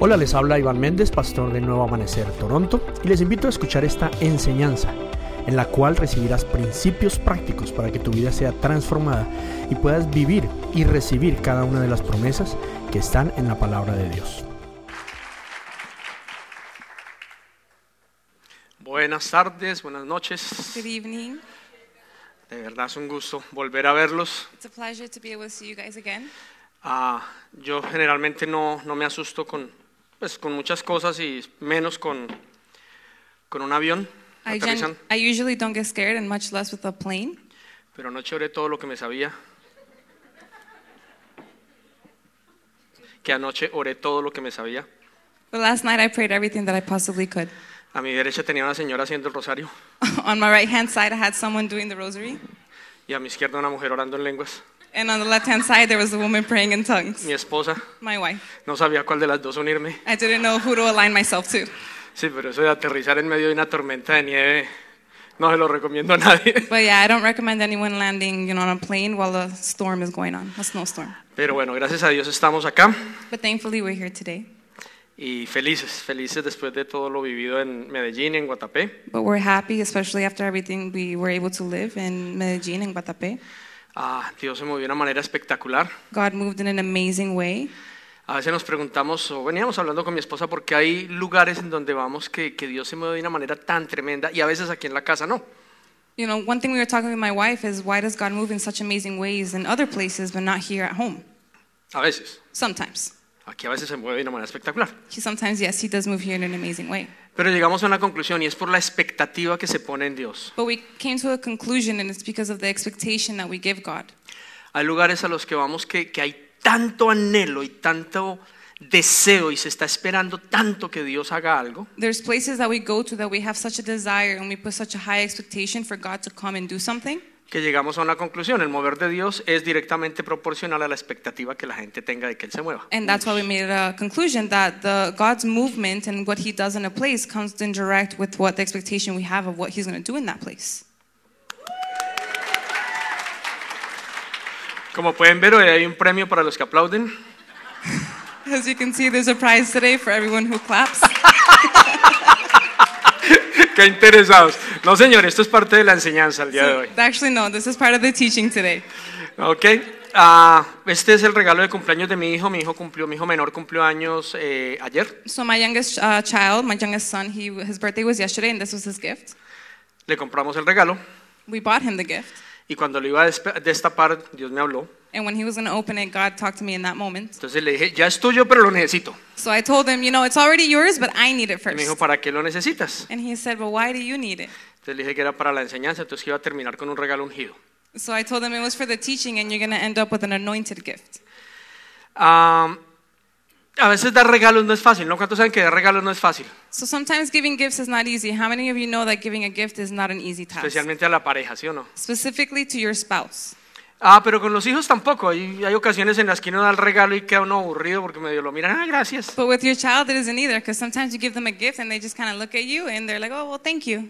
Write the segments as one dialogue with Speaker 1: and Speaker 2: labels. Speaker 1: Hola, les habla Iván Méndez, pastor de Nuevo Amanecer Toronto, y les invito a escuchar esta enseñanza en la cual recibirás principios prácticos para que tu vida sea transformada y puedas vivir y recibir cada una de las promesas que están en la palabra de Dios.
Speaker 2: Buenas tardes, buenas noches.
Speaker 3: Good evening.
Speaker 2: De verdad es un gusto volver a verlos.
Speaker 3: It's a pleasure to be able to see you guys again.
Speaker 2: Ah, yo generalmente no, no me asusto con, pues, con muchas cosas y menos con, con un avión
Speaker 3: I, gen-
Speaker 2: aterrizando.
Speaker 3: I usually don't get scared, and much less with a plane.
Speaker 2: Pero anoche oré todo lo que me sabía. Que anoche oré todo lo que me sabía.
Speaker 3: But last night I prayed everything that I possibly could.
Speaker 2: A mi derecha tenía una señora haciendo el rosario
Speaker 3: on my right hand side, I had someone doing the rosary,
Speaker 2: y a mi izquierda una mujer orando en lenguas.
Speaker 3: and on the left hand side, there was a woman praying in tongues.
Speaker 2: Mi esposa,
Speaker 3: My wife.
Speaker 2: no sabía cuál de las dos unirme.
Speaker 3: I didn't know who to align myself to.
Speaker 2: Sí, pero eso de aterrizar en medio de una tormenta de nieve no se lo recomiendo a nadie.
Speaker 3: But yeah, I don't recommend anyone landing, you know, on a plane while a storm is going on, a snowstorm.
Speaker 2: Pero bueno, gracias a Dios estamos acá
Speaker 3: But thankfully, we're here today.
Speaker 2: y felices, felices después de todo lo vivido en Medellín, en Guatapé.
Speaker 3: But we're happy, especially after everything we were able to live in Medellin and Guatapé.
Speaker 2: Ah, Dios se movió de una manera espectacular.
Speaker 3: God moved in an amazing way.
Speaker 2: A veces nos preguntamos, o veníamos hablando con mi esposa, porque hay lugares en donde vamos que, que Dios se mueve de una manera tan tremenda y a veces aquí en la casa no.
Speaker 3: You know, one thing we were talking with my wife is why does God move in such amazing ways in other places but not here at home?
Speaker 2: A veces.
Speaker 3: Sometimes.
Speaker 2: Aquí a veces se mueve de una manera espectacular.
Speaker 3: He sometimes, yes, he does move here in an amazing way.
Speaker 2: Pero llegamos a una conclusión y es por la expectativa que se pone en Dios.
Speaker 3: But we came to a conclusion, and it's because of the expectation that we give God.
Speaker 2: Hay lugares a los que vamos que, que hay tanto anhelo y tanto deseo y se está esperando tanto que Dios haga algo
Speaker 3: There's places that we go to that we have such a desire and we put such a high expectation for God to come and do something
Speaker 2: que llegamos a una conclusión. El mover de Dios es directamente proporcional a la expectativa que la gente tenga de que Él se mueva.
Speaker 3: And that's why we made a conclusion that the God's movement and what He does in a place comes in direct with what the expectation we have of what He's going to do in that place.
Speaker 2: Como pueden ver, hoy hay un premio para los que aplauden.
Speaker 3: As you can see, there's a prize today for everyone who claps.
Speaker 2: Qué interesados. No, señor, esto es parte de la enseñanza el día de
Speaker 3: So,
Speaker 2: hoy.
Speaker 3: actually, no, this is part of the teaching today.
Speaker 2: Ok. ah, este es el regalo de cumpleaños de mi hijo. Mi hijo cumplió, mi hijo menor cumplió años eh, ayer.
Speaker 3: So my youngest uh, child, my youngest son, he his birthday was yesterday, and this was his gift.
Speaker 2: Le compramos el regalo
Speaker 3: We bought him the gift,
Speaker 2: y cuando lo iba a despe- destapar, Dios me habló.
Speaker 3: and when he was going to open it, God talked to me in that moment.
Speaker 2: Entonces le dije, ya es tuyo, pero lo necesito.
Speaker 3: So I told him, you know, it's already yours, but I need it
Speaker 2: Y me dijo,
Speaker 3: first.
Speaker 2: ¿para qué lo necesitas?
Speaker 3: And he said, well, why do you need it?
Speaker 2: Entonces le dije que era para la enseñanza, entonces que iba a terminar con un regalo ungido.
Speaker 3: So I told him it was for the teaching, and you're going to end up with an anointed gift.
Speaker 2: Ah, a veces dar regalos no es fácil, ¿no? ¿Cuántos saben que dar regalos no es fácil?
Speaker 3: So sometimes giving gifts is not easy. How many of you know that giving a gift is not an easy task?
Speaker 2: Especialmente a la pareja, ¿sí o no?
Speaker 3: Specifically to your spouse.
Speaker 2: Ah, pero con los hijos tampoco. Hay, hay ocasiones en las que uno da el regalo y queda uno aburrido porque medio lo miran. Ah, gracias.
Speaker 3: But with your child, it isn't either, because sometimes you give them a gift and they just kind of look at you and they're like, oh, well, thank you.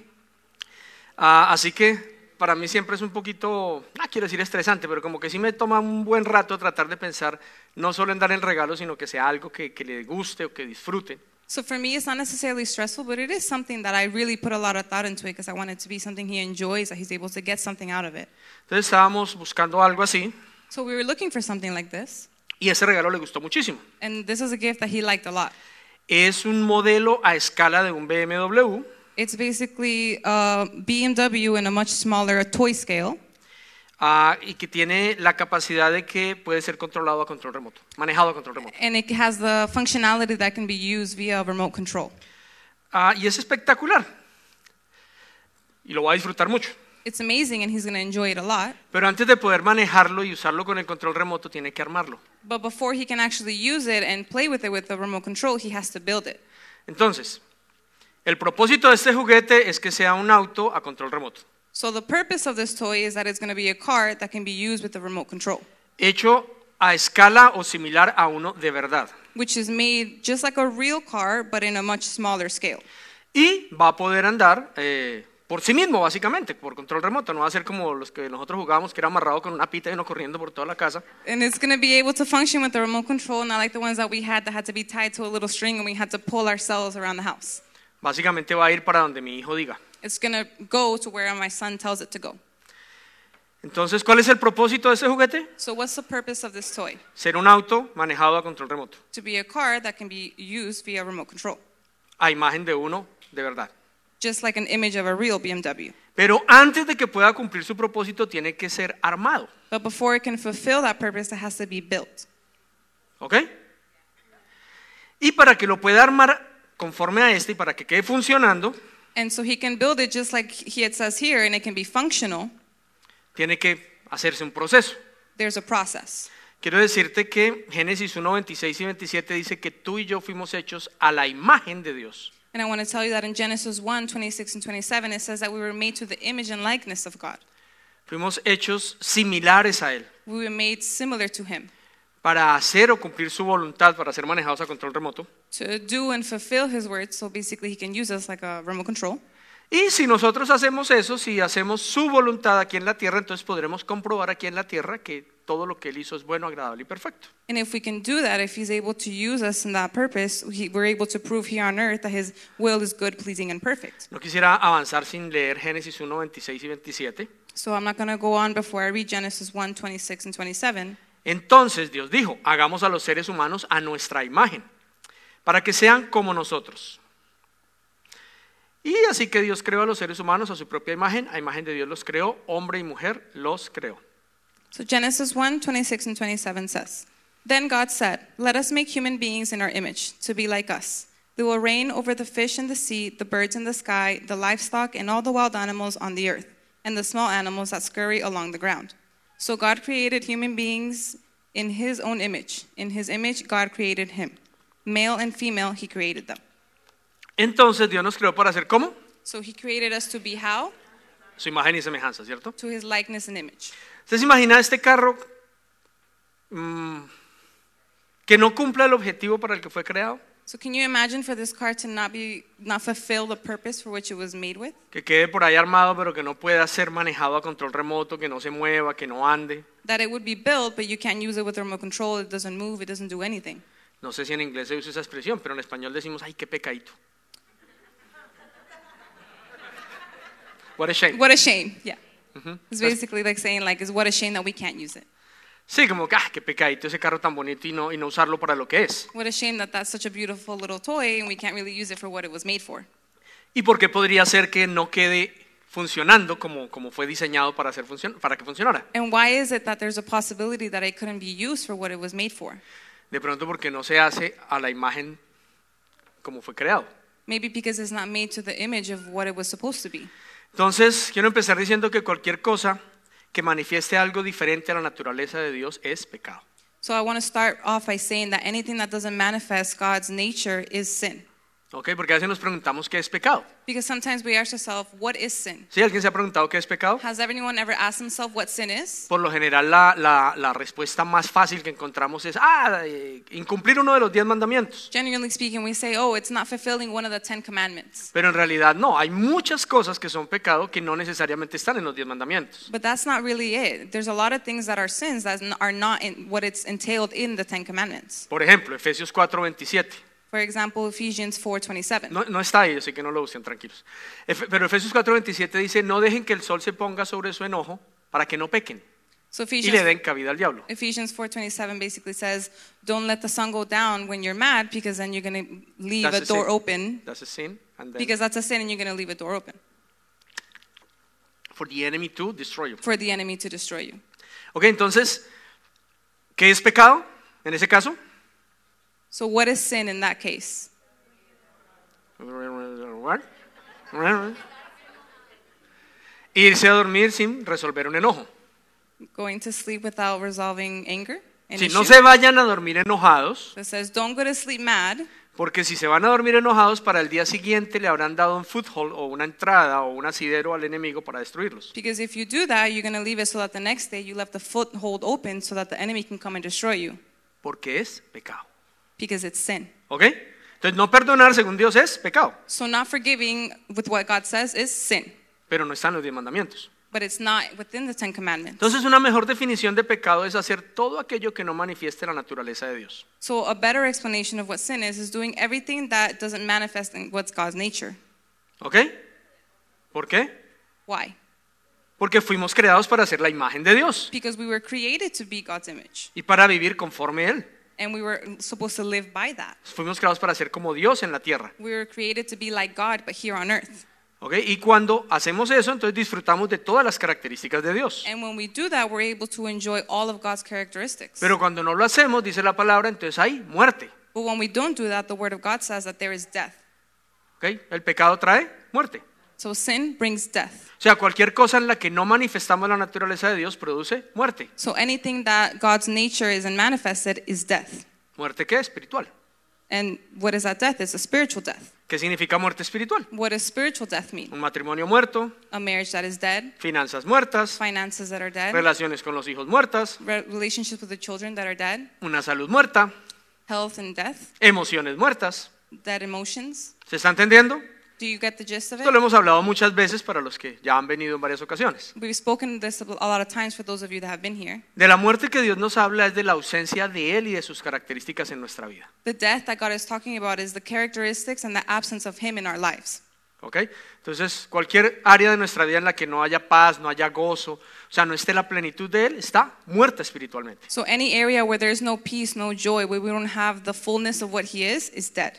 Speaker 2: Ah, así que para mí siempre es un poquito, ah, quiero decir estresante, pero como que sí me toma un buen rato tratar de pensar no solo en dar el regalo, sino que sea algo que, que le guste o que disfrute.
Speaker 3: So for me, it's not necessarily stressful, but it is something that I really put a lot of thought into it because I want it to be something he enjoys, that he's able to get something out of it.
Speaker 2: Entonces estábamos buscando algo así
Speaker 3: So we were looking for something like this,
Speaker 2: y ese regalo le gustó muchísimo.
Speaker 3: and this is a gift that he liked a lot.
Speaker 2: Es un modelo a escala de un BMW
Speaker 3: It's basically uh, a BMW in a much smaller toy scale,
Speaker 2: ah, y que tiene la capacidad de que puede ser controlado a control remoto, manejado a control remoto.
Speaker 3: and it has the functionality that can be used via a remote control.
Speaker 2: Ah, y es espectacular. Y lo va a disfrutar mucho.
Speaker 3: It's amazing, and he's going to enjoy it a lot.
Speaker 2: Pero antes de poder manejarlo y usarlo con el control remoto, tiene que armarlo.
Speaker 3: But before he can actually use it and play with it with the remote control, he has to build it.
Speaker 2: Entonces, el propósito de este juguete es que sea un auto a control remoto,
Speaker 3: So the purpose of this toy is that it's going to be a car that can be used with the remote control,
Speaker 2: hecho a escala o similar a uno de verdad.
Speaker 3: which is made just like a real car but in a much smaller scale.
Speaker 2: Y va a poder andar eh, por sí mismo, básicamente, por control remoto. No va a ser como los que nosotros jugábamos, que era amarrado con una pita y uno corriendo por toda la casa.
Speaker 3: And it's going to be able to function with the remote control, not like the ones that we had that had to be tied to a little string and we had to pull ourselves around the house.
Speaker 2: Básicamente va a ir para donde mi hijo diga.
Speaker 3: It's going to go to where my son tells it to go.
Speaker 2: Entonces, ¿cuál es el propósito de ese juguete?
Speaker 3: So, what's the purpose of this toy?
Speaker 2: Ser un auto manejado a control remoto,
Speaker 3: To be a car that can be used via remote control,
Speaker 2: a imagen de uno de verdad.
Speaker 3: just like an image of a real BMW.
Speaker 2: Pero antes de que pueda cumplir su propósito, tiene que ser armado.
Speaker 3: But before it can fulfill that purpose, it has to be built.
Speaker 2: ¿Ok? Y para que lo pueda armar conforme a este y para que quede funcionando,
Speaker 3: And so he can build it just like he it says here, and it can be functional.
Speaker 2: tiene que hacerse un proceso.
Speaker 3: There's a process.
Speaker 2: Quiero decirte que Génesis 1, 26 y 27 dice que tú y yo fuimos hechos a la imagen de Dios.
Speaker 3: And I want to tell you that in Genesis 1 26 and 27, it says that we were made to the image and likeness of God.
Speaker 2: Fuimos hechos similares a Él
Speaker 3: We were made similar to him
Speaker 2: para hacer o cumplir su voluntad, para ser manejados a control remoto.
Speaker 3: to do and fulfill his word. So basically, he can use us like a remote control.
Speaker 2: Y si nosotros hacemos eso, si hacemos su voluntad aquí en la tierra, entonces podremos comprobar aquí en la tierra que todo lo que Él hizo es bueno, agradable y perfecto.
Speaker 3: And if we can do that, if he's able to use us in that purpose, he, we're able to prove here on earth that his will is good, pleasing, and perfect.
Speaker 2: No quisiera avanzar sin leer Génesis 1, 26 y 27.
Speaker 3: So I'm not going to go on before I read Genesis 1 26 and 27.
Speaker 2: Entonces Dios dijo, hagamos a los seres humanos a nuestra imagen, para que sean como nosotros. Y así que Dios creó a los seres humanos a su propia imagen, a imagen de Dios los creó, hombre y mujer los creó.
Speaker 3: So Genesis 1 26 and 27 says, Then God said, Let us make human beings in our image, to be like us. They will reign over the fish in the sea, the birds in the sky, the livestock, and all the wild animals on the earth, and the small animals that scurry along the ground. So God created human beings in his own image. In his image, God created him. Male and female, he created them.
Speaker 2: Entonces Dios nos creó para ser como
Speaker 3: So he created us to be how?
Speaker 2: su imagen y semejanza, ¿cierto?
Speaker 3: To his likeness and image.
Speaker 2: ¿Usted se imagina este carro mm, que no cumpla el objetivo para el que fue creado?
Speaker 3: So can you imagine for this car to not be not fulfill the purpose for which it was made with?
Speaker 2: Que quede por ahí armado, pero que no pueda ser manejado a control remoto, que no se mueva, que no ande.
Speaker 3: that it would be built, but you can't use it with a remote control. It doesn't move. It doesn't do anything.
Speaker 2: No sé si en inglés se usa esa expresión, pero en español decimos, ay, qué pecadito. What a shame.
Speaker 3: What a shame. Yeah. It's basically like saying like, it's what a shame that we can't use it.
Speaker 2: Sí, como que, ah, qué pecadito ese carro tan bonito y no, y no usarlo para lo que es.
Speaker 3: What a shame that that's such a beautiful little toy and we can't really use it for what it was made for.
Speaker 2: ¿Y por qué podría ser que no quede funcionando como, como fue diseñado para, hacer función- para que funcionara?
Speaker 3: And why is it that there's a possibility that it couldn't be used for what it was made for?
Speaker 2: De pronto porque no se hace a la imagen como fue creado.
Speaker 3: Maybe because it's not made to the image of what it was supposed to be.
Speaker 2: Entonces, quiero empezar diciendo que cualquier cosa que manifieste algo diferente a la naturaleza de Dios es pecado.
Speaker 3: So I want to start off by saying that anything that doesn't manifest God's nature is sin.
Speaker 2: ¿Ok? Porque a veces nos preguntamos qué es pecado.
Speaker 3: Because sometimes we ask ourselves, what is sin?
Speaker 2: ¿Sí? ¿Alguien se ha preguntado qué es pecado?
Speaker 3: Has anyone ever asked himself what sin is?
Speaker 2: Por lo general la, la- la respuesta más fácil que encontramos es, ah, eh, incumplir uno de los diez mandamientos.
Speaker 3: Generally speaking, we say, oh, it's not fulfilling one of the Ten Commandments.
Speaker 2: Pero en realidad no, hay muchas cosas que son pecado que no necesariamente están en los diez mandamientos.
Speaker 3: But that's not really it. There's a lot of things that are sins that are not in what it's entailed in the Ten Commandments.
Speaker 2: Por ejemplo, Efesios 4:27.
Speaker 3: For example, Ephesians 4.27.
Speaker 2: No, no está ahí, así que no lo usen, tranquilos. Efe- pero Efesios 4:27 dice, no dejen que el sol se ponga sobre su enojo para que no pequen
Speaker 3: so
Speaker 2: y le
Speaker 3: Ephesians,
Speaker 2: den cabida al diablo.
Speaker 3: Ephesians 4.27 basically says, don't let the sun go down when you're mad because then you're going to leave
Speaker 2: That's
Speaker 3: a
Speaker 2: a
Speaker 3: door
Speaker 2: sin.
Speaker 3: open
Speaker 2: That's a sin. And then
Speaker 3: because that's a sin and you're going to leave a door open
Speaker 2: for the enemy to destroy you.
Speaker 3: for the enemy to destroy you.
Speaker 2: Ok, entonces, ¿qué es pecado en ese caso?
Speaker 3: So what is sin in that case?
Speaker 2: Irse a dormir sin resolver un enojo.
Speaker 3: Going to sleep without resolving anger? An
Speaker 2: Si no
Speaker 3: issue?
Speaker 2: se vayan a dormir enojados,
Speaker 3: That says, don't go to sleep mad
Speaker 2: porque si se van a dormir enojados, para el día siguiente le habrán dado un foothold o una entrada o un asidero al enemigo para destruirlos.
Speaker 3: Because if you do that, you're going to leave it so that the next day you left the foothold open so that the enemy can come and destroy you
Speaker 2: Porque es pecado.
Speaker 3: because it's sin.
Speaker 2: ¿Ok? Entonces, no perdonar según Dios es pecado.
Speaker 3: So, not forgiving with what God says is sin.
Speaker 2: pero no están los diez mandamientos.
Speaker 3: but it's not within the Ten Commandments.
Speaker 2: Entonces una mejor definición de pecado es hacer todo aquello que no manifieste la naturaleza de Dios.
Speaker 3: So a better explanation of what sin is is doing everything that doesn't manifest in what's God's nature.
Speaker 2: ¿Ok? ¿Por qué?
Speaker 3: Why?
Speaker 2: Porque fuimos creados para hacer la imagen de Dios
Speaker 3: Because we were created to be God's image,
Speaker 2: y para vivir conforme a Él.
Speaker 3: and we were supposed to live by that.
Speaker 2: Fuimos creados para ser como Dios en la tierra.
Speaker 3: We were created to be like God, but here on earth.
Speaker 2: ¿Ok? Y cuando hacemos eso, entonces disfrutamos de todas las características de Dios.
Speaker 3: And when we do that, we're able to enjoy all of God's characteristics.
Speaker 2: Pero cuando no lo hacemos, dice la palabra, entonces hay muerte.
Speaker 3: but when we don't do that, the Word of God says that there is death.
Speaker 2: ¿Ok? El pecado trae muerte.
Speaker 3: So sin brings death.
Speaker 2: O sea, cualquier cosa en la que no manifestamos la naturaleza de Dios produce muerte.
Speaker 3: So anything that God's nature isn't manifested is death.
Speaker 2: ¿Muerte qué? Espiritual.
Speaker 3: And what is that death? It's a spiritual death.
Speaker 2: ¿Qué significa muerte espiritual?
Speaker 3: What does spiritual death mean?
Speaker 2: Un matrimonio muerto,
Speaker 3: A marriage that is dead,
Speaker 2: finanzas muertas,
Speaker 3: finances that are dead,
Speaker 2: relaciones con los hijos muertas,
Speaker 3: re- relationships with the children that are dead,
Speaker 2: una salud muerta,
Speaker 3: health and death,
Speaker 2: emociones muertas.
Speaker 3: dead emotions.
Speaker 2: ¿Se está entendiendo?
Speaker 3: Do you get the gist of
Speaker 2: Esto lo
Speaker 3: it?
Speaker 2: hemos hablado muchas veces para los que ya han venido en varias ocasiones.
Speaker 3: We've spoken this a lot of times for those of you that have been here.
Speaker 2: De la muerte que Dios nos habla es de la ausencia de Él y de sus características en nuestra vida.
Speaker 3: The death that God is talking about is the characteristics and the absence of Him in our lives.
Speaker 2: ¿Ok? Entonces, cualquier área de nuestra vida en la que no haya paz, no haya gozo, o sea, no esté la plenitud de Él, está muerta espiritualmente.
Speaker 3: So any area where there is no peace, no joy, where we don't have the fullness of what He is, is dead.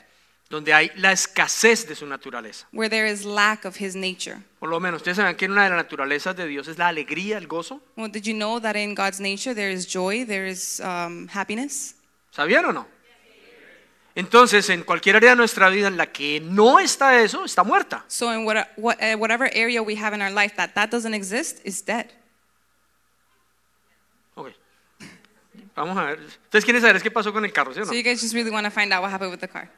Speaker 2: Donde hay la escasez de su naturaleza.
Speaker 3: Where there is lack of His nature.
Speaker 2: Por lo menos, ustedes saben que una de las naturalezas de Dios es la alegría, el gozo.
Speaker 3: Well, did you know that in God's nature there is joy, there is um, happiness?
Speaker 2: ¿Sabían o no? Entonces, en cualquier área de nuestra vida en la que no está eso, está muerta.
Speaker 3: So in what, what, uh, whatever area we have in our life that that doesn't exist is dead.
Speaker 2: Ok. Vamos a ver. Ustedes quieren saber es qué pasó con el carro, ¿sí o no?
Speaker 3: So you guys just really want to find out what happened with the car.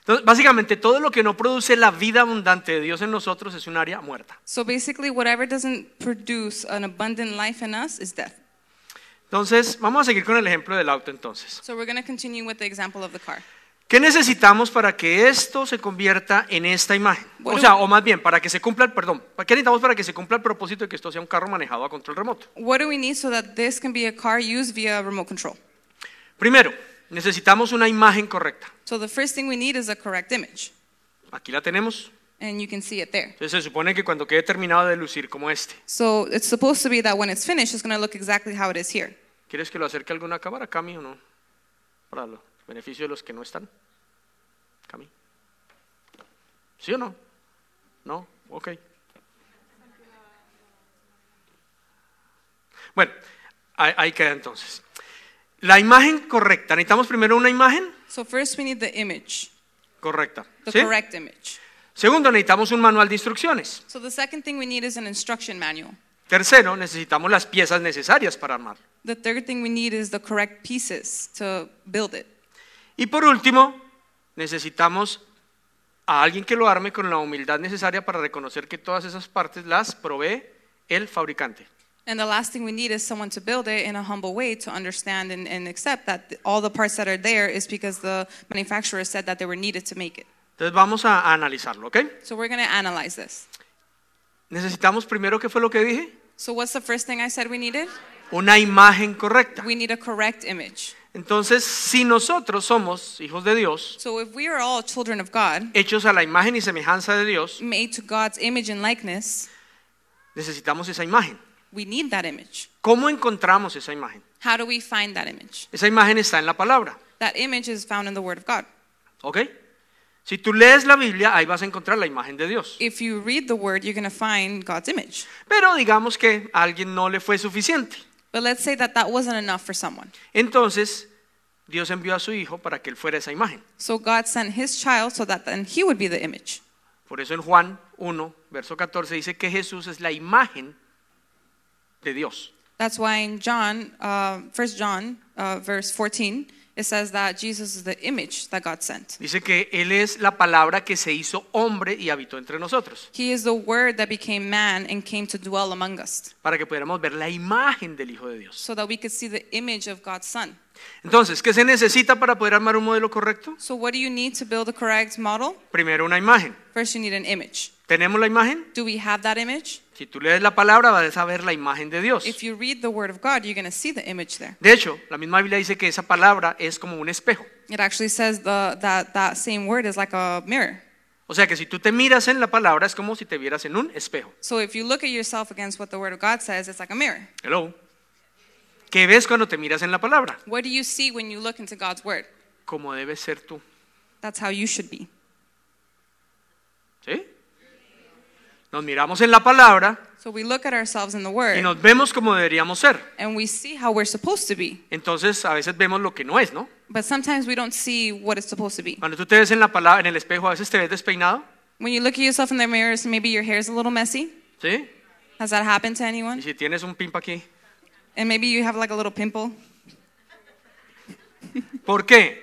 Speaker 2: Entonces, básicamente, todo lo que no produce la vida abundante de Dios en nosotros es un área muerta.
Speaker 3: So basically, whatever doesn't produce an abundant life in us is death.
Speaker 2: Entonces, vamos a seguir con el ejemplo del auto entonces.
Speaker 3: So we're going to continue with the example of the car.
Speaker 2: ¿Qué necesitamos para que esto se convierta en esta imagen? O
Speaker 3: Bueno.
Speaker 2: sea, o más bien, para que se cumpla el, perdón, ¿qué necesitamos para que se cumpla el propósito de que esto sea un carro manejado a control remoto?
Speaker 3: What do we need so that this can be a car used via remote control?
Speaker 2: Primero, necesitamos una imagen correcta.
Speaker 3: So the first thing we need is a correct image,
Speaker 2: Aquí la tenemos.
Speaker 3: and you can see it there.
Speaker 2: Entonces se supone que cuando quede terminado de lucir como este.
Speaker 3: So it's supposed to be that when it's finished, it's going to look exactly how it is here.
Speaker 2: ¿Quieres que lo acerque alguna cámara, Cami, o no? Para el beneficio de los que no están. Cami. ¿Sí o no? No, ok. Bueno, ahí, ahí queda entonces. La imagen correcta. Necesitamos primero una imagen
Speaker 3: So first, we need the image,
Speaker 2: correcta.
Speaker 3: the
Speaker 2: ¿sí?
Speaker 3: correct image.
Speaker 2: Segundo, necesitamos un manual de instrucciones.
Speaker 3: So the second thing we need is an instruction manual.
Speaker 2: Tercero, necesitamos las piezas necesarias para armarlo.
Speaker 3: The third thing we need is the correct pieces to build it.
Speaker 2: Y por último, necesitamos a alguien que lo arme con la humildad necesaria para reconocer que todas esas partes las provee el fabricante.
Speaker 3: And the last thing we need is someone to build it in a humble way to understand and, and accept that th- all the parts that are there is because the manufacturer said that they were needed to make it.
Speaker 2: Entonces vamos a, a analizarlo, ¿ok?
Speaker 3: So we're going to analyze this.
Speaker 2: Necesitamos primero, ¿qué fue lo que dije?
Speaker 3: So what's the first thing I said we needed?
Speaker 2: Una imagen correcta.
Speaker 3: We need a correct image.
Speaker 2: Entonces, si nosotros somos hijos de Dios,
Speaker 3: So if we are all children of God,
Speaker 2: hechos a la imagen y semejanza de Dios,
Speaker 3: made to God's image and likeness,
Speaker 2: necesitamos esa imagen.
Speaker 3: we need that image.
Speaker 2: ¿Cómo encontramos esa imagen?
Speaker 3: How do we find that image?
Speaker 2: Esa imagen está en la palabra,
Speaker 3: That image is found in the Word of God.
Speaker 2: ¿ok? Si tú lees la Biblia, ahí vas a encontrar la imagen de Dios.
Speaker 3: If you read the Word, you're going to find God's image.
Speaker 2: Pero digamos que a alguien no le fue suficiente.
Speaker 3: But let's say that that wasn't enough for someone.
Speaker 2: Entonces, Dios envió a su hijo para que él fuera esa imagen.
Speaker 3: So God sent his child so that then he would be the image.
Speaker 2: Por eso en Juan 1, verso 14 dice que Jesús es la imagen de Dios.
Speaker 3: That's why in John, uh, 1 John, uh, verse 14, it says that Jesus is the image that God sent.
Speaker 2: Dice que él es la palabra que se hizo hombre y habitó entre nosotros,
Speaker 3: He is the Word that became man and came to dwell among us,
Speaker 2: para que pudiéramos ver la imagen del Hijo de Dios.
Speaker 3: so that we could see the image of God's Son.
Speaker 2: Entonces, ¿qué se necesita para poder armar un modelo correcto?
Speaker 3: So, what do you need to build a correct model?
Speaker 2: Primero una imagen.
Speaker 3: First, you need an image.
Speaker 2: ¿Tenemos la imagen?
Speaker 3: Do we have that image?
Speaker 2: Si tú lees la palabra vas a ver la imagen de Dios.
Speaker 3: If you read the Word of God, you're going to see the image there.
Speaker 2: De hecho, la misma Biblia dice que esa palabra es como un espejo.
Speaker 3: It actually says the, that that same word is like a mirror.
Speaker 2: O sea que si tú te miras en la palabra es como si te vieras en un espejo.
Speaker 3: So, if you look at yourself against what the Word of God says, it's like a mirror.
Speaker 2: Hello. ¿Qué ves cuando te miras en la palabra?
Speaker 3: What do you see when you look into God's Word?
Speaker 2: Como debes ser tú.
Speaker 3: That's how you should be.
Speaker 2: ¿Sí? Nos miramos en la palabra
Speaker 3: So, we look at ourselves in the
Speaker 2: y
Speaker 3: Word
Speaker 2: nos vemos como deberíamos ser.
Speaker 3: and we see how we're supposed to be,
Speaker 2: Entonces, a veces vemos lo que no es, ¿no?
Speaker 3: but sometimes we don't see what it's supposed to be.
Speaker 2: Cuando tú te ves en la palabra, en el espejo, a veces te ves despeinado,
Speaker 3: When you look at yourself in the mirror, so maybe your hair's a little messy.
Speaker 2: ¿sí?
Speaker 3: Has that happened to
Speaker 2: Y
Speaker 3: anyone?
Speaker 2: si tienes un pimpa aquí.
Speaker 3: And maybe you have like a little pimple.
Speaker 2: ¿Por qué?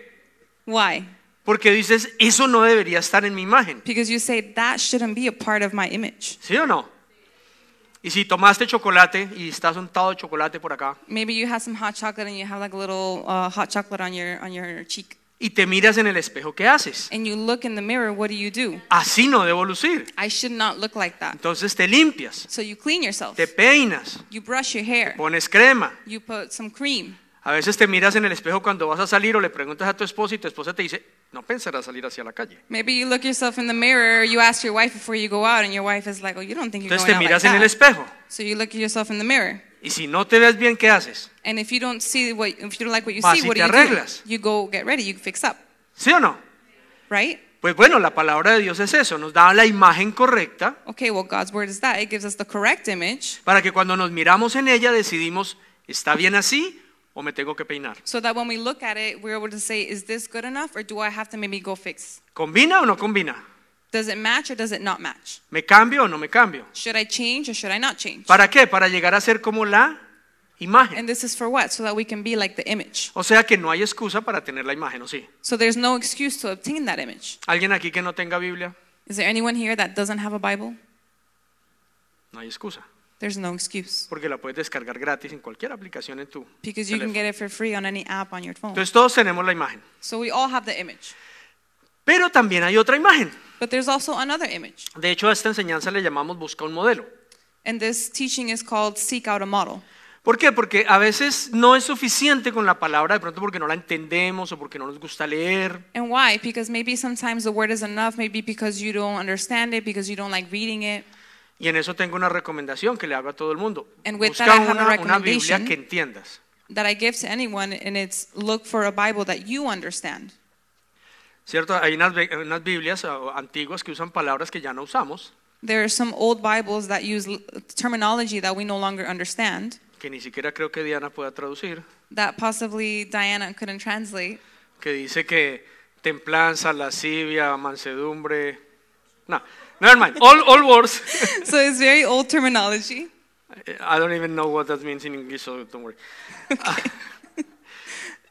Speaker 3: Why?
Speaker 2: Porque dices, eso no debería estar en mi imagen.
Speaker 3: Because you say that shouldn't be a part of my image.
Speaker 2: ¿Sí o no? Y si tomaste chocolate y estás untado de chocolate por acá
Speaker 3: Maybe you have some hot chocolate and you have like a little uh, hot chocolate on your on your cheek,
Speaker 2: y te miras en el espejo, ¿qué haces?
Speaker 3: and you look in the mirror. What do you do?
Speaker 2: Así no debo lucir.
Speaker 3: I should not look like that.
Speaker 2: Entonces te limpias,
Speaker 3: So you clean yourself.
Speaker 2: te peinas,
Speaker 3: You brush your hair.
Speaker 2: pones crema.
Speaker 3: You put some cream.
Speaker 2: A veces te miras en el espejo cuando vas a salir o le preguntas a tu esposa y tu esposa te dice, no pensarás salir hacia la calle.
Speaker 3: Maybe you look yourself in the mirror. You ask your wife before you go out, and your wife is like, "Oh, you don't think you're
Speaker 2: Entonces
Speaker 3: going
Speaker 2: te
Speaker 3: out
Speaker 2: miras
Speaker 3: like
Speaker 2: en el
Speaker 3: that."
Speaker 2: espejo
Speaker 3: So you look at yourself in the mirror,
Speaker 2: y si no te ves bien, ¿qué haces?
Speaker 3: and if you don't see what, if you don't like what you
Speaker 2: Vas
Speaker 3: see,
Speaker 2: y
Speaker 3: what do
Speaker 2: te
Speaker 3: you do?
Speaker 2: arreglas.
Speaker 3: You go get ready. You fix up,
Speaker 2: ¿Sí o no?
Speaker 3: right?
Speaker 2: Pues bueno, la palabra de Dios es eso, nos da la imagen correcta
Speaker 3: Okay, well, God's word is that. It gives us the correct image
Speaker 2: para que cuando nos miramos en ella decidimos, ¿está bien así o me tengo que peinar?
Speaker 3: so that when we look at it, we're able to say, is this good enough or do I have to maybe go fix?
Speaker 2: ¿Combina o no combina?
Speaker 3: Does it match or does it not match?
Speaker 2: ¿Me cambio o no me cambio?
Speaker 3: Should I change or should I not change?
Speaker 2: ¿Para qué? Para llegar a ser como la imagen.
Speaker 3: And this is for what? So that we can be like the image.
Speaker 2: O sea que no hay excusa para tener la imagen, ¿o sí?
Speaker 3: So there's no excuse to obtain that image.
Speaker 2: ¿Alguien aquí que no tenga Biblia?
Speaker 3: Is there anyone here that doesn't have a Bible?
Speaker 2: No hay excusa,
Speaker 3: There's no excuse
Speaker 2: porque la puedes descargar gratis en cualquier aplicación en tu
Speaker 3: because you can
Speaker 2: teléfono.
Speaker 3: get it for free on any app on your phone.
Speaker 2: Entonces todos tenemos la imagen.
Speaker 3: So we all have the image.
Speaker 2: Pero también hay otra imagen.
Speaker 3: But there's also another image.
Speaker 2: De hecho, a esta enseñanza le llamamos busca un modelo.
Speaker 3: And this teaching is called Seek Out a Model.
Speaker 2: ¿Por qué? Porque a veces no es suficiente con la palabra, de pronto porque no la entendemos o porque no nos gusta leer.
Speaker 3: And why? Because maybe sometimes the word is enough, maybe because you don't understand it, because you don't like reading it.
Speaker 2: Y en eso tengo una recomendación que le hago a todo el mundo.
Speaker 3: And with
Speaker 2: Busca
Speaker 3: that, I have
Speaker 2: una,
Speaker 3: a
Speaker 2: una Biblia
Speaker 3: recommendation.
Speaker 2: que entiendas.
Speaker 3: That I give to anyone, and it's look for a Bible that you understand.
Speaker 2: ¿Cierto? Hay unas, bi- unas Biblias ah, antiguas que usan palabras que ya no usamos,
Speaker 3: There are some old Bibles that use l- terminology that we no longer understand,
Speaker 2: que ni siquiera creo que Diana pueda traducir,
Speaker 3: that possibly Diana couldn't translate.
Speaker 2: que dice que templanza, lascivia, mansedumbre. No, never mind. All, all words.
Speaker 3: so it's very old terminology.
Speaker 2: I don't even know what that means in English, so don't worry. Ah.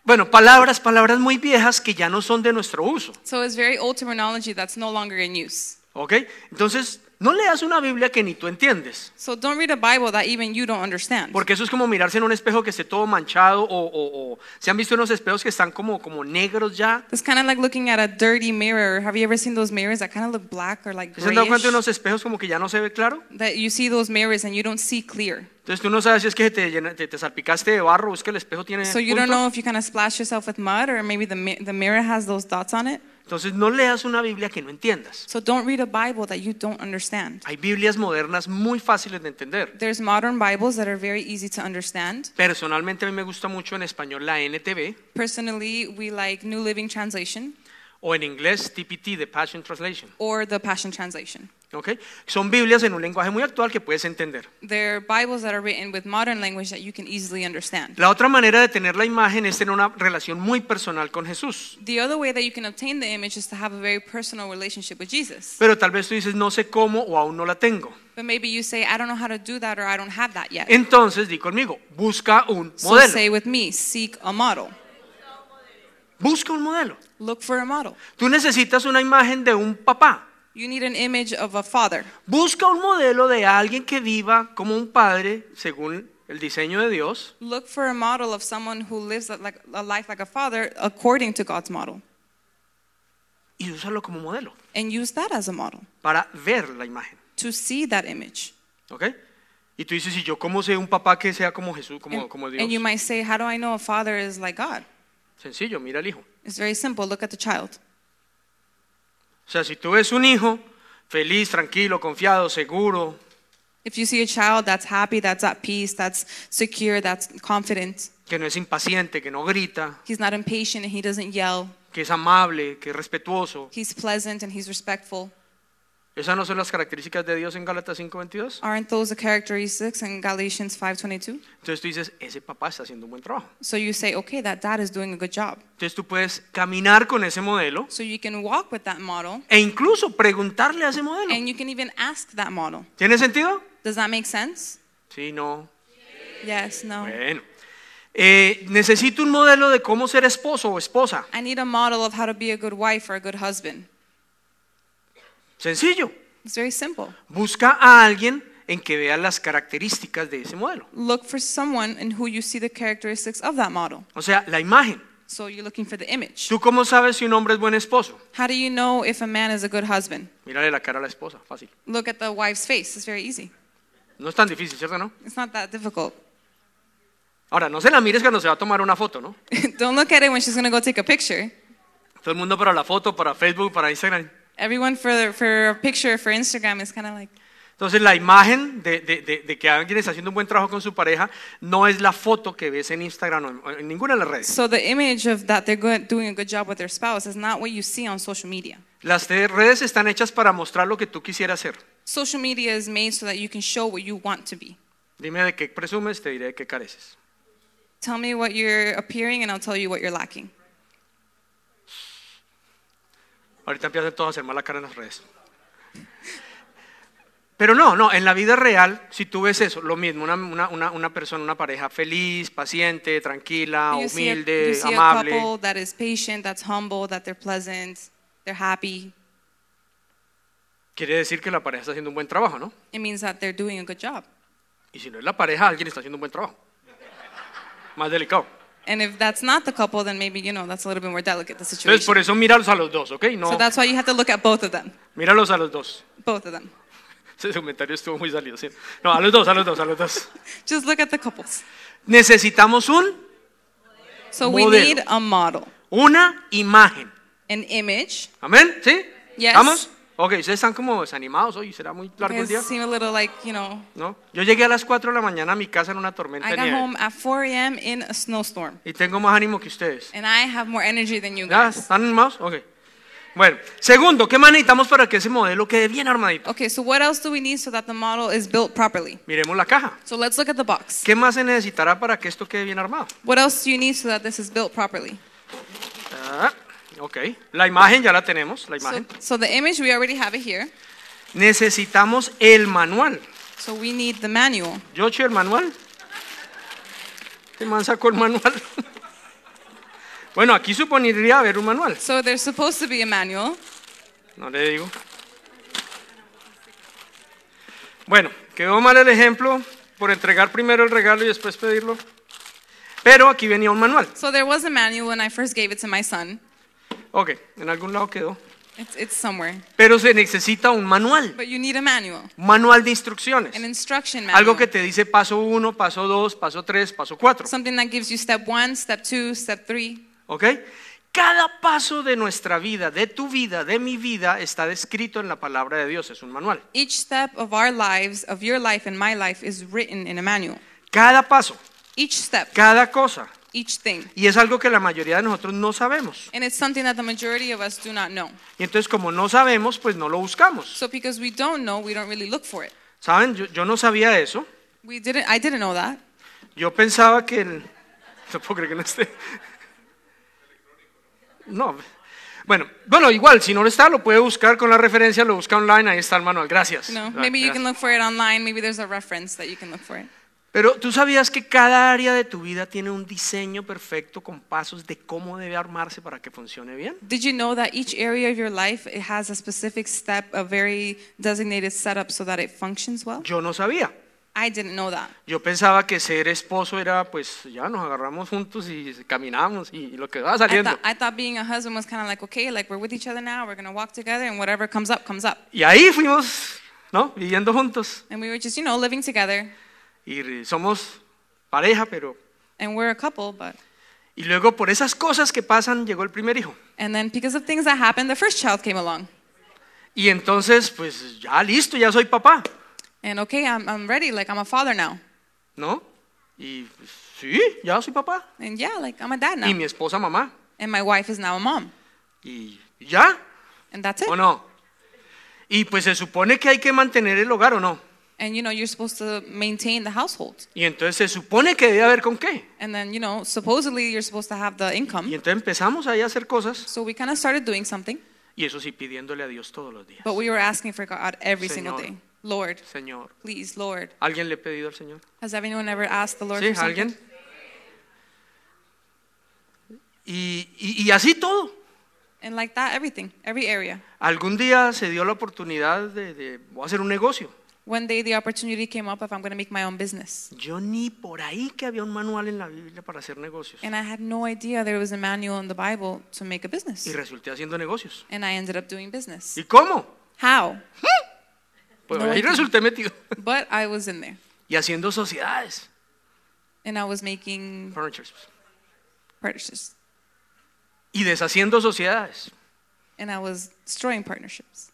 Speaker 2: bueno, palabras, palabras muy viejas que ya no son de nuestro uso,
Speaker 3: So it's very old terminology that's no longer in use.
Speaker 2: ¿ok? Entonces, no leas una Biblia que ni tú entiendes,
Speaker 3: So don't read a Bible that even you don't understand.
Speaker 2: porque eso es como mirarse en un espejo que esté todo manchado o, o- o- se han visto unos espejos que están como, como negros ya.
Speaker 3: It's kind of like looking at a dirty mirror. Have you ever seen those mirrors that kind of look black or like
Speaker 2: ¿Se han dado
Speaker 3: grayish?
Speaker 2: cuenta de unos espejos como que ya no se ve claro?
Speaker 3: That you see those mirrors and you don't see clear.
Speaker 2: Entonces tú no sabes si es que te, llena- te, te salpicaste de barro o es que el espejo tiene
Speaker 3: So you don't
Speaker 2: puntos.
Speaker 3: know if you kind of splash yourself with mud or maybe the, mi- the mirror has those dots on it.
Speaker 2: Entonces no leas una Biblia que no entiendas.
Speaker 3: So don't read a Bible that you don't understand.
Speaker 2: Hay Biblias modernas muy fáciles de entender.
Speaker 3: There's modern Bibles that are very easy to understand.
Speaker 2: Personalmente a mí me gusta mucho en español la NTV
Speaker 3: Personally, we like New Living Translation
Speaker 2: o en inglés TPT, The Passion Translation.
Speaker 3: or the Passion Translation.
Speaker 2: ¿ok? Son Biblias en un lenguaje muy actual que puedes entender.
Speaker 3: They're Bibles that are written with modern language that you can easily understand.
Speaker 2: La otra manera de tener la imagen es tener una relación muy personal con Jesús.
Speaker 3: The other way that you can obtain the image is to have a very personal relationship with Jesus.
Speaker 2: Pero tal vez tú dices, no sé cómo o aún no la tengo.
Speaker 3: But maybe you say, I don't know how to do that or I don't have that yet.
Speaker 2: Entonces di conmigo, busca un
Speaker 3: So say
Speaker 2: modelo.
Speaker 3: with me, seek a model.
Speaker 2: Busca un modelo.
Speaker 3: Look for a model.
Speaker 2: Tú necesitas una imagen de un papá.
Speaker 3: You need an image of a father.
Speaker 2: Busca un modelo de alguien que viva como un padre según el diseño de Dios,
Speaker 3: Look for a model of someone who lives a- like a life like a father according to God's model
Speaker 2: y úsalo como modelo
Speaker 3: and use that as a model
Speaker 2: para ver la imagen.
Speaker 3: to see that image.
Speaker 2: ¿Ok? Y tú dices, ¿y yo cómo sé un papá que sea como Jesús, como,
Speaker 3: and,
Speaker 2: como Dios?
Speaker 3: and you might say, How do I know a father is like God?
Speaker 2: Sencillo, mira al hijo.
Speaker 3: It's very simple. Look at the child.
Speaker 2: O sea, si tú ves un hijo feliz, tranquilo, confiado, seguro,
Speaker 3: If you see a child that's happy, that's at peace, that's secure, that's confident,
Speaker 2: que no es impaciente, que no grita,
Speaker 3: he's not impatient and he doesn't yell,
Speaker 2: que es amable, que es respetuoso,
Speaker 3: he's pleasant and he's respectful,
Speaker 2: esas no son las características de Dios en Gálatas 5:22.
Speaker 3: aren't those the characteristics in Galatians 5:22?
Speaker 2: Entonces tú dices, ese papá está haciendo un buen trabajo.
Speaker 3: So you say, "Okay, that dad is doing a good job."
Speaker 2: Entonces tú puedes caminar con ese modelo
Speaker 3: So you can walk with that model
Speaker 2: e incluso preguntarle a ese modelo.
Speaker 3: and you can even ask that model.
Speaker 2: ¿Tiene sentido?
Speaker 3: Does that make sense?
Speaker 2: Sí, no.
Speaker 3: Yes, no.
Speaker 2: Bueno. Eh, necesito un modelo de cómo ser esposo o esposa.
Speaker 3: I need a model of how to be a good wife or a good husband.
Speaker 2: Sencillo.
Speaker 3: It's very simple.
Speaker 2: Busca a alguien en que vea las características de ese modelo.
Speaker 3: Look for someone in who you see the characteristics of that model.
Speaker 2: O sea, la imagen.
Speaker 3: So you're looking for the image.
Speaker 2: ¿Tú cómo sabes si un hombre es buen esposo?
Speaker 3: How do you know if a man is a good husband?
Speaker 2: Mírale la cara a la esposa, fácil.
Speaker 3: Look at the wife's face. It's very easy.
Speaker 2: No es tan difícil, ¿cierto? ¿No?
Speaker 3: It's not that difficult.
Speaker 2: Ahora, no se la mires cuando se va a tomar una foto, ¿no?
Speaker 3: Don't look at it when she's going to go take a picture.
Speaker 2: Todo el mundo para la foto, para Facebook, para Instagram.
Speaker 3: Everyone for, for a picture for Instagram is kind of like,
Speaker 2: Entonces, la imagen de, de- de- de que alguien está haciendo un buen trabajo con su pareja no es la foto que ves en Instagram o en, o en ninguna de las redes.
Speaker 3: so the image of that they're good, doing a good job with their spouse is not what you see on social media.
Speaker 2: Las te- redes están hechas para mostrar lo que tú quisieras ser.
Speaker 3: Social media is made so that you can show what you want to be.
Speaker 2: Dime de qué presumes, te diré de qué careces.
Speaker 3: Tell me what you're appearing and I'll tell you what you're lacking.
Speaker 2: Ahorita empiezan todos a hacer mala cara en las redes. Pero no, no, en la vida real, si tú ves eso, lo mismo, una, una- una- una persona, una pareja feliz, paciente, tranquila,
Speaker 3: you see, a,
Speaker 2: Ah,
Speaker 3: you
Speaker 2: humilde,
Speaker 3: see a
Speaker 2: amable,
Speaker 3: couple that is patient, that's humble, that they're pleasant, they're happy.
Speaker 2: quiere decir que la pareja está haciendo un buen trabajo, ¿no?
Speaker 3: It means that they're doing a good job.
Speaker 2: Y si no es la pareja, alguien está haciendo un buen trabajo. Más delicado.
Speaker 3: And if that's not the couple, then maybe, you know, that's a little bit more delicate, the
Speaker 2: Entonces, por
Speaker 3: situation.
Speaker 2: eso míralos a los dos, ¿ok? No,
Speaker 3: So that's why you have to look at both of them.
Speaker 2: míralos a los dos.
Speaker 3: Both of them.
Speaker 2: Ese comentario estuvo muy salido, ¿sí? No, a los dos, a los dos, a los dos.
Speaker 3: Just look at the couples.
Speaker 2: Necesitamos un,
Speaker 3: So we
Speaker 2: Modelo.
Speaker 3: need a model,
Speaker 2: una imagen.
Speaker 3: an image.
Speaker 2: ¿Amén? ¿Sí?
Speaker 3: Yes.
Speaker 2: ¿Estamos? Ok, ustedes están como desanimados hoy, será muy
Speaker 3: You
Speaker 2: largo el
Speaker 3: guys
Speaker 2: día.
Speaker 3: seem a little like, you know,
Speaker 2: ¿No? Yo llegué a las 4 de la mañana a mi casa en una tormenta
Speaker 3: I
Speaker 2: de
Speaker 3: got
Speaker 2: nieve.
Speaker 3: home at 4 a.m. in a snowstorm.
Speaker 2: Y tengo más ánimo que ustedes.
Speaker 3: And I have more energy than you
Speaker 2: ¿Ya?
Speaker 3: guys.
Speaker 2: ¿Están animados? Ok. Bueno, segundo, ¿qué más necesitamos para que ese modelo quede bien armadito?
Speaker 3: Okay, so what else do we need so that the model is built properly?
Speaker 2: Miremos la caja.
Speaker 3: So let's look at the box.
Speaker 2: ¿Qué más se necesitará para que esto quede bien armado?
Speaker 3: What else do you need so that this is built properly?
Speaker 2: Ah, ok. La imagen ya la tenemos, la
Speaker 3: So,
Speaker 2: imagen.
Speaker 3: so the image, we already have it here.
Speaker 2: Necesitamos el manual.
Speaker 3: So we need the manual.
Speaker 2: Yo eché el manual. Este man sacó el manual. bueno, aquí supondría haber un manual.
Speaker 3: So there's supposed to be a manual.
Speaker 2: No le digo. Bueno, quedó mal el ejemplo por entregar primero el regalo y después pedirlo. Pero aquí venía un manual.
Speaker 3: So there was a manual when I first gave it to my son.
Speaker 2: Ok, en algún lado quedó.
Speaker 3: It's, it's somewhere.
Speaker 2: Pero se necesita un manual.
Speaker 3: But you need a manual,
Speaker 2: Un manual de
Speaker 3: an
Speaker 2: instrucciones.
Speaker 3: instruction manual.
Speaker 2: Algo que te dice paso 1, paso 2, paso 3, paso 4.
Speaker 3: Something that gives you step one, step two, step three.
Speaker 2: ¿Ok? Cada paso de nuestra vida, de tu vida, de mi vida, está descrito en la palabra de Dios. Es un manual.
Speaker 3: Each step of our lives, of your life and my life, is written in a manual.
Speaker 2: Cada paso,
Speaker 3: Each step,
Speaker 2: cada cosa.
Speaker 3: each thing.
Speaker 2: Y es algo que la mayoría de nosotros no sabemos.
Speaker 3: And it's something that the majority of us do not know.
Speaker 2: Y entonces como no sabemos, pues no lo buscamos.
Speaker 3: So because we don't know, we don't really look for it.
Speaker 2: ¿Saben? Yo, yo no sabía eso.
Speaker 3: We didn't. I didn't know that.
Speaker 2: Yo pensaba que el... No puedo creer que no esté. No. Bueno, bueno, igual, si no lo está, lo puede buscar con la referencia, lo busca online, ahí está el manual. Gracias.
Speaker 3: You know,
Speaker 2: Ah,
Speaker 3: maybe you
Speaker 2: gracias.
Speaker 3: can look for it online. Maybe there's a reference that you can look for it.
Speaker 2: Pero tú sabías que cada área de tu vida tiene un diseño perfecto con pasos de cómo debe armarse para que funcione bien.
Speaker 3: Did you know that each area of your life it has a specific step, a very designated setup so that it functions well?
Speaker 2: Yo no sabía.
Speaker 3: I didn't know that.
Speaker 2: Yo pensaba que ser esposo era, pues ya nos agarramos juntos y caminamos y, y lo que va
Speaker 3: I
Speaker 2: saliendo.
Speaker 3: thought, I thought being a husband was kind of like, okay, like we're with each other now, we're going to walk together, and whatever comes up, comes up.
Speaker 2: Y ahí fuimos, ¿no? Viviendo juntos.
Speaker 3: And we were just, you know, living together,
Speaker 2: Y somos pareja, pero...
Speaker 3: and we're a couple, but.
Speaker 2: Y luego por esas cosas que pasan llegó el primer hijo.
Speaker 3: And then because of things that happened, the first child came along.
Speaker 2: Y entonces, pues ya listo, ya soy papá,
Speaker 3: And okay, I'm, I'm ready, like I'm a father now.
Speaker 2: ¿no? Y pues, sí, ya soy papá.
Speaker 3: And yeah, like I'm a dad
Speaker 2: Y
Speaker 3: now.
Speaker 2: mi esposa mamá.
Speaker 3: And my wife is now a mom.
Speaker 2: Y ya,
Speaker 3: And that's it.
Speaker 2: ¿o no? Y pues se supone que hay que mantener el hogar, ¿o no?
Speaker 3: And you know, you're supposed to maintain the household.
Speaker 2: Y entonces se supone que debe haber con qué.
Speaker 3: And then, you know, supposedly you're supposed to have the
Speaker 2: Y
Speaker 3: income.
Speaker 2: entonces empezamos ahí a hacer cosas.
Speaker 3: So we kind of started doing something,
Speaker 2: Y eso sí, pidiéndole a Dios todos los días.
Speaker 3: but we were asking for God every single
Speaker 2: Señor.
Speaker 3: day. Lord,
Speaker 2: Señor,
Speaker 3: please, Lord.
Speaker 2: ¿alguien le ha pedido al Señor?
Speaker 3: Has anyone ever asked the Lord
Speaker 2: ¿Sí?
Speaker 3: for something?
Speaker 2: ¿Alguien? Y, y- y así todo.
Speaker 3: And like that, everything, every area.
Speaker 2: Algún día se dio la oportunidad de, de voy a hacer un negocio.
Speaker 3: One day the opportunity came up if I'm going to make my own business.
Speaker 2: Yo ni por ahí que había un manual en la Biblia para hacer negocios.
Speaker 3: And I had no idea there was a manual in the Bible to make a business.
Speaker 2: Y resulté haciendo negocios.
Speaker 3: And I ended up doing business.
Speaker 2: ¿Y cómo?
Speaker 3: How?
Speaker 2: Pues
Speaker 3: No
Speaker 2: ahí
Speaker 3: idea.
Speaker 2: resulté metido.
Speaker 3: But I was in there.
Speaker 2: Y haciendo sociedades.
Speaker 3: And I was making
Speaker 2: Furnitures.
Speaker 3: partnerships.
Speaker 2: Y deshaciendo sociedades.
Speaker 3: And I was destroying partnerships.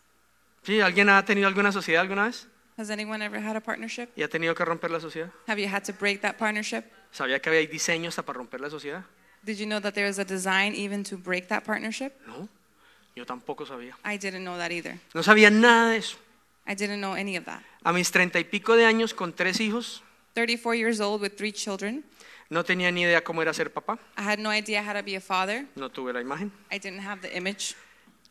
Speaker 2: ¿Sí? ¿Alguien ha tenido alguna sociedad alguna vez?
Speaker 3: Has anyone ever had a partnership?
Speaker 2: ¿Y ha tenido que romper la sociedad?
Speaker 3: Have you had to break that partnership?
Speaker 2: ¿Sabía que había diseños hasta para romper la sociedad?
Speaker 3: Did you know that there is a design even to break that partnership?
Speaker 2: No, yo tampoco sabía.
Speaker 3: I didn't know that either.
Speaker 2: No sabía nada de eso.
Speaker 3: I didn't know any of that.
Speaker 2: A mis treinta y pico de años con tres hijos,
Speaker 3: 34 years old with three children.
Speaker 2: no tenía ni idea cómo era ser papá.
Speaker 3: I had no idea how to be a father.
Speaker 2: No tuve la imagen,
Speaker 3: I didn't have the image.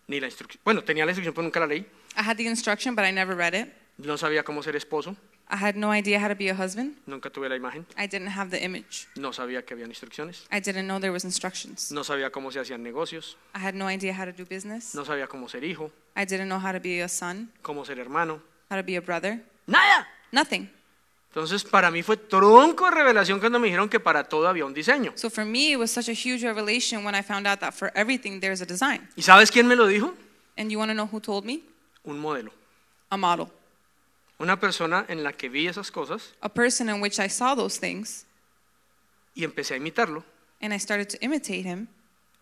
Speaker 2: ni la instrucción. Bueno, tenía la instrucción, pero nunca la leí.
Speaker 3: I had the instruction, but I never read it.
Speaker 2: No sabía cómo ser esposo,
Speaker 3: I had no idea how to be a husband.
Speaker 2: nunca tuve la imagen.
Speaker 3: I didn't have the image.
Speaker 2: No sabía que habían instrucciones.
Speaker 3: I didn't know there was instructions.
Speaker 2: No sabía cómo se hacían negocios.
Speaker 3: I had no idea how to do business.
Speaker 2: No sabía cómo ser hijo,
Speaker 3: I didn't know how to be a son,
Speaker 2: cómo ser hermano.
Speaker 3: how to be a brother.
Speaker 2: ¡Nada!
Speaker 3: Nothing.
Speaker 2: Entonces, para mí fue tronco de revelación cuando me dijeron que para todo había un diseño.
Speaker 3: So for me, it was such a huge revelation when I found out that for everything there's a design.
Speaker 2: ¿Y sabes quién me lo dijo?
Speaker 3: And you want to know who told me?
Speaker 2: Un modelo.
Speaker 3: A model.
Speaker 2: Una persona en la que vi esas cosas
Speaker 3: A person in which I saw those things
Speaker 2: y empecé a imitarlo,
Speaker 3: and I started to imitate him,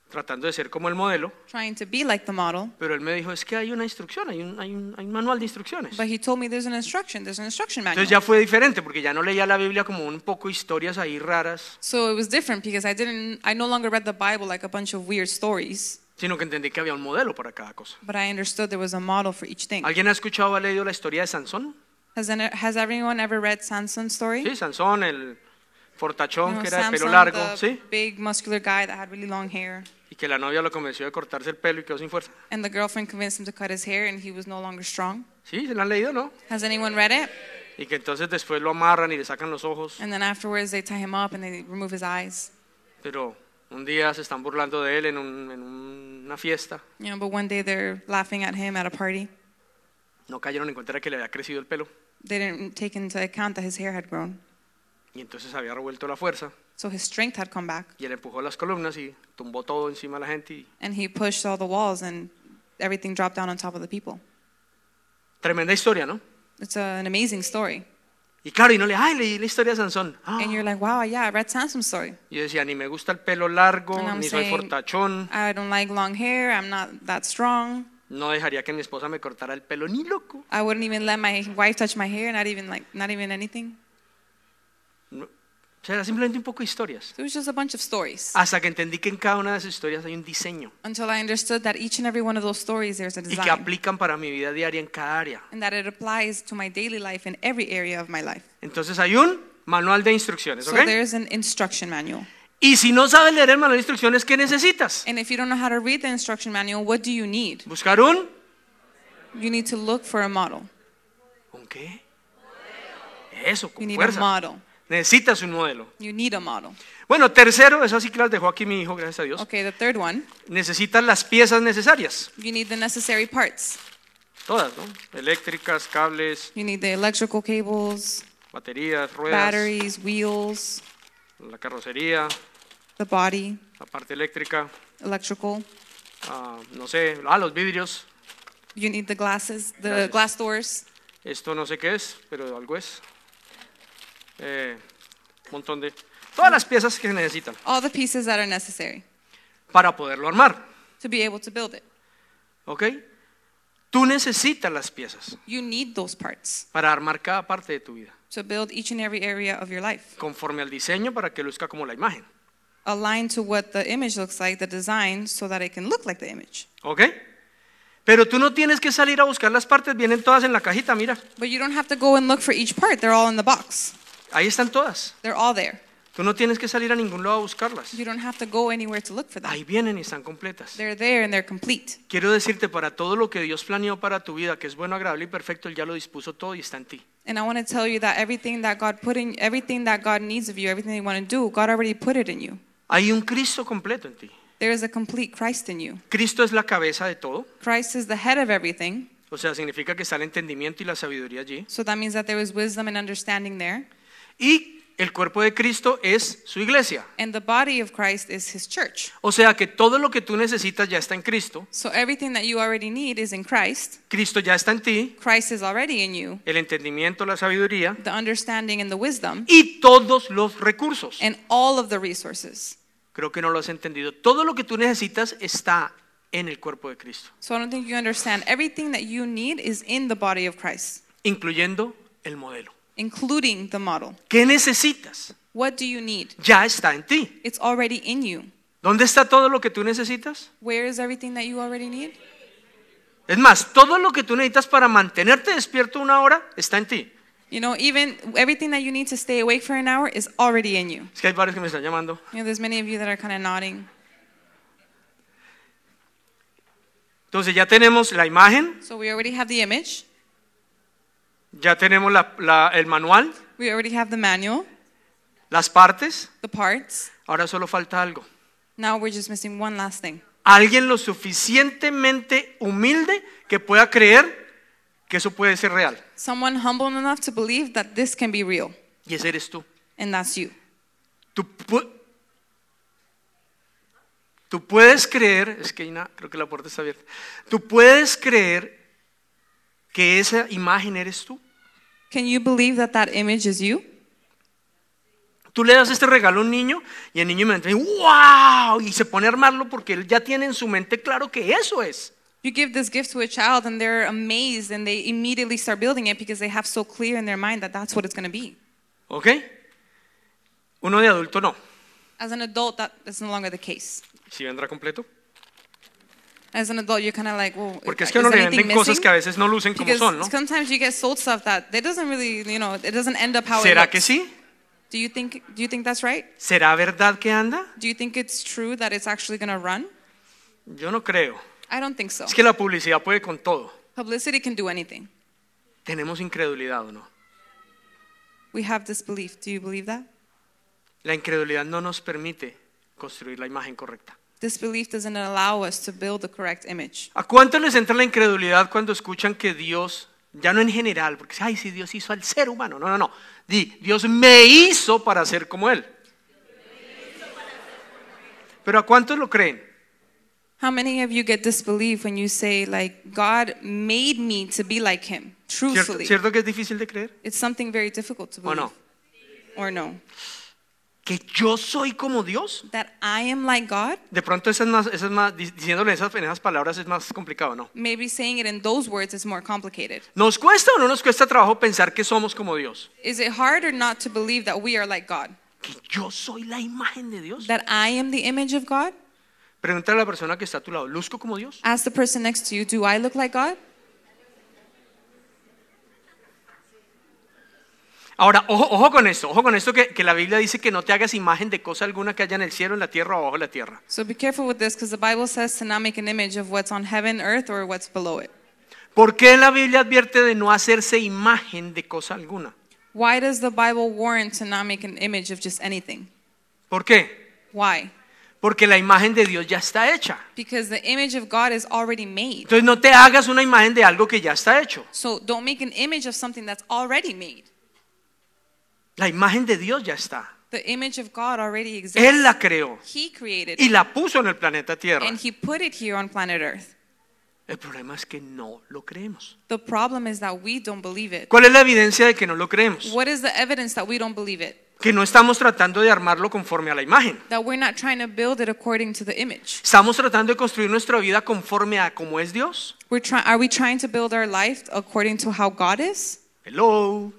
Speaker 2: tratando de ser como el modelo.
Speaker 3: trying to be like the model.
Speaker 2: Pero él me dijo, es que hay una instrucción, hay un, hay un- hay un manual de instrucciones.
Speaker 3: But he told me there's an instruction, there's an instruction manual.
Speaker 2: Entonces ya fue diferente, porque ya no leía la Biblia como un poco historias ahí raras,
Speaker 3: So it was different because I didn't I no longer read the Bible like a bunch of weird stories,
Speaker 2: sino que entendí que había un modelo para cada cosa.
Speaker 3: but I understood there was a model for each thing.
Speaker 2: ¿Alguien ha escuchado o ha leído la historia de Sansón?
Speaker 3: Has, any- has everyone ever read Sanson's story?
Speaker 2: Sí, Sansón, el fortachón
Speaker 3: You know,
Speaker 2: que era de pelo
Speaker 3: Samson,
Speaker 2: largo,
Speaker 3: the
Speaker 2: ¿sí?
Speaker 3: big muscular guy that had really long hair.
Speaker 2: Y que la novia lo convenció de cortarse el pelo y quedó sin fuerza.
Speaker 3: And the girlfriend convinced him to cut his hair and he was no longer strong.
Speaker 2: Sí, se la han leído, ¿no?
Speaker 3: Has anyone read it?
Speaker 2: Y que entonces después lo amarran y le sacan los ojos,
Speaker 3: And then afterwards they tie him up and they remove his eyes.
Speaker 2: pero un día se están burlando de él en, un- en una fiesta.
Speaker 3: You know, but one day they're laughing at him at a party.
Speaker 2: No cayeron en cuenta de que le había crecido el pelo
Speaker 3: They didn't take into account that his hair had grown.
Speaker 2: y entonces había revuelto la fuerza.
Speaker 3: So his strength had come back
Speaker 2: Y él empujó las columnas y tumbó todo encima de la gente. Y...
Speaker 3: and he pushed all the walls and everything dropped down on top of the people.
Speaker 2: Tremenda historia, ¿no?
Speaker 3: It's a, an amazing story.
Speaker 2: Y claro, y no le, ay, leí la historia de Sansón. Ah.
Speaker 3: And you're like, wow, yeah, I read Samson's story.
Speaker 2: Y yo decía, ni me gusta el pelo largo,
Speaker 3: And I'm
Speaker 2: ni soy
Speaker 3: saying-
Speaker 2: fortachón,
Speaker 3: I don't like long hair. I'm not that strong.
Speaker 2: no dejaría que mi esposa me cortara el pelo, ni loco.
Speaker 3: I wouldn't even let my wife touch my hair, not even like, not even anything.
Speaker 2: No. O sea, era simplemente un poco de historias.
Speaker 3: So it was just a bunch of stories.
Speaker 2: Hasta que entendí que en cada una de esas historias hay un diseño
Speaker 3: Until I understood that each and every one of those stories, there's a
Speaker 2: y que
Speaker 3: design.
Speaker 2: aplican para mi vida diaria en cada área.
Speaker 3: And that it applies to my daily life in every area of my life.
Speaker 2: Entonces hay un manual de instrucciones,
Speaker 3: So
Speaker 2: ¿ok?
Speaker 3: there's an instruction manual.
Speaker 2: Y si no sabes leer el manual de instrucciones, ¿qué necesitas?
Speaker 3: And if you don't know how to read the instruction manual, what do you need?
Speaker 2: Buscar un...
Speaker 3: You need to look for a model.
Speaker 2: ¿Un qué? Eso,
Speaker 3: You
Speaker 2: con
Speaker 3: need a
Speaker 2: fuerza.
Speaker 3: model.
Speaker 2: Necesitas un modelo.
Speaker 3: You need a model.
Speaker 2: Bueno, tercero, esas sí que las dejó aquí mi hijo, gracias a Dios.
Speaker 3: Okay, the third one,
Speaker 2: Necesitas las piezas necesarias,
Speaker 3: you need the necessary parts.
Speaker 2: todas, ¿no? Eléctricas, cables,
Speaker 3: You need the electrical cables,
Speaker 2: baterías, ruedas,
Speaker 3: batteries, wheels,
Speaker 2: la carrocería,
Speaker 3: the body,
Speaker 2: la parte eléctrica,
Speaker 3: electrical.
Speaker 2: ah, no sé, ah, los vidrios.
Speaker 3: You need the glasses, the
Speaker 2: Glasses.
Speaker 3: glass doors,
Speaker 2: Esto no sé qué es, pero algo es. Eh, un montón de... Todas las piezas que se necesitan
Speaker 3: all the pieces that are necessary
Speaker 2: para poderlo armar,
Speaker 3: to be able to build it.
Speaker 2: ¿ok? Tú necesitas las piezas
Speaker 3: You need those parts
Speaker 2: para armar cada parte de tu vida,
Speaker 3: to build each and every area of your life.
Speaker 2: conforme al diseño para que luzca como la imagen,
Speaker 3: Aligned to what the image looks like, the design, so that it can look like the image.
Speaker 2: ¿ok? Pero tú no tienes que salir a buscar las partes, vienen todas en la cajita, mira,
Speaker 3: But you don't have to go and look for each part. They're all in the box.
Speaker 2: ahí están todas.
Speaker 3: They're all there.
Speaker 2: Tú no tienes que salir a ningún lado a buscarlas.
Speaker 3: You don't have to go anywhere to look for them.
Speaker 2: Ahí vienen y están completas.
Speaker 3: They're there and they're complete.
Speaker 2: Quiero decirte, para todo lo que Dios planeó para tu vida, que es bueno, agradable y perfecto, Él ya lo dispuso todo y está en ti.
Speaker 3: And I want to tell you that everything that God put in, everything that God needs of you, everything you want to do, God already put it in you.
Speaker 2: Hay un Cristo completo en ti.
Speaker 3: There is a complete Christ in you.
Speaker 2: Cristo es la cabeza de todo,
Speaker 3: Christ is the head of everything,
Speaker 2: o sea, significa que está el entendimiento y la sabiduría allí.
Speaker 3: so that means that there is wisdom and understanding there.
Speaker 2: Y el cuerpo de Cristo es su iglesia.
Speaker 3: And the body of Christ is his church.
Speaker 2: O sea que todo lo que tú necesitas ya está en Cristo.
Speaker 3: So everything that you already need is in Christ.
Speaker 2: Cristo ya está en ti,
Speaker 3: Christ is already in you,
Speaker 2: el entendimiento, la sabiduría
Speaker 3: the understanding and the wisdom,
Speaker 2: y todos los recursos.
Speaker 3: and all of the resources.
Speaker 2: Creo que no lo has entendido. Todo lo que tú necesitas está en el cuerpo de Cristo,
Speaker 3: So I don't think you understand. Everything that you need is in the body of Christ,
Speaker 2: incluyendo el modelo.
Speaker 3: including the model.
Speaker 2: ¿Qué necesitas?
Speaker 3: What do you need?
Speaker 2: Ya está en ti.
Speaker 3: It's already in you.
Speaker 2: ¿Dónde está todo lo que tú necesitas?
Speaker 3: Where is everything that you already need?
Speaker 2: Es más, todo lo que tú necesitas para mantenerte despierto una hora está en ti.
Speaker 3: You know, even everything that you need to stay awake for an hour is already in you.
Speaker 2: Es que hay varios que me están llamando.
Speaker 3: You know, there's many of you that are kind of nodding.
Speaker 2: Entonces ya tenemos la imagen,
Speaker 3: So we already have the image,
Speaker 2: ya tenemos la- la- el manual,
Speaker 3: we already have the manual,
Speaker 2: las partes.
Speaker 3: the parts.
Speaker 2: Ahora solo falta algo.
Speaker 3: Now we're just missing one last thing.
Speaker 2: Alguien lo suficientemente humilde que pueda creer que eso puede ser real.
Speaker 3: Someone humble enough to believe that this can be real,
Speaker 2: Y ese eres tú.
Speaker 3: and that's you.
Speaker 2: Tú, pu- tú puedes creer, es que hay una- creo que la puerta está abierta. Tú puedes creer que esa imagen eres tú.
Speaker 3: Can you believe that that image is you?
Speaker 2: Tú le das este regalo a un niño y el niño me dice, wow, y se pone a armarlo porque él ya tiene en su mente claro que eso es.
Speaker 3: You give this gift to a child, and they're amazed, and they immediately start building it because they have so clear in their mind that that's what it's going to be.
Speaker 2: ¿Ok? Uno de adulto no.
Speaker 3: As an adult, that is no longer the case.
Speaker 2: Si vendrá completo.
Speaker 3: As an adult, you're kind of like, well,
Speaker 2: Porque es
Speaker 3: is
Speaker 2: que a uno le
Speaker 3: anything
Speaker 2: venden cosas
Speaker 3: missing?
Speaker 2: que a veces no lucen como
Speaker 3: Because
Speaker 2: son, ¿no?
Speaker 3: sometimes you get sold stuff that it doesn't really, you know, it doesn't end up how it
Speaker 2: ¿Será que
Speaker 3: looks.
Speaker 2: sí?
Speaker 3: Do you think do you think that's right?
Speaker 2: ¿Será verdad que anda?
Speaker 3: Do you think it's true that it's actually going to run?
Speaker 2: Yo no creo.
Speaker 3: I don't think so.
Speaker 2: Es que la publicidad puede con todo.
Speaker 3: Publicity can do anything.
Speaker 2: Tenemos incredulidad o no.
Speaker 3: We have this belief. Do you believe that?
Speaker 2: La incredulidad no nos permite construir la imagen correcta.
Speaker 3: This belief doesn't allow us to build the correct image.
Speaker 2: ¿A cuánto les entra la incredulidad cuando escuchan que Dios, ya no en general, porque ay, si Dios hizo al ser humano, no, no, no, di, Dios me hizo para ser como Él. Pero ¿a cuántos lo creen?
Speaker 3: How many of you get disbelief when you say like God made me to be like him?
Speaker 2: ¿Cierto,
Speaker 3: Truthfully.
Speaker 2: cierto que es difícil de creer?
Speaker 3: It's something very difficult to
Speaker 2: ¿O
Speaker 3: believe.
Speaker 2: no?
Speaker 3: Or no.
Speaker 2: ¿Que yo soy como Dios?
Speaker 3: That I am like God?
Speaker 2: De pronto esas más, esas más, di- diciéndole esas, en esas palabras es más complicado, ¿no?
Speaker 3: Maybe saying it in those words is more complicated.
Speaker 2: ¿Nos cuesta o no nos cuesta trabajo pensar que somos como Dios?
Speaker 3: Is it hard or not to believe that we are like God?
Speaker 2: ¿Que yo soy la imagen de Dios?
Speaker 3: That I am the image of God?
Speaker 2: Pregúntale a la persona que está a tu lado, ¿luzco como Dios?
Speaker 3: Ask the person next to you, do I look like God?
Speaker 2: Ahora, ojo, ojo con esto, ojo con esto que, que la Biblia dice que no te hagas imagen de cosa alguna que haya en el cielo, en la tierra o abajo de la tierra.
Speaker 3: So be careful with this because the Bible says to not make an image of what's on heaven, earth, or what's below it.
Speaker 2: ¿Por qué la Biblia advierte de no hacerse imagen de cosa alguna?
Speaker 3: Why does the Bible warn to not make an image of just anything?
Speaker 2: ¿Por qué?
Speaker 3: Why?
Speaker 2: Porque la imagen de Dios ya está hecha.
Speaker 3: Because the image of God is already made.
Speaker 2: Entonces no te hagas una imagen de algo que ya está hecho.
Speaker 3: So don't make an image of something that's already made.
Speaker 2: La imagen de Dios ya está.
Speaker 3: The image of God already exists.
Speaker 2: Él la creó
Speaker 3: He created
Speaker 2: y
Speaker 3: it,
Speaker 2: la puso en el planeta Tierra.
Speaker 3: and He put it here on planet Earth.
Speaker 2: El problema es que no lo creemos.
Speaker 3: The problem is that we don't believe it.
Speaker 2: ¿Cuál es la evidencia de que no lo creemos?
Speaker 3: What is the evidence that we don't believe it?
Speaker 2: Que no estamos tratando de armarlo conforme a la imagen.
Speaker 3: That we're not trying to build it according to the image.
Speaker 2: Estamos tratando de construir nuestra vida conforme a cómo es Dios.
Speaker 3: We're try- are we trying to build our life according to how God is?
Speaker 2: Hello.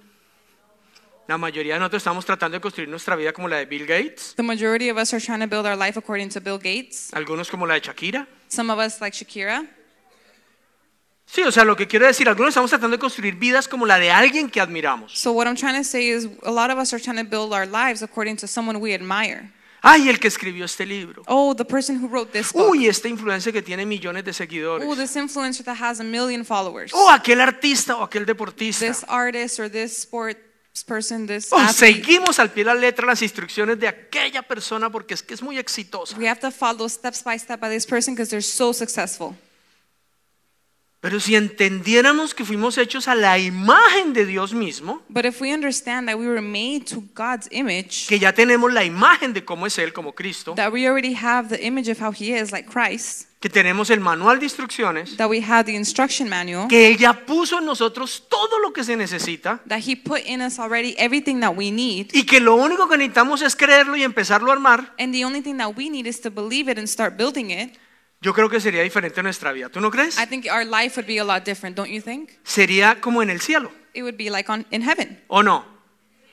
Speaker 2: La mayoría de nosotros estamos tratando de construir nuestra vida como la de Bill Gates,
Speaker 3: The majority of us are trying to build our life according to Bill Gates.
Speaker 2: algunos como la de Shakira.
Speaker 3: Some of us, like Shakira.
Speaker 2: Sí, o sea, lo que quiero decir, algunos estamos tratando de construir vidas como la de alguien que admiramos.
Speaker 3: So, what I'm trying to say is a lot of us are trying to build our lives according to someone we admire.
Speaker 2: Ay, el que escribió este libro.
Speaker 3: Oh, the person who wrote this book.
Speaker 2: Uy, esta influencia que tiene millones de
Speaker 3: Oh,
Speaker 2: seguidores.
Speaker 3: this influencer that has a million followers.
Speaker 2: O aquel artista o aquel deportista.
Speaker 3: This artist or this sports person, this
Speaker 2: Oh,
Speaker 3: athlete.
Speaker 2: seguimos al pie de la letra las instrucciones de aquella persona porque es que es muy exitosa.
Speaker 3: We have to follow steps by step by this person because they're so successful.
Speaker 2: Pero si entendiéramos que fuimos hechos a la imagen de Dios mismo,
Speaker 3: But if we understand that we were made to God's image,
Speaker 2: que ya tenemos la imagen de cómo es Él como Cristo,
Speaker 3: that we already have the image of how He is, like Christ,
Speaker 2: que tenemos el manual de instrucciones,
Speaker 3: that we have the instruction manual,
Speaker 2: que Él ya puso en nosotros todo lo que se necesita
Speaker 3: that He put in us already everything that we need,
Speaker 2: y que lo único que necesitamos es creerlo y empezarlo a armar,
Speaker 3: and the only thing that we need is to believe it and start building it,
Speaker 2: yo creo que sería diferente nuestra vida. ¿Tú no crees?
Speaker 3: I think our life would be a lot different, don't you think?
Speaker 2: Sería como en el cielo,
Speaker 3: It would be like on, in heaven.
Speaker 2: ¿o no?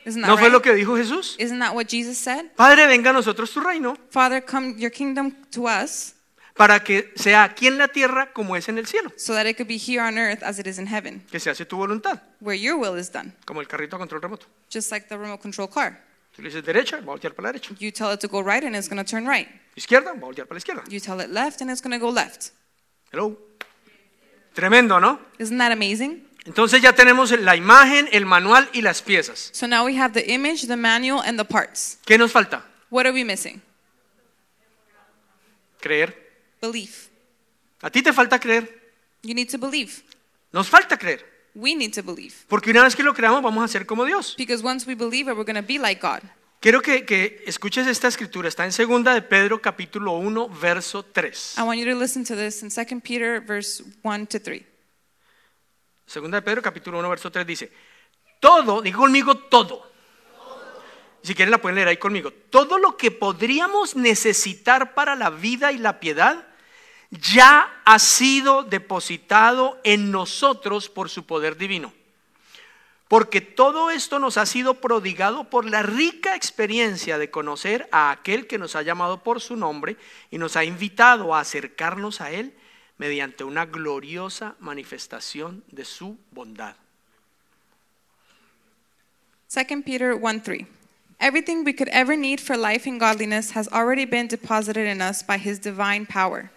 Speaker 3: Isn't that
Speaker 2: ¿No fue
Speaker 3: right?
Speaker 2: lo que dijo Jesús?
Speaker 3: Isn't that what Jesus said?
Speaker 2: Padre, venga a nosotros tu reino.
Speaker 3: Father, come your kingdom to us
Speaker 2: para que sea aquí en la tierra como es en el cielo,
Speaker 3: so that it could be here on earth as it is in heaven,
Speaker 2: que se hace tu voluntad,
Speaker 3: where your will is done,
Speaker 2: como el carrito a control remoto.
Speaker 3: just like the remote control car.
Speaker 2: Tú le dices derecha, va a voltear para la derecha,
Speaker 3: You tell it to go right and it's going to turn right.
Speaker 2: izquierda, va a voltear para la izquierda.
Speaker 3: You tell it left and it's going to go left.
Speaker 2: Hello. Tremendo, ¿no?
Speaker 3: Isn't that amazing?
Speaker 2: Entonces ya tenemos la imagen, el manual y las piezas.
Speaker 3: So now we have the image, the manual, and the parts.
Speaker 2: ¿Qué nos falta?
Speaker 3: What are we missing?
Speaker 2: Creer.
Speaker 3: Belief.
Speaker 2: A ti te falta creer.
Speaker 3: You need to believe.
Speaker 2: Nos falta creer.
Speaker 3: We need to believe.
Speaker 2: Porque una vez que lo creamos vamos a ser como Dios.
Speaker 3: Because once we believe it, we're going to be like God.
Speaker 2: Quiero que, que escuches esta escritura. Está en segunda de Pedro capítulo 1, verso 3.
Speaker 3: I want you to listen to this in 2 Peter verse 1 to 3.
Speaker 2: Segunda de Pedro, capítulo 1, verso 3 dice, todo, diga conmigo todo. Si quieren la pueden leer ahí conmigo. Todo lo que podríamos necesitar para la vida y la piedad ya ha sido depositado en nosotros por su poder divino. Porque todo esto nos ha sido prodigado por la rica experiencia de conocer a aquel que nos ha llamado por su nombre y nos ha invitado a acercarnos a él mediante una gloriosa manifestación de su bondad.
Speaker 3: 2 Peter 1 3. Everything we could ever need for life and godliness has already been deposited in us by his divine power.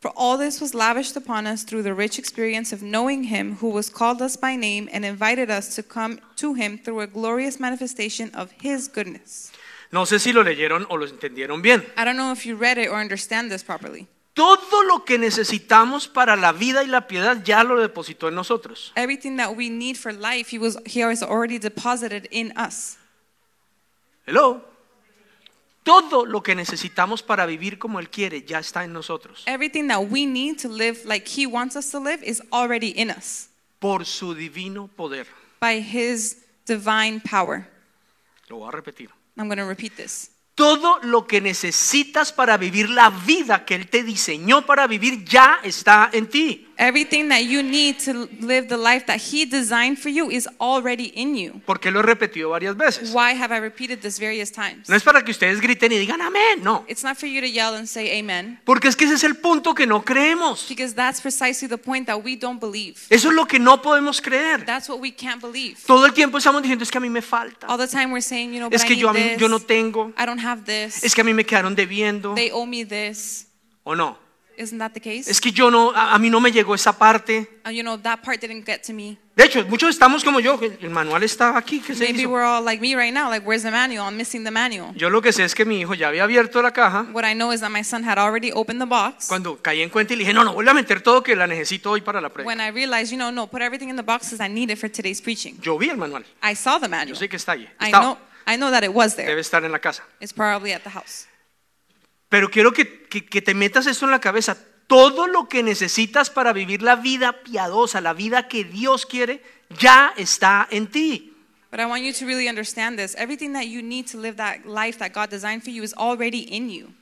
Speaker 3: For all this was lavished upon us through the rich experience of knowing him who was called us by name and invited us to come to him through a glorious manifestation of his goodness.
Speaker 2: No sé si lo leyeron o lo entendieron bien.
Speaker 3: I don't know if you read it or understand this properly.
Speaker 2: Todo lo que necesitamos para la vida y la piedad ya lo depositó en nosotros.
Speaker 3: Everything that we need for life, he, was, he has already deposited in us.
Speaker 2: Hello. Todo lo que necesitamos para vivir como Él quiere ya está en nosotros.
Speaker 3: Everything that we need to live like he wants us to live is already in us.
Speaker 2: Por su divino poder.
Speaker 3: by his divine power.
Speaker 2: Lo voy a repetir.
Speaker 3: I'm going to repeat this.
Speaker 2: Todo lo que necesitas para vivir la vida que Él te diseñó para vivir ya está en ti.
Speaker 3: Everything that you need to live the life that he designed for you is already in you.
Speaker 2: Porque lo he repetido varias veces.
Speaker 3: Why have I repeated this various times?
Speaker 2: No es para que ustedes griten y digan amén, no.
Speaker 3: It's not for you to yell and say amen
Speaker 2: Porque es que ese es el punto que no creemos.
Speaker 3: because that's precisely the point that we don't believe.
Speaker 2: Eso es lo que no podemos creer.
Speaker 3: That's what we can't believe.
Speaker 2: Todo el tiempo estamos diciendo es que a mí me falta.
Speaker 3: All the time we're saying, you know, but
Speaker 2: Es que yo,
Speaker 3: I
Speaker 2: a mí-
Speaker 3: need
Speaker 2: yo no
Speaker 3: this.
Speaker 2: tengo.
Speaker 3: I don't have this.
Speaker 2: Es que a mí me quedaron debiendo.
Speaker 3: They owe me this.
Speaker 2: ¿O no?
Speaker 3: Isn't that the case?
Speaker 2: Es que yo no, a, a mí no me llegó esa parte.
Speaker 3: Uh, you know, that part didn't get to me.
Speaker 2: De hecho, muchos estamos como yo. El el manual estaba aquí. ¿Qué se
Speaker 3: Maybe
Speaker 2: hizo?
Speaker 3: we're all like me right now, like where's the manual? I'm missing the manual.
Speaker 2: Yo lo que sé es que mi hijo ya había abierto la caja.
Speaker 3: What I know is that my son had already opened the box.
Speaker 2: Cuando caí en cuenta y le dije, no, no, voy a meter todo que la necesito hoy para la predica.
Speaker 3: When I realized, you know, no, put everything in the box because I need it for today's preaching.
Speaker 2: Yo vi el manual.
Speaker 3: I saw the
Speaker 2: Yo
Speaker 3: manual.
Speaker 2: sé que está ahí.
Speaker 3: I
Speaker 2: Estaba.
Speaker 3: know, I know that it was there.
Speaker 2: debe estar en la casa.
Speaker 3: It's probably at the house.
Speaker 2: Pero quiero que, que- que te metas esto en la cabeza. Todo lo que necesitas para vivir la vida piadosa, la vida que Dios quiere, ya está en ti.
Speaker 3: But I want you to really understand this. Everything that you need to live that life that God designed for you is already in you.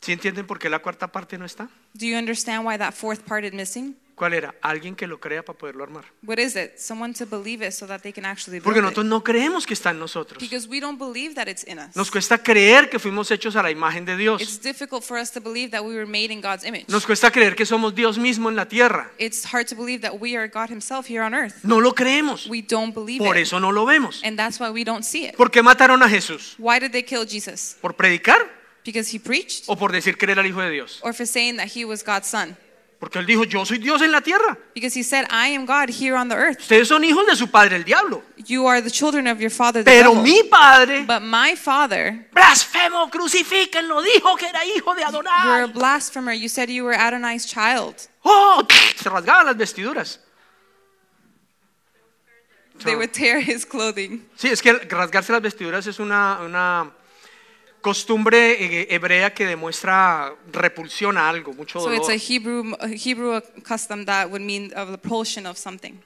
Speaker 2: ¿Sí entienden por qué la cuarta parte no está?
Speaker 3: Do you understand why that fourth part is missing?
Speaker 2: ¿Cuál era? Alguien que lo crea para poderlo armar.
Speaker 3: What is it? Someone to believe it so that they can actually build
Speaker 2: Porque nosotros
Speaker 3: it.
Speaker 2: no creemos que está en nosotros.
Speaker 3: Because we don't believe that it's in us.
Speaker 2: Nos cuesta creer que fuimos hechos a la imagen de
Speaker 3: It's
Speaker 2: Dios.
Speaker 3: difficult for us to believe that we were made in God's image.
Speaker 2: Nos cuesta creer que somos Dios mismo en la tierra.
Speaker 3: It's hard to believe that we are God Himself here on earth.
Speaker 2: No lo creemos.
Speaker 3: We don't believe
Speaker 2: Por
Speaker 3: it.
Speaker 2: eso no lo vemos.
Speaker 3: And that's why we don't see it.
Speaker 2: ¿Por qué mataron a Jesús?
Speaker 3: Why did they kill Jesus?
Speaker 2: ¿Por predicar
Speaker 3: Because He preached?
Speaker 2: o por decir que él era el Hijo de Dios?
Speaker 3: Or for saying that He was God's Son?
Speaker 2: Porque él dijo, yo soy Dios en la tierra.
Speaker 3: Because He said, I am God here on the earth.
Speaker 2: Ustedes son hijos de su padre, el diablo.
Speaker 3: You are the children of your father, the
Speaker 2: Pero
Speaker 3: devil.
Speaker 2: mi padre,
Speaker 3: But my father,
Speaker 2: blasfemo, crucifíquenlo, dijo que era hijo de
Speaker 3: you're a
Speaker 2: Adonai.
Speaker 3: blasphemer. You said you were Adonai's child.
Speaker 2: ¡Oh! Se rasgaban las vestiduras.
Speaker 3: They would tear His clothing.
Speaker 2: Sí, es que rasgarse las vestiduras es una, una costumbre eh, hebrea que demuestra repulsión a algo, mucho
Speaker 3: So it's
Speaker 2: dolor.
Speaker 3: a Hebrew, a Hebrew custom that would mean a repulsion of something.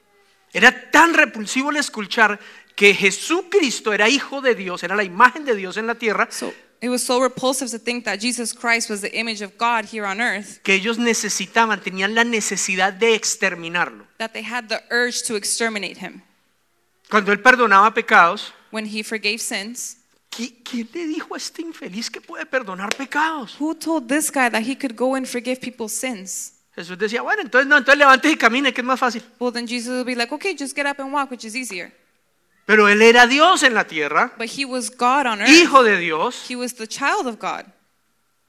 Speaker 2: Era tan repulsivo el escuchar que Jesucristo era hijo de Dios, era la imagen de Dios en la tierra,
Speaker 3: So it was so repulsive to think that Jesus Christ was the image of God here on earth
Speaker 2: que ellos necesitaban, tenían la necesidad de exterminarlo.
Speaker 3: that they had the urge to exterminate him.
Speaker 2: Cuando él perdonaba pecados,
Speaker 3: When he forgave sins,
Speaker 2: ¿qui- ¿quién le dijo a este infeliz que puede perdonar pecados?
Speaker 3: who told this guy that he could go and forgive people's sins?
Speaker 2: Jesús decía, bueno, entonces no, entonces levantes y camine, que es más fácil.
Speaker 3: Well, then Jesus would be like, okay, just get up and walk, which is easier.
Speaker 2: Pero él era Dios en la tierra,
Speaker 3: But he was God on earth.
Speaker 2: hijo de Dios,
Speaker 3: He was the child of God.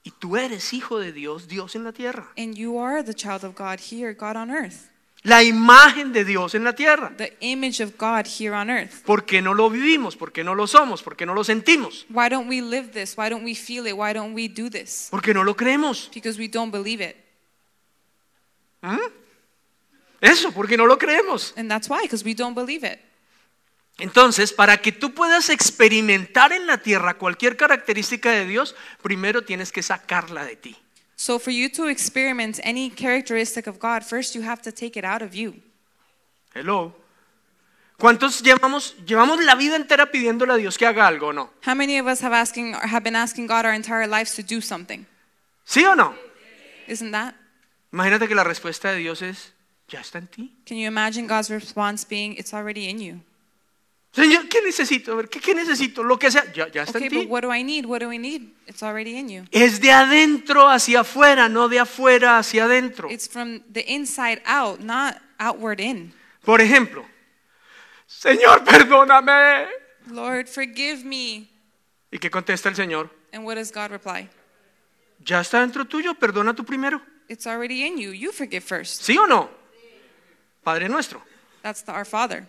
Speaker 2: y tú eres hijo de Dios, Dios en la tierra.
Speaker 3: And you are the child of God here, God on earth.
Speaker 2: La imagen de Dios en la tierra.
Speaker 3: The image of God here on earth.
Speaker 2: ¿Por qué no lo vivimos? ¿Por qué no lo somos? ¿Por qué no lo sentimos?
Speaker 3: Why don't we live this? Why don't we feel it? Why don't we do this?
Speaker 2: ¿Por qué no lo creemos?
Speaker 3: Because we don't believe it.
Speaker 2: ¿Mm? Eso, porque no lo creemos.
Speaker 3: And that's why, because we don't believe it.
Speaker 2: Entonces, para que tú puedas experimentar en la tierra cualquier característica de Dios, primero tienes que sacarla de ti.
Speaker 3: So for you to experiment any characteristic of God, first you have to take it out of you.
Speaker 2: Hello. ¿Cuántos llevamos, llevamos la vida entera pidiéndole a Dios que haga algo o no?
Speaker 3: How many of us have asking or have been asking God our entire lives to do something?
Speaker 2: ¿Sí o no?
Speaker 3: Isn't that?
Speaker 2: Imagínate que la respuesta de Dios es, ya está en ti.
Speaker 3: Can you imagine God's response being, "It's already in you"?
Speaker 2: Señor, ¿qué necesito? A ver, ¿qué, qué necesito? Lo que sea, ya, ya está
Speaker 3: Okay,
Speaker 2: en ti.
Speaker 3: but what do I need? What do I need? It's already in you.
Speaker 2: Es de adentro hacia afuera, no de afuera hacia adentro.
Speaker 3: It's from the inside out, not outward in.
Speaker 2: Por ejemplo, Señor, perdóname.
Speaker 3: Lord, forgive me.
Speaker 2: ¿Y qué contesta el Señor?
Speaker 3: And what does God reply?
Speaker 2: Ya está dentro tuyo, perdona tú primero.
Speaker 3: It's already in you. You forgive first.
Speaker 2: ¿Sí o no? Padre nuestro.
Speaker 3: That's the, our Father.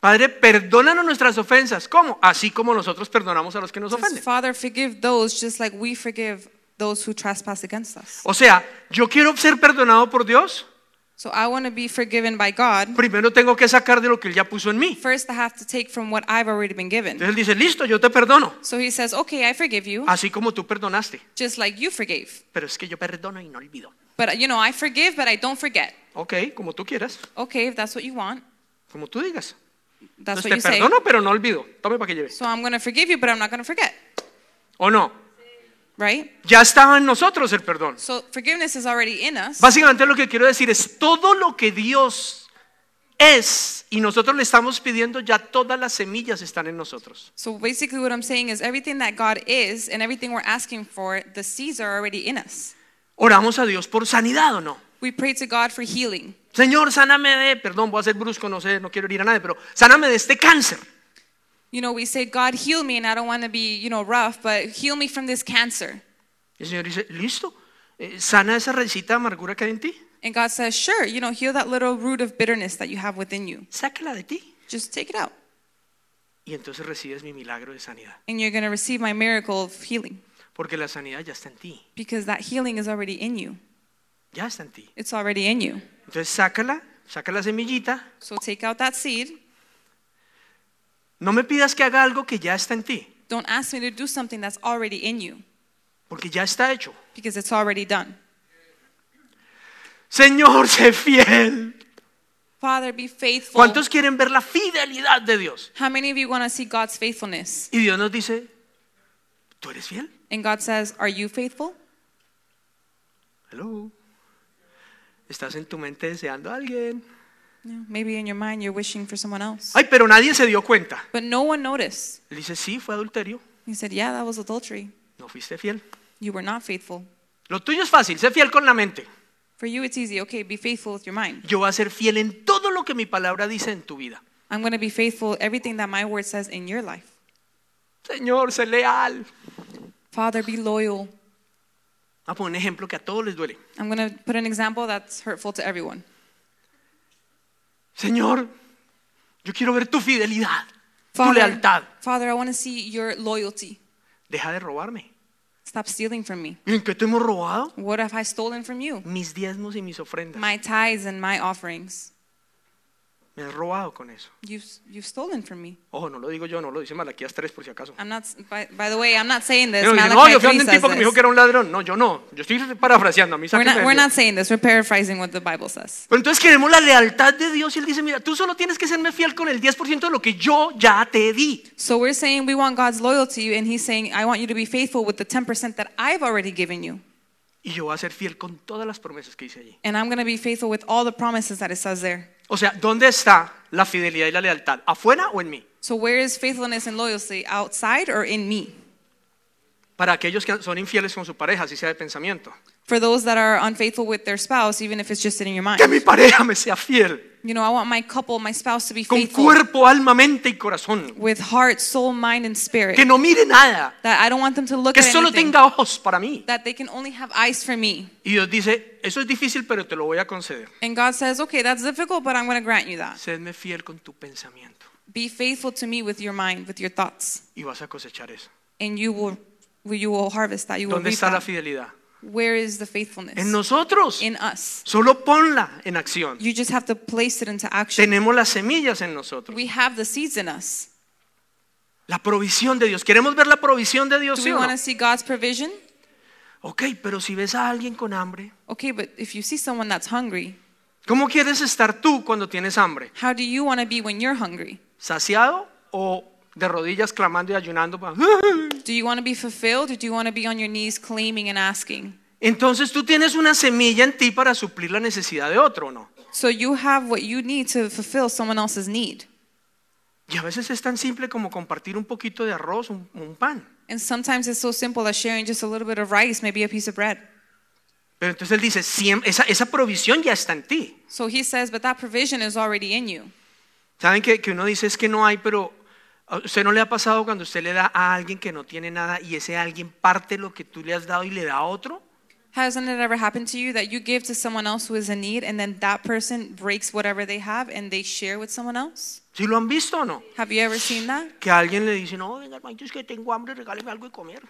Speaker 2: Padre, perdónanos nuestras ofensas. ¿Cómo? Así como nosotros perdonamos a los que nos
Speaker 3: It says,
Speaker 2: ofenden.
Speaker 3: Father, forgive those just like we forgive those who trespass against us.
Speaker 2: O sea, yo quiero ser perdonado por Dios.
Speaker 3: So I want to be forgiven by God.
Speaker 2: Primero tengo que sacar de lo que Él ya puso en mí.
Speaker 3: First, I have to take from what I've already been given.
Speaker 2: Entonces Él dice, listo, yo te perdono.
Speaker 3: So he says, Okay, I forgive you,
Speaker 2: Así como tú perdonaste.
Speaker 3: just like you forgave.
Speaker 2: Pero es que yo perdono y no olvido.
Speaker 3: But, you know, I forgive, but I don't forget.
Speaker 2: Ok, como tú quieras,
Speaker 3: Okay, if that's what you want,
Speaker 2: como tú digas. Entonces
Speaker 3: that's what
Speaker 2: te
Speaker 3: you say.
Speaker 2: perdono, pero no olvido. Tome para que lleves.
Speaker 3: So I'm going to forgive you, but I'm not going to forget,
Speaker 2: ¿O no?
Speaker 3: right?
Speaker 2: Ya estaba en nosotros el perdón.
Speaker 3: So forgiveness is already in us.
Speaker 2: Básicamente lo que quiero decir es todo lo que Dios es y nosotros le estamos pidiendo, ya todas las semillas están en nosotros.
Speaker 3: So basically, what I'm saying is everything that God is and everything we're asking for, the seeds are already in us.
Speaker 2: Oramos a Dios por sanidad o no.
Speaker 3: We pray to God for healing.
Speaker 2: Señor, sáname de, perdón, voy a ser brusco, no sé, no quiero herir a nadie, pero sáname de este cáncer.
Speaker 3: You know, we say, God, heal me, and I don't want to be, you know, rough, but heal me from this cancer.
Speaker 2: Y el Señor dice, listo, eh, sana esa raicita de amargura que hay en ti,
Speaker 3: And God says, sure, you know, heal that little root of bitterness that you have within you.
Speaker 2: sácala de ti.
Speaker 3: Just take it out,
Speaker 2: Y entonces recibes mi milagro de sanidad,
Speaker 3: and you're going to receive my miracle of healing
Speaker 2: porque la sanidad ya está en ti,
Speaker 3: because that healing is already in you.
Speaker 2: ya está en ti.
Speaker 3: It's already in you.
Speaker 2: Entonces sácala, saca la semillita,
Speaker 3: So take out that seed,
Speaker 2: No me pidas que haga algo que ya está en ti,
Speaker 3: Don't ask me to do something that's already in you
Speaker 2: porque ya está hecho.
Speaker 3: because it's already done.
Speaker 2: Señor, sé fiel.
Speaker 3: Father, be faithful.
Speaker 2: ¿Cuántos quieren ver la fidelidad de Dios?
Speaker 3: How many of you want to see God's faithfulness?
Speaker 2: Y Dios nos dice, ¿tú eres fiel?
Speaker 3: And God says, Are you faithful?
Speaker 2: Hello. Estás en tu mente deseando a alguien.
Speaker 3: Yeah, maybe in your mind you're wishing for someone else.
Speaker 2: Ay, pero nadie se dio cuenta.
Speaker 3: But no one noticed.
Speaker 2: Él dice, sí, fue adulterio.
Speaker 3: He said, Yeah, that was adultery.
Speaker 2: No fuiste fiel.
Speaker 3: You were not faithful.
Speaker 2: Lo tuyo es fácil, sé fiel con la mente.
Speaker 3: For you, it's easy. Okay, be faithful with your mind.
Speaker 2: Yo voy a ser fiel en todo lo que mi palabra dice en tu vida.
Speaker 3: I'm going to be faithful everything that my word says in your life.
Speaker 2: Señor, sé leal.
Speaker 3: Father, be loyal.
Speaker 2: Vamos a poner un ejemplo que a todos les duele.
Speaker 3: I'm going to put an example that's hurtful to everyone.
Speaker 2: Señor, yo quiero ver tu fidelidad, tu
Speaker 3: Father,
Speaker 2: lealtad.
Speaker 3: Father, I want to see your loyalty.
Speaker 2: Deja de robarme.
Speaker 3: Stop stealing from me.
Speaker 2: ¿Y en qué te hemos robado?
Speaker 3: What have I stolen from you?
Speaker 2: Mis diezmos y mis ofrendas.
Speaker 3: My tithes and my offerings.
Speaker 2: Me has robado con eso.
Speaker 3: You've, you've stolen from me.
Speaker 2: Ojo, no lo digo yo, no lo dice Malaquías 3 por si acaso.
Speaker 3: I'm not, by, by the way, I'm not saying this.
Speaker 2: Pero dice, no,
Speaker 3: Malachi
Speaker 2: yo fui a
Speaker 3: 3
Speaker 2: un
Speaker 3: says
Speaker 2: tipo que me dijo
Speaker 3: this.
Speaker 2: que era un ladrón. No, yo no. Yo estoy parafraseando a mí. sáquenme
Speaker 3: We're not,
Speaker 2: de
Speaker 3: we're
Speaker 2: Dios.
Speaker 3: not saying this. We're paraphrasing what the Bible says.
Speaker 2: Pero entonces queremos la lealtad de Dios y Él dice, mira, tú solo tienes que serme fiel con el 10% de lo que yo ya te di.
Speaker 3: So we're saying we want God's loyalty, and He's saying, I want you to be faithful with the 10% that I've already given you.
Speaker 2: Y yo voy a ser fiel con todas las promesas que hice allí.
Speaker 3: And I'm going to be faithful with all the promises that it says there.
Speaker 2: O sea, ¿dónde está la fidelidad y la lealtad? ¿Afuera o en mí?
Speaker 3: So where is faithfulness and loyalty? Outside or in me?
Speaker 2: Para aquellos que son infieles con su pareja, así sea de pensamiento.
Speaker 3: For those that are unfaithful with their spouse, even if it's just in your mind.
Speaker 2: Que mi pareja me sea fiel,
Speaker 3: You know, I want my couple, my spouse to be
Speaker 2: con
Speaker 3: faithful
Speaker 2: cuerpo, alma, mente y corazón.
Speaker 3: with heart, soul, mind, and spirit.
Speaker 2: Que no mire nada,
Speaker 3: That I don't want them to look
Speaker 2: que
Speaker 3: at
Speaker 2: solo
Speaker 3: anything.
Speaker 2: tenga ojos para mí.
Speaker 3: That they can only have eyes for me.
Speaker 2: Y Dios dice, eso es difícil, pero te lo voy a conceder.
Speaker 3: And God says, okay, that's difficult, but I'm going to grant you that.
Speaker 2: Sedme fiel con tu pensamiento
Speaker 3: Be faithful to me with your mind, with your thoughts,
Speaker 2: y vas a cosechar eso.
Speaker 3: and you will, you will harvest that. You will
Speaker 2: ¿Dónde
Speaker 3: reap
Speaker 2: está la
Speaker 3: that.
Speaker 2: fidelidad?
Speaker 3: Where is the faithfulness?
Speaker 2: En nosotros.
Speaker 3: in us.
Speaker 2: Solo ponla en acción.
Speaker 3: You just have to place it into action.
Speaker 2: Tenemos las semillas en nosotros.
Speaker 3: We have the seeds in us.
Speaker 2: La provisión de Dios. ¿Queremos ver la provisión de Dios?
Speaker 3: Do
Speaker 2: ¿sí
Speaker 3: we
Speaker 2: o no?
Speaker 3: want to see God's provision?
Speaker 2: Ok, pero si ves a alguien con hambre,
Speaker 3: Okay, but if you see someone that's hungry,
Speaker 2: ¿cómo quieres estar tú cuando tienes hambre?
Speaker 3: how do you want to be when you're hungry?
Speaker 2: ¿Saciado o de rodillas clamando y ayunando? pa-
Speaker 3: Do you want to be fulfilled or do you want to be on your knees claiming and asking?
Speaker 2: Entonces tú tienes una semilla en ti para suplir la necesidad de otro, ¿o ¿no?
Speaker 3: So you have what you need to fulfill someone else's need.
Speaker 2: Y a veces es tan simple como compartir un poquito de arroz, un, un pan.
Speaker 3: And sometimes it's so simple as sharing just a little bit of rice, maybe a piece of bread.
Speaker 2: Pero entonces él dice, "Siem- esa, esa provisión ya está en ti.
Speaker 3: So he says, but that provision is already in you.
Speaker 2: Saben que, que uno dice es que no hay, pero a usted no le ha pasado cuando usted le da a alguien que no tiene nada y ese alguien parte lo que tú le has dado y le da a otro.
Speaker 3: Hasn't it ever happened to you that you give to someone else who is in need and then that person breaks whatever they have and they share with someone else?
Speaker 2: ¿Sí lo han visto o no?
Speaker 3: Have you ever seen that?
Speaker 2: Que a alguien le dice, no, venga hermanito, es que tengo hambre, regáleme algo de comer.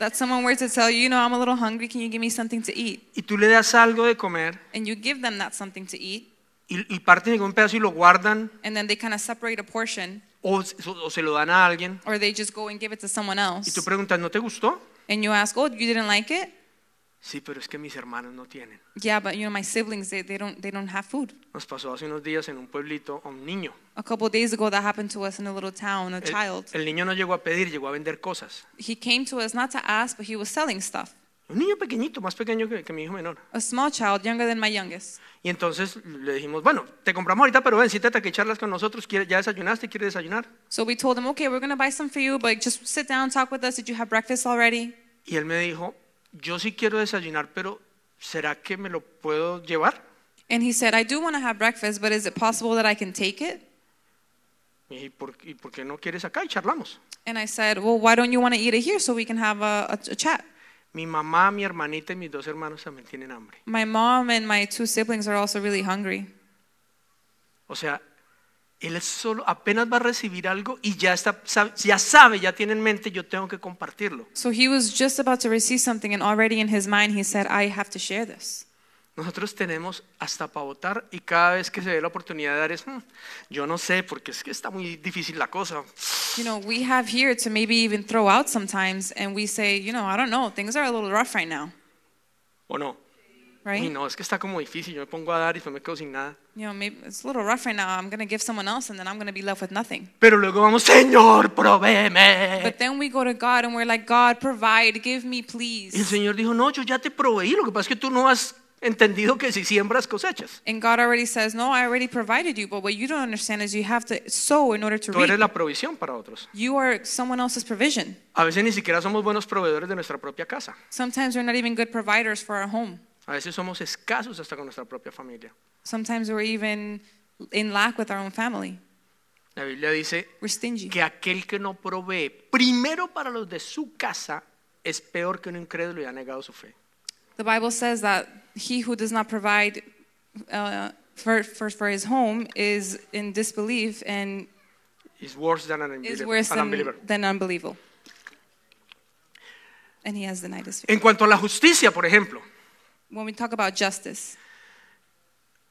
Speaker 3: That someone were to tell you, you know, I'm a little hungry, can you give me something to eat?
Speaker 2: Y tú le das algo de comer
Speaker 3: And you give them that something to eat
Speaker 2: y, y parten en un pedazo y lo guardan
Speaker 3: and then they kind of separate a portion
Speaker 2: o, se- o se lo dan a alguien.
Speaker 3: or they just go and give it to someone
Speaker 2: Y
Speaker 3: else.
Speaker 2: tú preguntas, ¿no te gustó?
Speaker 3: And you ask, oh, you didn't like it?
Speaker 2: Sí, pero es que mis hermanos no tienen.
Speaker 3: Yeah, but you know, my siblings, they, they, don't, they don't have food.
Speaker 2: Nos pasó hace unos días en un pueblito a un niño.
Speaker 3: A couple of days ago, that happened to us in a little town. A
Speaker 2: El-
Speaker 3: child.
Speaker 2: el niño no llegó a pedir, llegó a vender cosas.
Speaker 3: He came to us not to ask, but he was selling stuff.
Speaker 2: Un niño pequeñito, más pequeño que- que mi hijo menor.
Speaker 3: A small child, younger than my youngest.
Speaker 2: Y entonces le dijimos, bueno, te compramos ahorita, pero ven, siéntate aquí, charlas con nosotros, ¿Quiere- ya desayunaste, quieres desayunar.
Speaker 3: So we told him, okay, we're going to buy some for you, but just sit down, talk with us. Did you have breakfast already?
Speaker 2: Y él me dijo, yo sí quiero desayunar, pero ¿será que me lo puedo llevar?
Speaker 3: And he said, I do want to have breakfast, but is it possible that I can take it?
Speaker 2: Y dije, ¿por, y por qué no quieres acá? Y charlamos.
Speaker 3: And I said, well, why don't you want to eat it here so we can have a, a, a chat?
Speaker 2: Mi mamá, mi hermanita y mis dos hermanos también tienen hambre.
Speaker 3: My mom and my two siblings are also really hungry.
Speaker 2: O sea, él es solo, apenas va a recibir algo y ya, está, sabe- ya sabe, ya tiene en mente, yo tengo que compartirlo.
Speaker 3: So he was just about to receive something, and already in his mind, he said, I have to share this.
Speaker 2: Nosotros tenemos hasta para votar y cada vez que se dé la oportunidad de dar es, "Hmm, yo no sé, porque es que está muy difícil la cosa.
Speaker 3: You know, we have here to maybe even throw out sometimes, and we say, you know, I don't know, things are a little rough right now,
Speaker 2: ¿O no?
Speaker 3: right?
Speaker 2: Y no, es que está como difícil, yo me pongo a dar y después me quedo sin nada.
Speaker 3: You know, maybe it's a little rough right now. I'm going to give someone else, and then I'm going to be left with nothing.
Speaker 2: Pero luego vamos, Señor, provéeme.
Speaker 3: But then we go to God and we're like, God, provide, give me,
Speaker 2: Y el
Speaker 3: please.
Speaker 2: Señor dijo, no, yo ya te proveí, lo que pasa es que tú no has entendido que si siembras cosechas.
Speaker 3: And God already says, No, I already provided you. But what you don't understand is you have to sow in order to
Speaker 2: Tú eres
Speaker 3: reap.
Speaker 2: la provisión para otros.
Speaker 3: You are someone else's provision.
Speaker 2: A veces ni siquiera somos buenos proveedores de nuestra propia casa.
Speaker 3: Sometimes we're not even good providers for our home.
Speaker 2: A veces somos escasos hasta con nuestra propia familia.
Speaker 3: Sometimes we're even in lack with our own family.
Speaker 2: La Biblia dice
Speaker 3: We're stingy.
Speaker 2: que aquel que no provee primero para los de su casa es peor que un incrédulo y ha negado su fe.
Speaker 3: The Bible says that he who does not provide uh, for, for, for his home is in disbelief and
Speaker 2: It's worse than an
Speaker 3: is
Speaker 2: unbeliever.
Speaker 3: worse
Speaker 2: an
Speaker 3: than,
Speaker 2: unbeliever.
Speaker 3: than unbelievable. And he has denied his faith.
Speaker 2: En cuanto a la justicia, por ejemplo,
Speaker 3: When we talk about justice,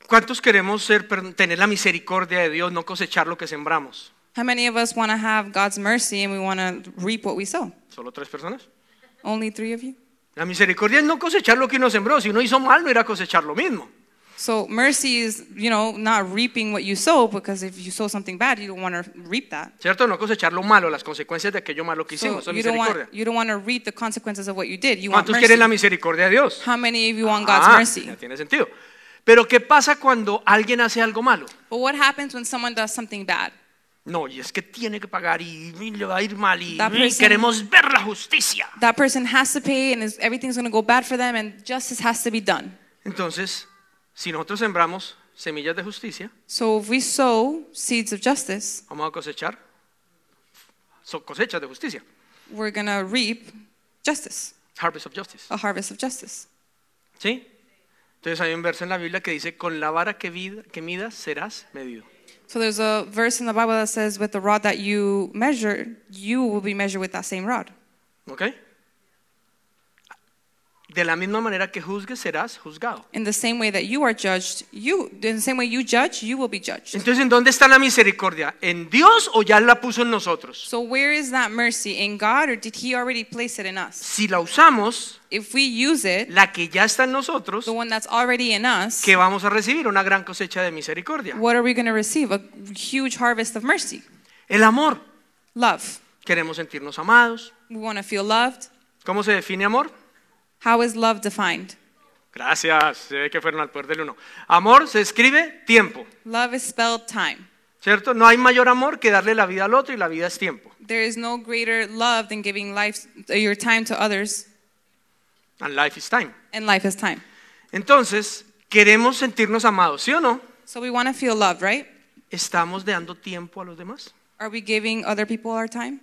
Speaker 2: ¿cuántos queremos ser, per- tener la misericordia de Dios, no cosechar lo que sembramos?
Speaker 3: how many of us want to have God's mercy and we want to reap what we sow?
Speaker 2: ¿Solo tres personas?
Speaker 3: Only three of you?
Speaker 2: La misericordia es no cosechar lo que uno sembró. Si uno hizo mal, no irá a cosechar lo mismo.
Speaker 3: So mercy is, you know, not reaping what you sow because if you sow something bad, you don't want to reap that.
Speaker 2: ¿Cierto? No cosechar lo malo, las consecuencias de aquello malo que hicimos. Eso
Speaker 3: So
Speaker 2: es
Speaker 3: you don't
Speaker 2: misericordia.
Speaker 3: want you don't want to reap the consequences of what you did. You want
Speaker 2: ¿Cuántos quieren la
Speaker 3: mercy.
Speaker 2: misericordia de Dios?
Speaker 3: How many of you want God's
Speaker 2: Ah,
Speaker 3: mercy?
Speaker 2: Ya tiene sentido. Pero ¿qué pasa cuando alguien hace algo malo?
Speaker 3: But what happens when someone does something bad?
Speaker 2: No, y es que tiene que pagar y, y le va a ir mal y,
Speaker 3: That
Speaker 2: y
Speaker 3: person-
Speaker 2: queremos ver la justicia.
Speaker 3: That person has to pay, and is, everything's going to go bad for them, and justice has to be done.
Speaker 2: Entonces, si nosotros sembramos semillas de justicia,
Speaker 3: So if we sow seeds of justice,
Speaker 2: vamos a cosechar so- cosechas de justicia.
Speaker 3: we're going to reap justice,
Speaker 2: Harvest of justice.
Speaker 3: a harvest of justice.
Speaker 2: ¿Sí? Entonces hay un verso en la Biblia que dice, con la vara que, vid- que midas serás medido.
Speaker 3: So there's a verse in the Bible that says, "With the rod that you measure, you will be measured with that same rod."
Speaker 2: ¿Ok? De la misma manera que juzgues serás juzgado.
Speaker 3: In the same way that you are judged, you in the same way you judge, you will be judged.
Speaker 2: Entonces, ¿en dónde está la misericordia? ¿En Dios o ya la puso en nosotros?
Speaker 3: So where is that mercy in God, or did He already place it in us?
Speaker 2: Si la usamos,
Speaker 3: If we use it,
Speaker 2: la que ya está en nosotros,
Speaker 3: the one that's already in us,
Speaker 2: que vamos a recibir una gran cosecha de misericordia.
Speaker 3: what are we going to receive? A huge harvest of mercy,
Speaker 2: El amor.
Speaker 3: love.
Speaker 2: Queremos sentirnos amados.
Speaker 3: We want to feel loved.
Speaker 2: ¿Cómo se define amor?
Speaker 3: How is love defined?
Speaker 2: Gracias, se ve que fueron al poder del uno. Amor se escribe tiempo,
Speaker 3: Love is spelled time.
Speaker 2: ¿cierto? No hay mayor amor que darle la vida al otro y la vida es tiempo.
Speaker 3: There is no greater love than giving life, your time to others,
Speaker 2: And life is time.
Speaker 3: and life is time.
Speaker 2: Entonces, queremos sentirnos amados, ¿sí o no?
Speaker 3: So we want to feel loved, right?
Speaker 2: ¿Estamos dando tiempo a los demás?
Speaker 3: Are we giving other people our time?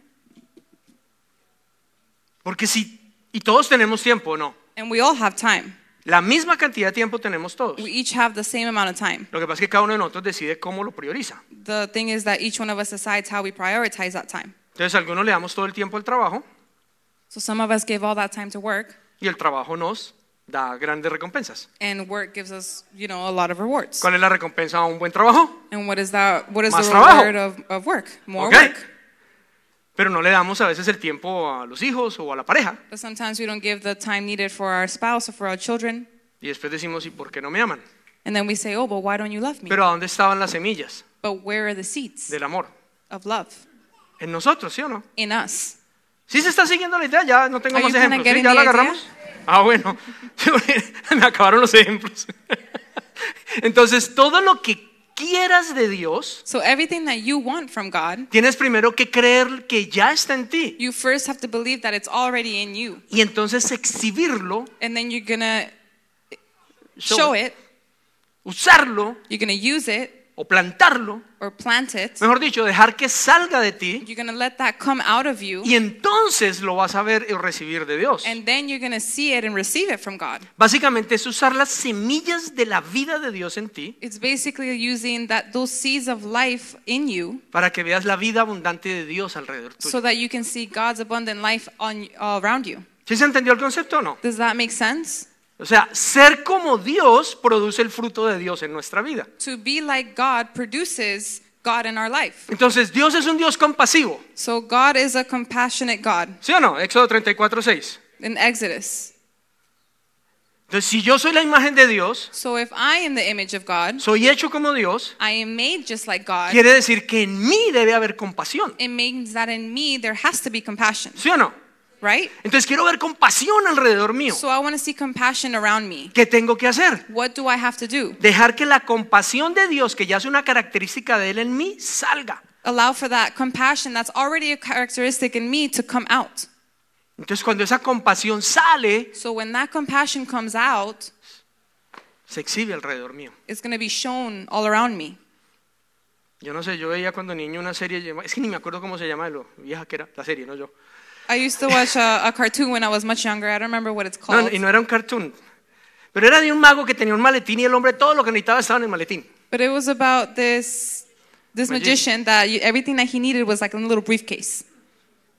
Speaker 2: Porque si, y todos tenemos tiempo, ¿o ¿no?
Speaker 3: And we all have time.
Speaker 2: La misma cantidad de tiempo tenemos todos.
Speaker 3: We each have the same amount of time.
Speaker 2: Lo que pasa es que cada uno de nosotros decide cómo lo prioriza.
Speaker 3: The thing is that each one of us decides how we prioritize that time.
Speaker 2: Entonces, a algunos le damos todo el tiempo al trabajo
Speaker 3: So some of us give all that time to work,
Speaker 2: y el trabajo nos da grandes recompensas.
Speaker 3: and work gives us, you know, a lot of rewards.
Speaker 2: ¿Cuál es la recompensa a un buen trabajo?
Speaker 3: And what is that? What is
Speaker 2: Más
Speaker 3: the
Speaker 2: trabajo.
Speaker 3: reward of, of work? More
Speaker 2: Okay.
Speaker 3: work.
Speaker 2: Pero no le damos a veces el tiempo a los hijos o a la pareja.
Speaker 3: But sometimes we don't give the time needed for our spouse or for our children,
Speaker 2: Y después decimos, ¿y por qué no me aman?
Speaker 3: and then we say, "Oh, but why don't you love me?"
Speaker 2: Pero ¿a dónde estaban las semillas
Speaker 3: but where are the seeds
Speaker 2: del amor?
Speaker 3: of love
Speaker 2: En nosotros, ¿sí o no?
Speaker 3: in us?
Speaker 2: ¿Sí se está siguiendo la idea? Ya no tengo
Speaker 3: Are
Speaker 2: más
Speaker 3: you kinda
Speaker 2: ejemplos. ¿Sí?
Speaker 3: getting
Speaker 2: ¿Ya
Speaker 3: the
Speaker 2: la
Speaker 3: idea?
Speaker 2: agarramos? Ah, bueno. Me acabaron los ejemplos. Entonces, todo lo que quieras de Dios,
Speaker 3: So everything that you want from God,
Speaker 2: tienes primero que creer que ya está en ti.
Speaker 3: you first have to believe that it's already in you,
Speaker 2: Y entonces exhibirlo,
Speaker 3: and then you're gonna
Speaker 2: show-
Speaker 3: show eh. it,
Speaker 2: usarlo
Speaker 3: you're gonna use it,
Speaker 2: o plantarlo.
Speaker 3: or plant it.
Speaker 2: Mejor dicho, dejar que salga de ti.
Speaker 3: You're going to let that come out of you,
Speaker 2: Y entonces lo vas a ver y recibir de Dios.
Speaker 3: and then you're going to see it and receive it from God.
Speaker 2: Básicamente es usar las semillas de la vida de Dios en ti
Speaker 3: It's basically using that those seeds of life in you
Speaker 2: para que veas la vida abundante de Dios alrededor tuyo.
Speaker 3: so that you can see God's abundant life on all around you.
Speaker 2: ¿Sí se entendió el concepto o no?
Speaker 3: Does that make sense?
Speaker 2: O sea, ser como Dios produce el fruto de Dios en nuestra vida.
Speaker 3: To be like God produces God in our life.
Speaker 2: Entonces, Dios es un Dios compasivo.
Speaker 3: So God is a compassionate God
Speaker 2: ¿Sí o no? Éxodo 34, 6.
Speaker 3: in Exodus.
Speaker 2: Entonces, si yo soy la imagen de Dios,
Speaker 3: So if I am the image of God,
Speaker 2: soy hecho como Dios,
Speaker 3: I am made just like God.
Speaker 2: quiere decir que en mí debe haber compasión.
Speaker 3: It means that in me there has to be compassion,
Speaker 2: ¿Sí o no?
Speaker 3: right?
Speaker 2: Entonces, quiero ver compasión alrededor mío.
Speaker 3: So I want to see compassion around me.
Speaker 2: ¿Qué tengo que hacer?
Speaker 3: What do I have to do?
Speaker 2: Dejar que la compasión de Dios, que ya es una característica de Él en mí, salga.
Speaker 3: Allow for that compassion that's already a characteristic in me to come out.
Speaker 2: Entonces, cuando esa compasión sale,
Speaker 3: So when that compassion comes out,
Speaker 2: se exhibe alrededor mío.
Speaker 3: it's going to be shown all around me.
Speaker 2: Yo no sé, yo veía cuando niño una serie, llama- es que ni me acuerdo cómo se llama, de lo vieja que era la serie, no yo.
Speaker 3: I used to watch a, a cartoon when I was much younger. I don't remember what it's
Speaker 2: No,
Speaker 3: called.
Speaker 2: no, y no era un cartoon. Pero era de un mago que tenía un maletín y el hombre todo lo que necesitaba estaba en el maletín.
Speaker 3: But it was about this this
Speaker 2: Magician.
Speaker 3: magician that you, everything that he needed was like in a little briefcase.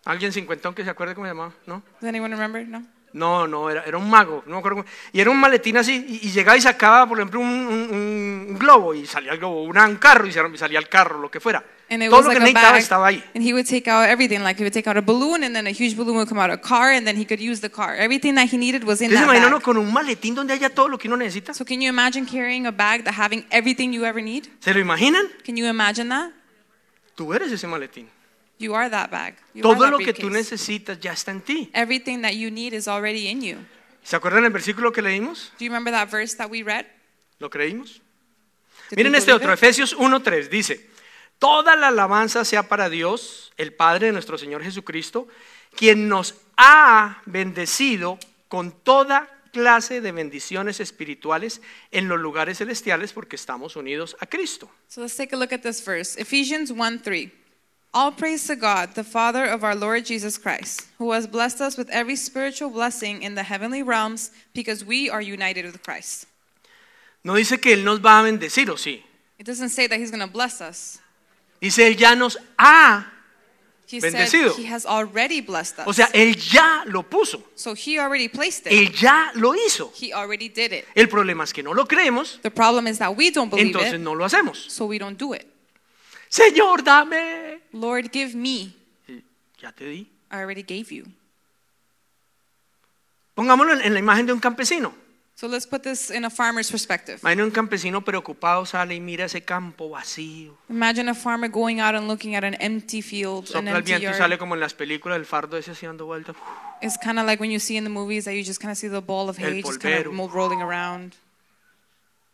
Speaker 2: ¿Alguien cincuentón que se acuerde cómo se llamaba? ¿No?
Speaker 3: Does anyone remember? No.
Speaker 2: No, no, era, era un mago, no me acuerdo cómo- Y era un maletín así, y, y llegaba y sacaba, por ejemplo, un, un- un globo, y salía el globo, una- un carro, y sal- y salía el carro, lo que fuera.
Speaker 3: And it
Speaker 2: Todo
Speaker 3: was
Speaker 2: lo que
Speaker 3: like
Speaker 2: necesitaba
Speaker 3: a bag,
Speaker 2: estaba ahí.
Speaker 3: and he would take out everything. Like he would take out a balloon, and then a huge balloon would come out, a car, and then he could use the car. Everything that he needed was in
Speaker 2: Entonces
Speaker 3: that
Speaker 2: imagina uno
Speaker 3: bag.
Speaker 2: con un maletín donde haya todo lo que uno necesita.
Speaker 3: So can you imagine carrying a bag that having everything you ever need?
Speaker 2: ¿Se lo imaginan?
Speaker 3: Can you imagine that?
Speaker 2: Tú eres ese maletín.
Speaker 3: You are that bag. You are
Speaker 2: Todo
Speaker 3: that
Speaker 2: lo que tú
Speaker 3: briefcase.
Speaker 2: necesitas ya está en ti.
Speaker 3: Everything that you need is already in you.
Speaker 2: ¿Se acuerdan el versículo que leímos?
Speaker 3: Do you remember that verse that we read?
Speaker 2: ¿Lo creímos?
Speaker 3: Did
Speaker 2: Miren
Speaker 3: we
Speaker 2: este
Speaker 3: believe
Speaker 2: otro,
Speaker 3: it?
Speaker 2: Efesios 1.3, dice, Toda la alabanza sea para Dios, el Padre de nuestro Señor Jesucristo, quien nos ha bendecido con toda clase de bendiciones espirituales en los lugares celestiales porque estamos unidos a Cristo.
Speaker 3: So let's take a look at this verse Ephesians 1 3. All praise to God, the Father of our Lord Jesus Christ, who has blessed us with every spiritual blessing in the heavenly realms because we are united with Christ.
Speaker 2: No dice que Él nos va a bendecir, ¿o sí?
Speaker 3: It doesn't say that He's going to bless us.
Speaker 2: Dice, Él ya nos ha,
Speaker 3: He
Speaker 2: Bendecido.
Speaker 3: said He has already blessed us.
Speaker 2: o sea, Él ya lo puso,
Speaker 3: so He already placed it,
Speaker 2: Él ya lo hizo.
Speaker 3: He already did it.
Speaker 2: El problema es que no lo creemos,
Speaker 3: The problem is that we don't believe
Speaker 2: entonces
Speaker 3: it,
Speaker 2: no lo hacemos.
Speaker 3: so we don't do it.
Speaker 2: Señor, dame.
Speaker 3: Lord, give me.
Speaker 2: Sí, Ya te di.
Speaker 3: I already gave you.
Speaker 2: Pongámoslo en, en la imagen de un campesino.
Speaker 3: So let's put this in a farmer's perspective.
Speaker 2: Imagina un campesino preocupado sale y mira ese campo vacío.
Speaker 3: Imagine a farmer going out and looking at an empty field, an
Speaker 2: Sopla el
Speaker 3: empty
Speaker 2: viento y
Speaker 3: yard.
Speaker 2: sale como en las películas, el fardo ese así dando vueltas.
Speaker 3: It's kind of like when you see in the movies that you just kind of see the ball of
Speaker 2: El
Speaker 3: hay just kind
Speaker 2: polvero.
Speaker 3: of rolling around.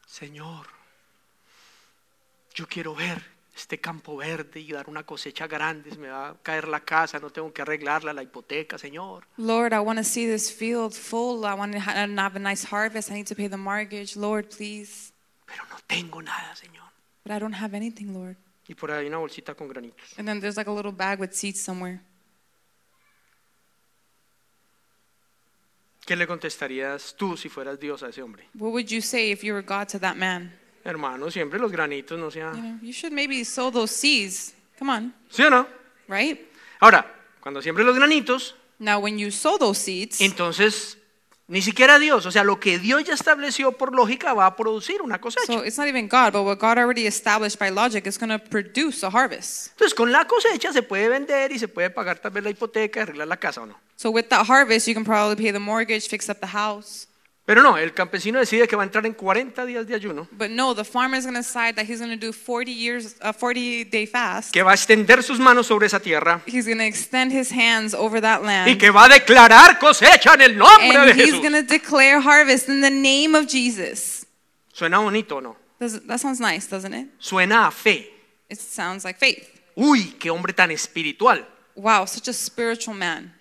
Speaker 2: Señor, yo quiero ver este campo verde y dar una cosecha grande. Se me va a caer la casa, no tengo que arreglarla, la hipoteca, Señor.
Speaker 3: Lord, I want to see this field full. I want to ha- and have a nice harvest. I need to pay the mortgage. Lord, please.
Speaker 2: Pero no tengo nada, Señor.
Speaker 3: But I don't have anything, Lord.
Speaker 2: Y por ahí una bolsita con granitos.
Speaker 3: And then there's like a little bag with seeds somewhere.
Speaker 2: ¿Qué le contestarías tú si fueras Dios a ese hombre?
Speaker 3: What would you say if you were God to that man?
Speaker 2: Hermano, siempre los granitos no
Speaker 3: You
Speaker 2: sean...
Speaker 3: know, you should maybe sow those seeds. Come on,
Speaker 2: ¿Sí o no?
Speaker 3: right?
Speaker 2: Ahora, cuando siempre los granitos,
Speaker 3: Now, when you sow those seeds,
Speaker 2: Entonces, ni siquiera Dios, o sea, lo que Dios ya estableció por lógica va a producir una cosecha.
Speaker 3: so it's not even God, but what God already established by logic is going to produce a harvest.
Speaker 2: Entonces, con la cosecha se puede vender y se puede pagar tal vez la hipoteca y arreglar la casa o no.
Speaker 3: So with that harvest, you can probably pay the mortgage, fix up the house.
Speaker 2: Pero no, el campesino decide que va a entrar en 40 días de ayuno,
Speaker 3: But no, the farmer is going to decide that he's going to do 40 years, a 40 day fast.
Speaker 2: que va a extender sus manos sobre esa tierra
Speaker 3: He's going to extend his hands over that
Speaker 2: y
Speaker 3: land,
Speaker 2: que va a declarar cosecha en el nombre de
Speaker 3: and he's
Speaker 2: Jesús.
Speaker 3: going to declare harvest in the name of Jesus.
Speaker 2: Suena bonito o no?
Speaker 3: Does, that sounds nice, doesn't it?
Speaker 2: Suena a fe.
Speaker 3: It sounds like faith.
Speaker 2: Uy, qué hombre tan espiritual.
Speaker 3: Wow, such a spiritual man.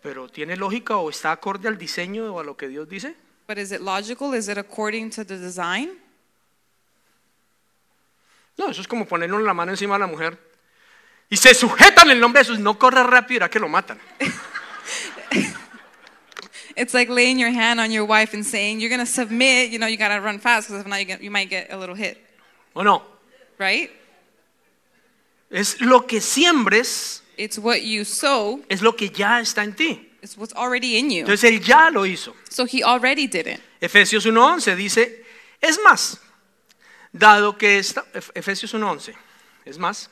Speaker 2: Pero ¿tiene lógica o está acorde al diseño o a lo que Dios dice?
Speaker 3: But is it logical? Is it according to the design?
Speaker 2: No, eso es como ponerle una mano encima a la mujer. Y se sujetan el nombre de Jesús. No corra rápido, irá que lo matan.
Speaker 3: It's like laying your hand on your wife and saying, You're going to submit, you know, you got to run fast because if not, you, get, you might get a little hit,
Speaker 2: ¿O no?
Speaker 3: right?
Speaker 2: Es lo que siembres,
Speaker 3: It's what you sow
Speaker 2: es lo que ya está en ti.
Speaker 3: It's what's already in you.
Speaker 2: Entonces él ya lo hizo.
Speaker 3: So he already did it.
Speaker 2: Efesios 1.11 dice, es más, dado que esta, Ef- Efesios 1.11, es más,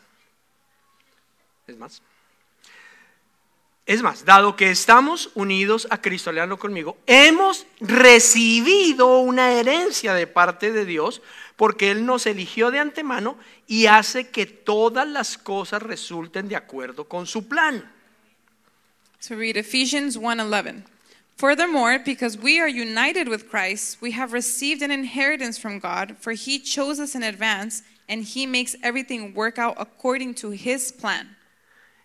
Speaker 2: es más, es más, dado que estamos unidos a Cristo, leanlo conmigo, hemos recibido una herencia de parte de Dios porque Él nos eligió de antemano y hace que todas las cosas resulten de acuerdo con su plan.
Speaker 3: To read Ephesians 1:11. Furthermore, because we are united with Christ, we have received an inheritance from God, for he chose us in advance and he makes everything work out according to his plan.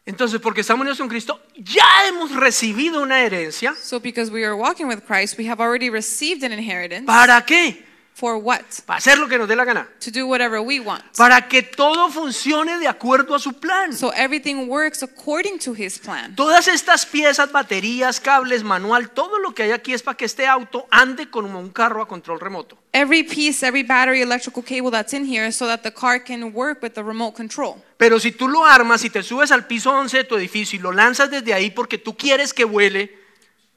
Speaker 2: Entonces, porque estamos unidos con Cristo, ya hemos recibido una herencia.
Speaker 3: So because we are walking with Christ, we have already received an inheritance.
Speaker 2: ¿Para qué?
Speaker 3: For what?
Speaker 2: Para hacer lo que nos dé la gana.
Speaker 3: To do whatever we want.
Speaker 2: Para que todo funcione de acuerdo a su plan.
Speaker 3: So everything works according to his plan.
Speaker 2: Todas estas piezas, baterías, cables, manual, todo lo que hay aquí es para que este auto ande como un carro a control remoto.
Speaker 3: Every piece, every battery, electrical cable that's in here so that the car can work with the remote control.
Speaker 2: Pero si tú lo armas y te subes al piso 11 de tu edificio y lo lanzas desde ahí porque tú quieres que vuele,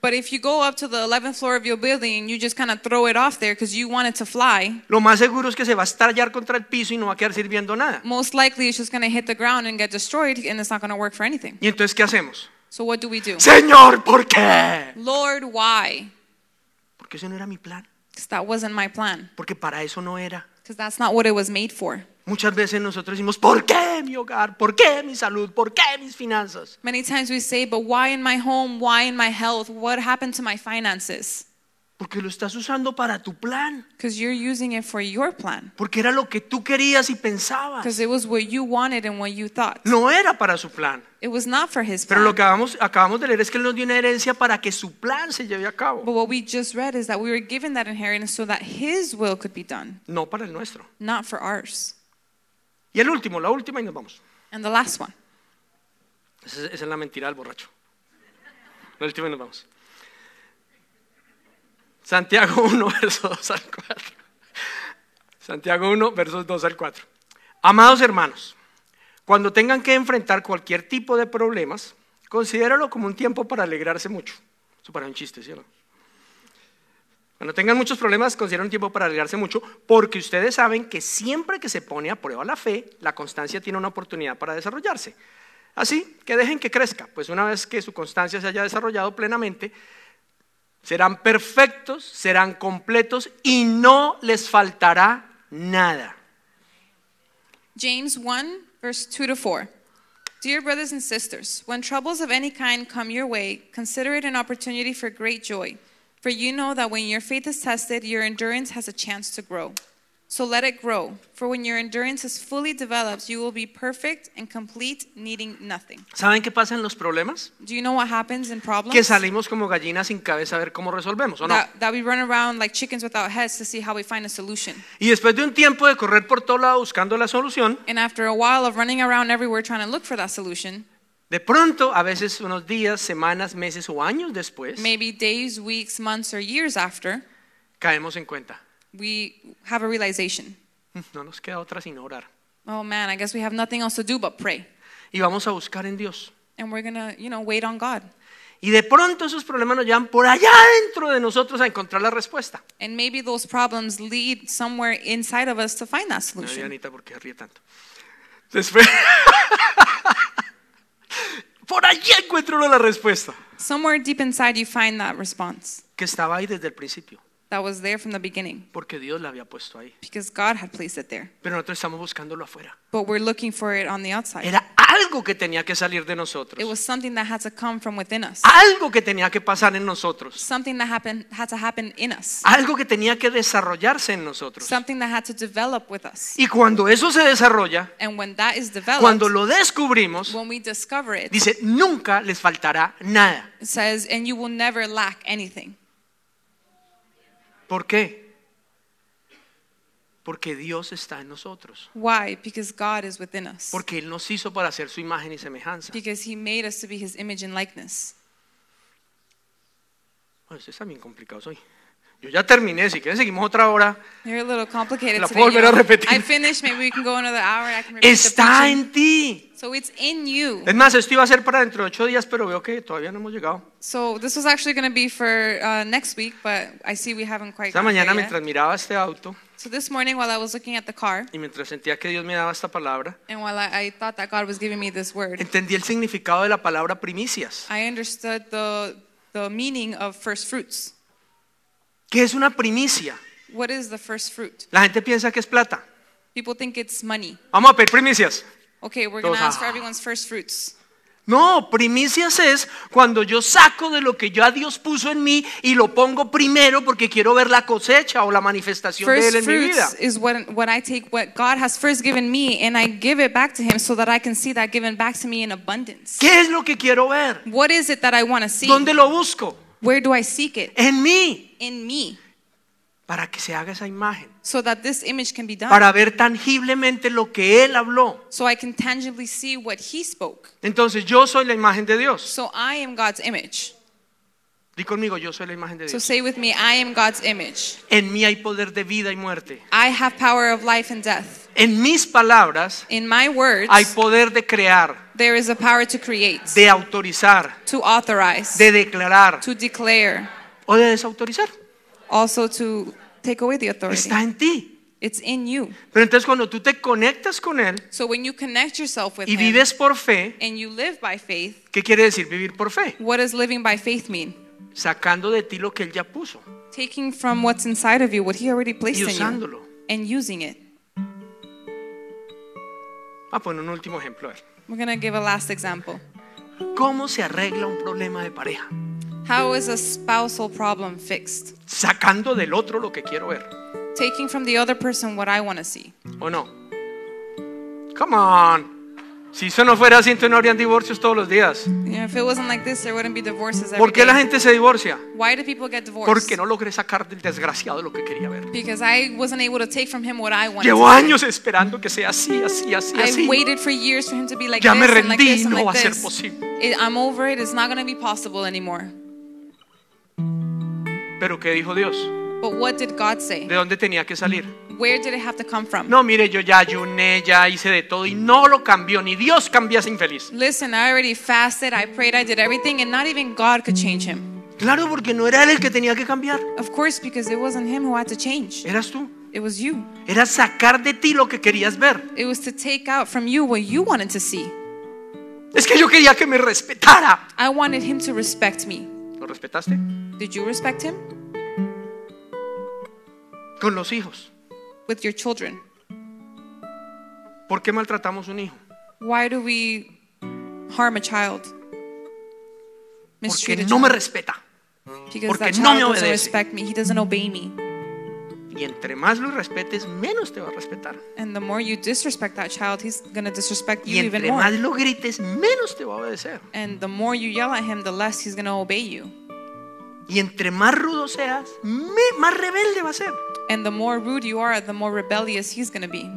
Speaker 3: But if you go up to the 11th floor of your building and you just kind of throw it off there because you want it to fly,
Speaker 2: lo más seguro es que se va a estallar contra el piso y no va a quedar sirviendo nada.
Speaker 3: most likely it's just going to hit the ground and get destroyed and it's not going to work for anything.
Speaker 2: ¿Y entonces qué hacemos?
Speaker 3: So what do we do?
Speaker 2: Señor, ¿por qué?
Speaker 3: Lord, why?
Speaker 2: Porque ese no era mi plan,
Speaker 3: Because that wasn't my plan.
Speaker 2: porque para eso no era.
Speaker 3: Because that's not what it was made for.
Speaker 2: Muchas veces nosotros decimos, ¿por qué mi hogar? ¿Por qué mi salud? ¿Por qué mis finanzas?
Speaker 3: Many times we say, but why in my home? Why in my health? What happened to my finances?
Speaker 2: Porque lo estás usando para tu plan,
Speaker 3: Because you're using it for your plan.
Speaker 2: porque era lo que tú querías y pensabas.
Speaker 3: Because it was what you wanted and what you thought.
Speaker 2: No era para su plan.
Speaker 3: It was not for his
Speaker 2: Pero lo
Speaker 3: plan.
Speaker 2: que acabamos, acabamos de leer es que Él nos dio una herencia para que su plan se lleve a
Speaker 3: But
Speaker 2: cabo,
Speaker 3: what we just read is that we were given that inheritance so that his will could be done,
Speaker 2: no para el nuestro.
Speaker 3: not for ours.
Speaker 2: Y el último, la última y nos vamos.
Speaker 3: And the last one.
Speaker 2: Esa, es- esa es la mentira del borracho. La última y nos vamos. Santiago 1, versos 2 al 4. Santiago 1, versos 2 al 4. Amados hermanos, cuando tengan que enfrentar cualquier tipo de problemas, considéralo como un tiempo para alegrarse mucho. Eso para un chiste, ¿sí o no? Cuando tengan muchos problemas, consideren un tiempo para alegrarse mucho, porque ustedes saben que siempre que se pone a prueba la fe, la constancia tiene una oportunidad para desarrollarse. Así que dejen que crezca, pues una vez que su constancia se haya desarrollado plenamente, serán perfectos, serán completos y no les faltará nada.
Speaker 3: James 1, verse 2 to 4. Dear brothers and sisters, when troubles of any kind come your way, consider it an opportunity for great joy. For you know that when your faith is tested, your endurance has a chance to grow. So let it grow, for when your endurance is fully developed, you will be perfect and complete, needing nothing.
Speaker 2: ¿Saben qué pasa en los problemas?
Speaker 3: Do you know what happens in problems?
Speaker 2: Que salimos como gallinas sin cabeza a ver cómo resolvemos, ¿o no?
Speaker 3: That, that we run around like chickens without heads to see how we find a solution.
Speaker 2: Y después de un tiempo de correr por todo lado buscando la solución,
Speaker 3: And after a while of running around everywhere trying to look for that solution,
Speaker 2: de pronto, a veces unos días, semanas, meses o años después,
Speaker 3: maybe days, weeks, months, or years after,
Speaker 2: caemos en cuenta.
Speaker 3: we have a realization.
Speaker 2: "Mm, No nos queda otra sino orar.
Speaker 3: Oh man, I guess we have nothing else to do but pray.
Speaker 2: Y vamos a buscar en Dios.
Speaker 3: And we're going to, you know, wait on God.
Speaker 2: Y de pronto esos problemas nos llevan por allá dentro de nosotros a encontrar la respuesta.
Speaker 3: And maybe those problems lead somewhere inside of us to find that
Speaker 2: Ay,
Speaker 3: solution.
Speaker 2: Anita, ¿por qué ríe tanto? Después... por allí encuentro uno la respuesta.
Speaker 3: Somewhere deep inside you find that response
Speaker 2: Que estaba ahí desde el principio,
Speaker 3: that was there from the beginning
Speaker 2: porque Dios la había puesto ahí.
Speaker 3: because God had placed it there.
Speaker 2: Pero nosotros estamos buscándolo afuera.
Speaker 3: But we're looking for it on the outside.
Speaker 2: Era algo que tenía que salir de
Speaker 3: It
Speaker 2: nosotros.
Speaker 3: was something that had to come from within us.
Speaker 2: Algo que tenía que pasar en nosotros.
Speaker 3: Something that happened had to happen in us.
Speaker 2: Algo que tenía que desarrollarse en nosotros.
Speaker 3: Something that had to develop with us.
Speaker 2: Y cuando eso se desarrolla,
Speaker 3: And when that is developed,
Speaker 2: cuando lo descubrimos,
Speaker 3: when we discover it,
Speaker 2: dice, nunca les faltará nada.
Speaker 3: It says, and you will never lack anything
Speaker 2: ¿Por qué? Porque Dios está en nosotros.
Speaker 3: why because god is within us
Speaker 2: Porque Él nos hizo para hacer su imagen y semejanza.
Speaker 3: because he made us to be his image and likeness
Speaker 2: Bueno, ustedes están bien complicados hoy. Yo ya terminé, si quieren seguimos otra hora.
Speaker 3: You're a little complicated
Speaker 2: La
Speaker 3: today.
Speaker 2: puedo volver a
Speaker 3: y'all.
Speaker 2: repetir.
Speaker 3: I finished. Maybe we can go another hour. I can repeat the
Speaker 2: Está
Speaker 3: preaching.
Speaker 2: en ti.
Speaker 3: So it's in you.
Speaker 2: Es más, esto iba a ser para dentro de ocho días, pero veo que todavía no hemos llegado.
Speaker 3: So this was actually going to be for uh, next week, but I see we haven't quite.
Speaker 2: Esta
Speaker 3: gotten there
Speaker 2: mañana
Speaker 3: yet.
Speaker 2: mientras miraba este auto
Speaker 3: So this morning, while I was looking at the car,
Speaker 2: y mientras sentía que Dios me daba esta palabra,
Speaker 3: and while I, I thought that God was giving me this word,
Speaker 2: entendí el significado de la palabra primicias.
Speaker 3: I understood the the meaning of first fruits.
Speaker 2: ¿Qué es una primicia?
Speaker 3: What is the first fruit?
Speaker 2: La gente piensa que es plata.
Speaker 3: People think it's money.
Speaker 2: Vamos a pedir primicias.
Speaker 3: Okay, we're going
Speaker 2: Those
Speaker 3: to ask for
Speaker 2: are-
Speaker 3: everyone's first fruits.
Speaker 2: No, primicias es cuando yo saco de lo que ya Dios puso en mí y lo pongo primero porque quiero ver la cosecha o la manifestación de Él
Speaker 3: First
Speaker 2: en mi vida.
Speaker 3: fruits is what, what I take, what God has first given me, and I give it back to Him so that I can see that given back to me in abundance.
Speaker 2: ¿Qué es lo que quiero ver?
Speaker 3: What is it that I want to see?
Speaker 2: ¿Dónde lo busco?
Speaker 3: Where do I seek it?
Speaker 2: En mí,
Speaker 3: In me,
Speaker 2: para que se haga esa imagen,
Speaker 3: so that this image can be done.
Speaker 2: para ver tangiblemente lo que Él habló.
Speaker 3: so I can tangibly see what He spoke.
Speaker 2: Entonces yo soy la imagen de Dios.
Speaker 3: So I am God's image.
Speaker 2: Di conmigo, yo soy la imagen de
Speaker 3: So
Speaker 2: Dios.
Speaker 3: say with me, I am God's image.
Speaker 2: En mí hay poder de vida y muerte.
Speaker 3: I have power of life and death.
Speaker 2: En mis palabras
Speaker 3: In my words,
Speaker 2: hay poder de crear,
Speaker 3: there is a power to create,
Speaker 2: de autorizar,
Speaker 3: to authorize,
Speaker 2: de declarar
Speaker 3: to declare,
Speaker 2: o de desautorizar.
Speaker 3: also to take away the authority.
Speaker 2: Está en ti.
Speaker 3: It's in you.
Speaker 2: Pero entonces cuando tú te conectas con Él
Speaker 3: So when you connect yourself with
Speaker 2: y
Speaker 3: Him
Speaker 2: vives por fe,
Speaker 3: and you live by faith,
Speaker 2: ¿qué quiere decir vivir por fe?
Speaker 3: what does living by faith mean?
Speaker 2: Sacando de ti lo que Él ya puso
Speaker 3: Taking from what's inside of you, what He already placed
Speaker 2: y
Speaker 3: in you,
Speaker 2: usándolo.
Speaker 3: and using it.
Speaker 2: Ah, poner un último ejemplo. a ver.
Speaker 3: We're going to give a last example.
Speaker 2: ¿Cómo se arregla un problema de pareja?
Speaker 3: How is a spousal problem fixed?
Speaker 2: Sacando del otro lo que quiero ver.
Speaker 3: Taking from the other person what I want to see.
Speaker 2: ¿O no? Come on. Si eso no fuera así, entonces no habrían divorcios todos los días.
Speaker 3: You know, if it wasn't like this, there wouldn't be divorces every
Speaker 2: ¿Por qué
Speaker 3: day.
Speaker 2: la gente se divorcia?
Speaker 3: Why do people get divorced?
Speaker 2: Porque no logré sacar del desgraciado lo que quería ver.
Speaker 3: Because I wasn't able to take from him what I wanted.
Speaker 2: Llevo
Speaker 3: to
Speaker 2: años esperando que sea así, así, así,
Speaker 3: I've
Speaker 2: así.
Speaker 3: waited for years for him to be like
Speaker 2: Ya
Speaker 3: this
Speaker 2: me
Speaker 3: and like
Speaker 2: rendí,
Speaker 3: this and
Speaker 2: no
Speaker 3: like
Speaker 2: va a ser
Speaker 3: this.
Speaker 2: posible.
Speaker 3: It- I'm over it. It's not going to be possible anymore.
Speaker 2: Pero ¿qué dijo Dios?
Speaker 3: But what did God say?
Speaker 2: ¿De dónde tenía que salir?
Speaker 3: Where did it have to come from?
Speaker 2: No, mire, yo ya ayuné, ya hice de todo y no lo cambió, ni Dios cambió a ese infeliz.
Speaker 3: Listen, I already fasted. I prayed. I did everything, and not even God could change him.
Speaker 2: Claro, porque no era él el que tenía que cambiar,
Speaker 3: Of course, because it wasn't him who had to change.
Speaker 2: eras tú.
Speaker 3: It was you.
Speaker 2: Era sacar de ti lo que querías ver.
Speaker 3: It was to take out from you what you wanted to see.
Speaker 2: Es que yo quería que me respetara.
Speaker 3: I wanted him to respect me.
Speaker 2: ¿Lo respetaste?
Speaker 3: Did you respect him?
Speaker 2: Con los hijos.
Speaker 3: With your children.
Speaker 2: ¿Por qué maltratamos un hijo?
Speaker 3: Why do we harm a child?
Speaker 2: Porque
Speaker 3: Mistreat a
Speaker 2: no
Speaker 3: child.
Speaker 2: me respeta.
Speaker 3: Because that
Speaker 2: porque no
Speaker 3: child
Speaker 2: me
Speaker 3: doesn't
Speaker 2: obedece.
Speaker 3: respect me. He doesn't obey me.
Speaker 2: Y entre más lo respetes, menos te va a respetar.
Speaker 3: And the more you disrespect that child, he's going to disrespect
Speaker 2: Y
Speaker 3: you even
Speaker 2: entre más
Speaker 3: more.
Speaker 2: lo grites, menos te va a obedecer.
Speaker 3: And the more you yell at him, the less he's going to obey you.
Speaker 2: Y entre más rudo seas, me- más rebelde va a ser.
Speaker 3: And the more rude you are, the more rebellious he's going to be.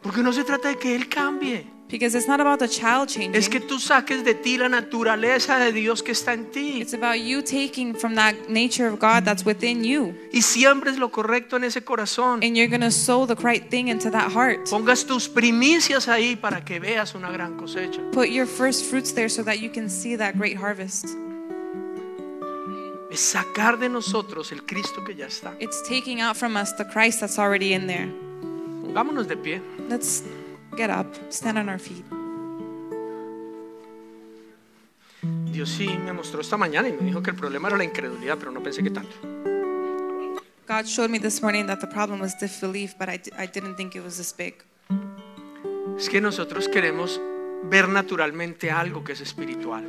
Speaker 2: Porque no se trata de que él cambie.
Speaker 3: Because it's not about the child changing.
Speaker 2: Es que tú saques de ti la naturaleza de Dios que está en ti.
Speaker 3: It's about you taking from that nature of God that's within you.
Speaker 2: Y siembres lo correcto en ese corazón.
Speaker 3: And you're going to sow the right thing into that heart.
Speaker 2: Pongas tus primicias ahí para que veas una gran cosecha.
Speaker 3: Put your first fruits there so that you can see that great harvest.
Speaker 2: Es sacar de nosotros el Cristo que ya está.
Speaker 3: It's taking out from us the Christ that's already in there.
Speaker 2: Pongámonos de pie.
Speaker 3: Let's get up, stand on our feet.
Speaker 2: Dios sí me mostró esta mañana y me dijo que el problema era la incredulidad, pero no pensé que tanto.
Speaker 3: God showed me this morning that the problem was disbelief, but I, di- I didn't think it was this big.
Speaker 2: Es que nosotros queremos ver naturalmente algo que es espiritual.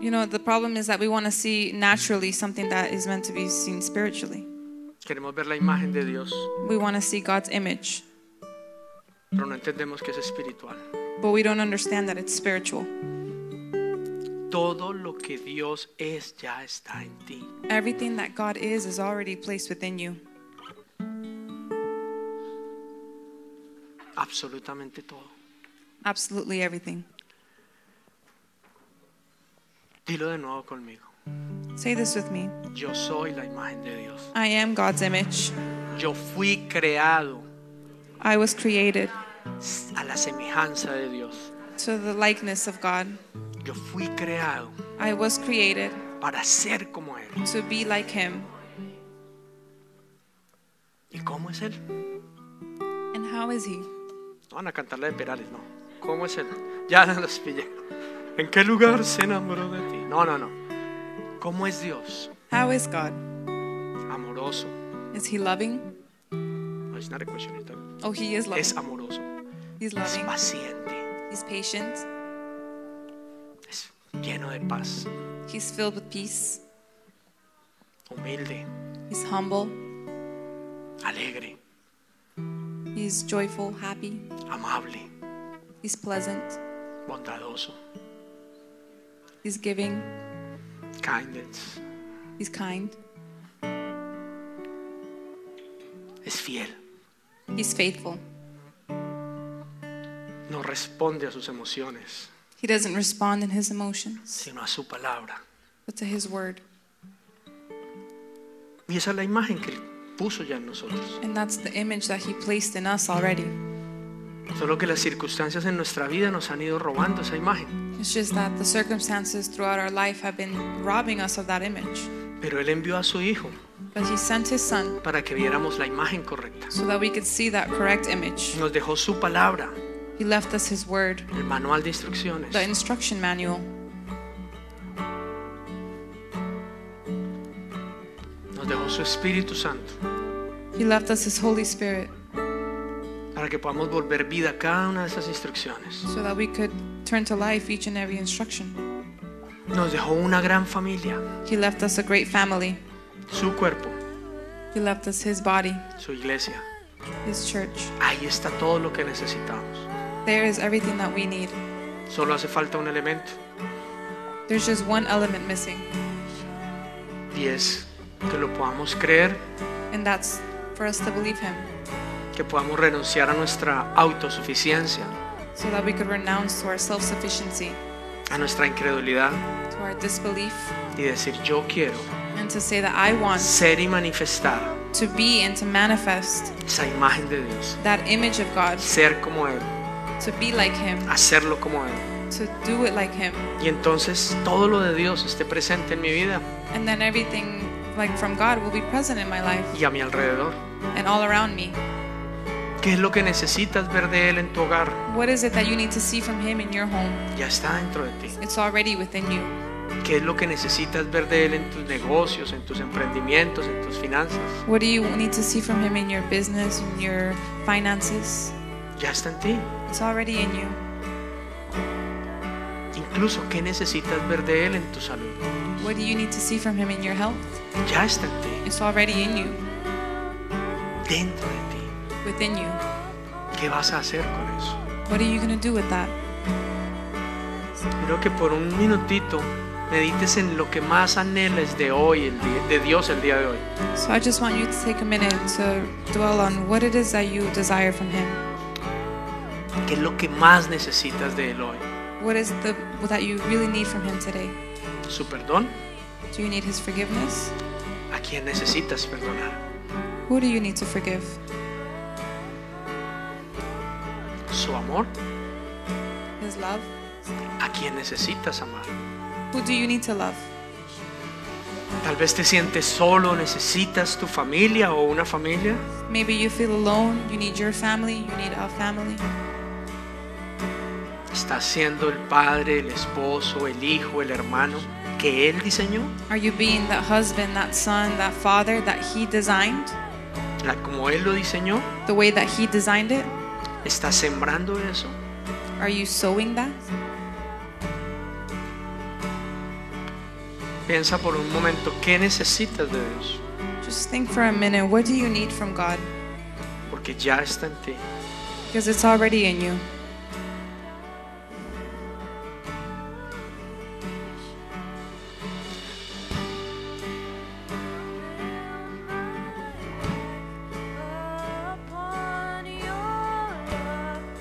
Speaker 3: You know, the problem is that we want to see naturally something that is meant to be seen spiritually.
Speaker 2: Queremos ver la imagen de Dios,
Speaker 3: We want to see God's image,
Speaker 2: pero no entendemos que es espiritual.
Speaker 3: but we don't understand that it's spiritual.
Speaker 2: Todo lo que Dios es ya está en ti.
Speaker 3: Everything that God is is already placed within you.
Speaker 2: Absolutamente todo.
Speaker 3: Absolutely everything.
Speaker 2: Dilo de nuevo conmigo.
Speaker 3: Say this with me
Speaker 2: Yo soy la imagen de Dios.
Speaker 3: I am God's image.
Speaker 2: Yo fui creado
Speaker 3: I was created
Speaker 2: a la semejanza de Dios.
Speaker 3: to the likeness of God.
Speaker 2: Yo fui creado
Speaker 3: I was created
Speaker 2: para ser como Él.
Speaker 3: to be like Him.
Speaker 2: ¿Y cómo es Él?
Speaker 3: And how is He?
Speaker 2: No van a cantar la de Perales, no. ¿Cómo es Él? Ya los pillé. ¿En qué lugar se enamoró de ti? No, no, no. ¿Cómo es Dios?
Speaker 3: How is God?
Speaker 2: Amoroso.
Speaker 3: Is He loving?
Speaker 2: No, it's not a question, it's a-
Speaker 3: Oh, He is loving.
Speaker 2: Es amoroso.
Speaker 3: He's
Speaker 2: Es
Speaker 3: loving.
Speaker 2: paciente.
Speaker 3: He's patient.
Speaker 2: Es lleno de paz.
Speaker 3: He's filled with peace.
Speaker 2: Humilde.
Speaker 3: He's humble.
Speaker 2: Alegre.
Speaker 3: He's joyful, happy.
Speaker 2: Amable.
Speaker 3: He's pleasant.
Speaker 2: Bondadoso.
Speaker 3: He's giving.
Speaker 2: Kindness.
Speaker 3: He's kind.
Speaker 2: Es fiel.
Speaker 3: He's faithful.
Speaker 2: No responde a sus emociones,
Speaker 3: He doesn't respond in his emotions,
Speaker 2: sino a su palabra.
Speaker 3: but to his word.
Speaker 2: Y esa es la imagen que Él puso ya en nosotros.
Speaker 3: And that's the image that he placed in us already.
Speaker 2: Solo que las circunstancias en nuestra vida nos han ido robando esa imagen.
Speaker 3: It's just that the circumstances throughout our life have been robbing us of that image.
Speaker 2: Pero Él envió a su Hijo
Speaker 3: But he sent his son
Speaker 2: para que viéramos la imagen correcta.
Speaker 3: so that we could see that correct image.
Speaker 2: Nos dejó su palabra,
Speaker 3: He left us his word,
Speaker 2: el manual de
Speaker 3: the
Speaker 2: instrucciones.
Speaker 3: instruction manual.
Speaker 2: Nos dejó su Espíritu Santo
Speaker 3: He left us his Holy Spirit
Speaker 2: para que podamos volver vida a cada una de esas instrucciones.
Speaker 3: so that we could turn to life each and every instruction.
Speaker 2: Nos dejó una gran familia,
Speaker 3: He left us a great family.
Speaker 2: su cuerpo,
Speaker 3: He left us his body,
Speaker 2: su iglesia.
Speaker 3: his church.
Speaker 2: Ahí está todo lo que necesitamos.
Speaker 3: There is everything that we need.
Speaker 2: Solo hace falta un elemento
Speaker 3: There's just one element missing,
Speaker 2: y es que lo podamos creer
Speaker 3: and that's for us to believe him
Speaker 2: que podamos renunciar a nuestra autosuficiencia,
Speaker 3: so that we could renounce to our self sufficiency,
Speaker 2: a nuestra incredulidad
Speaker 3: to our disbelief,
Speaker 2: y decir yo quiero
Speaker 3: and to say that I want
Speaker 2: ser y manifestar
Speaker 3: to be and to manifest
Speaker 2: esa imagen de Dios,
Speaker 3: that image of God,
Speaker 2: ser como Él,
Speaker 3: to be like him,
Speaker 2: hacerlo como Él.
Speaker 3: to do it like him.
Speaker 2: Y entonces todo lo de Dios esté presente en mi vida
Speaker 3: And then everything like from God will be present in my life
Speaker 2: y a mi alrededor.
Speaker 3: and all around me.
Speaker 2: ¿Qué es lo que necesitas ver de Él en tu hogar?
Speaker 3: What is it that you need to see from him in your home?
Speaker 2: Ya está dentro de ti.
Speaker 3: It's already within you.
Speaker 2: ¿Qué es lo que necesitas ver de Él en tus negocios, en tus emprendimientos, en tus finanzas?
Speaker 3: What do you need to see from him in your business, in your finances?
Speaker 2: Ya está en ti.
Speaker 3: It's already in you.
Speaker 2: Incluso, ¿qué necesitas ver de Él en tu salud?
Speaker 3: What do you need to see from him in your health?
Speaker 2: Ya está en ti,
Speaker 3: It's already in you,
Speaker 2: dentro de ti.
Speaker 3: within you.
Speaker 2: ¿Qué vas a hacer con eso?
Speaker 3: What are you going to do with that?
Speaker 2: Creo que por un minutito medites en lo que más anheles de hoy, el día- de Dios el día de hoy.
Speaker 3: So I just want you to take a minute to dwell on what it is that you desire from him.
Speaker 2: ¿Qué es lo que más necesitas de Él hoy?
Speaker 3: What is the what that you really need from him today?
Speaker 2: ¿Su perdón?
Speaker 3: Do you need his forgiveness?
Speaker 2: ¿A quién necesitas perdonar?
Speaker 3: Who do you need to forgive?
Speaker 2: ¿Su amor?
Speaker 3: His love?
Speaker 2: ¿A quién necesitas amar?
Speaker 3: Who do you need to love?
Speaker 2: Tal vez te sientes solo, necesitas tu familia o una familia.
Speaker 3: Maybe you feel alone, you need your family, you need our family.
Speaker 2: ¿Estás siendo el padre, el esposo, el hijo, el hermano que Él diseñó?
Speaker 3: Are you being that husband, that son, that father that he designed?
Speaker 2: La- ¿Como Él lo diseñó?
Speaker 3: The way that he designed it?
Speaker 2: ¿Estás sembrando eso?
Speaker 3: Are you sowing that?
Speaker 2: Piensa por un momento, ¿qué necesitas de Dios?
Speaker 3: Just think for a minute, what do you need from God?
Speaker 2: Porque ya está en ti.
Speaker 3: Because it's already in you.
Speaker 4: Upon your love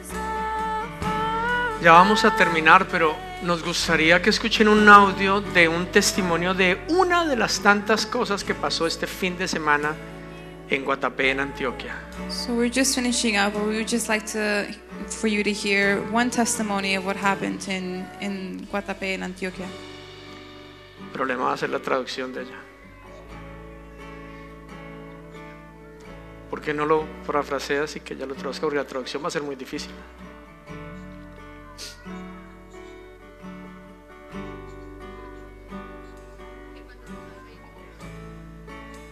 Speaker 4: is a fire.
Speaker 2: Ya vamos a terminar, pero nos gustaría que escuchen un audio de un testimonio de una de las tantas cosas que pasó este fin de semana en Guatapé, en Antioquia.
Speaker 3: So we're just finishing up, but we would just like to for you to hear one testimony of what happened in in Guatapé in Antioquia.
Speaker 2: El problema va a ser la traducción de ella. ¿Por qué no lo parafraseas y que ella lo traduzca? Porque la traducción va a ser muy difícil.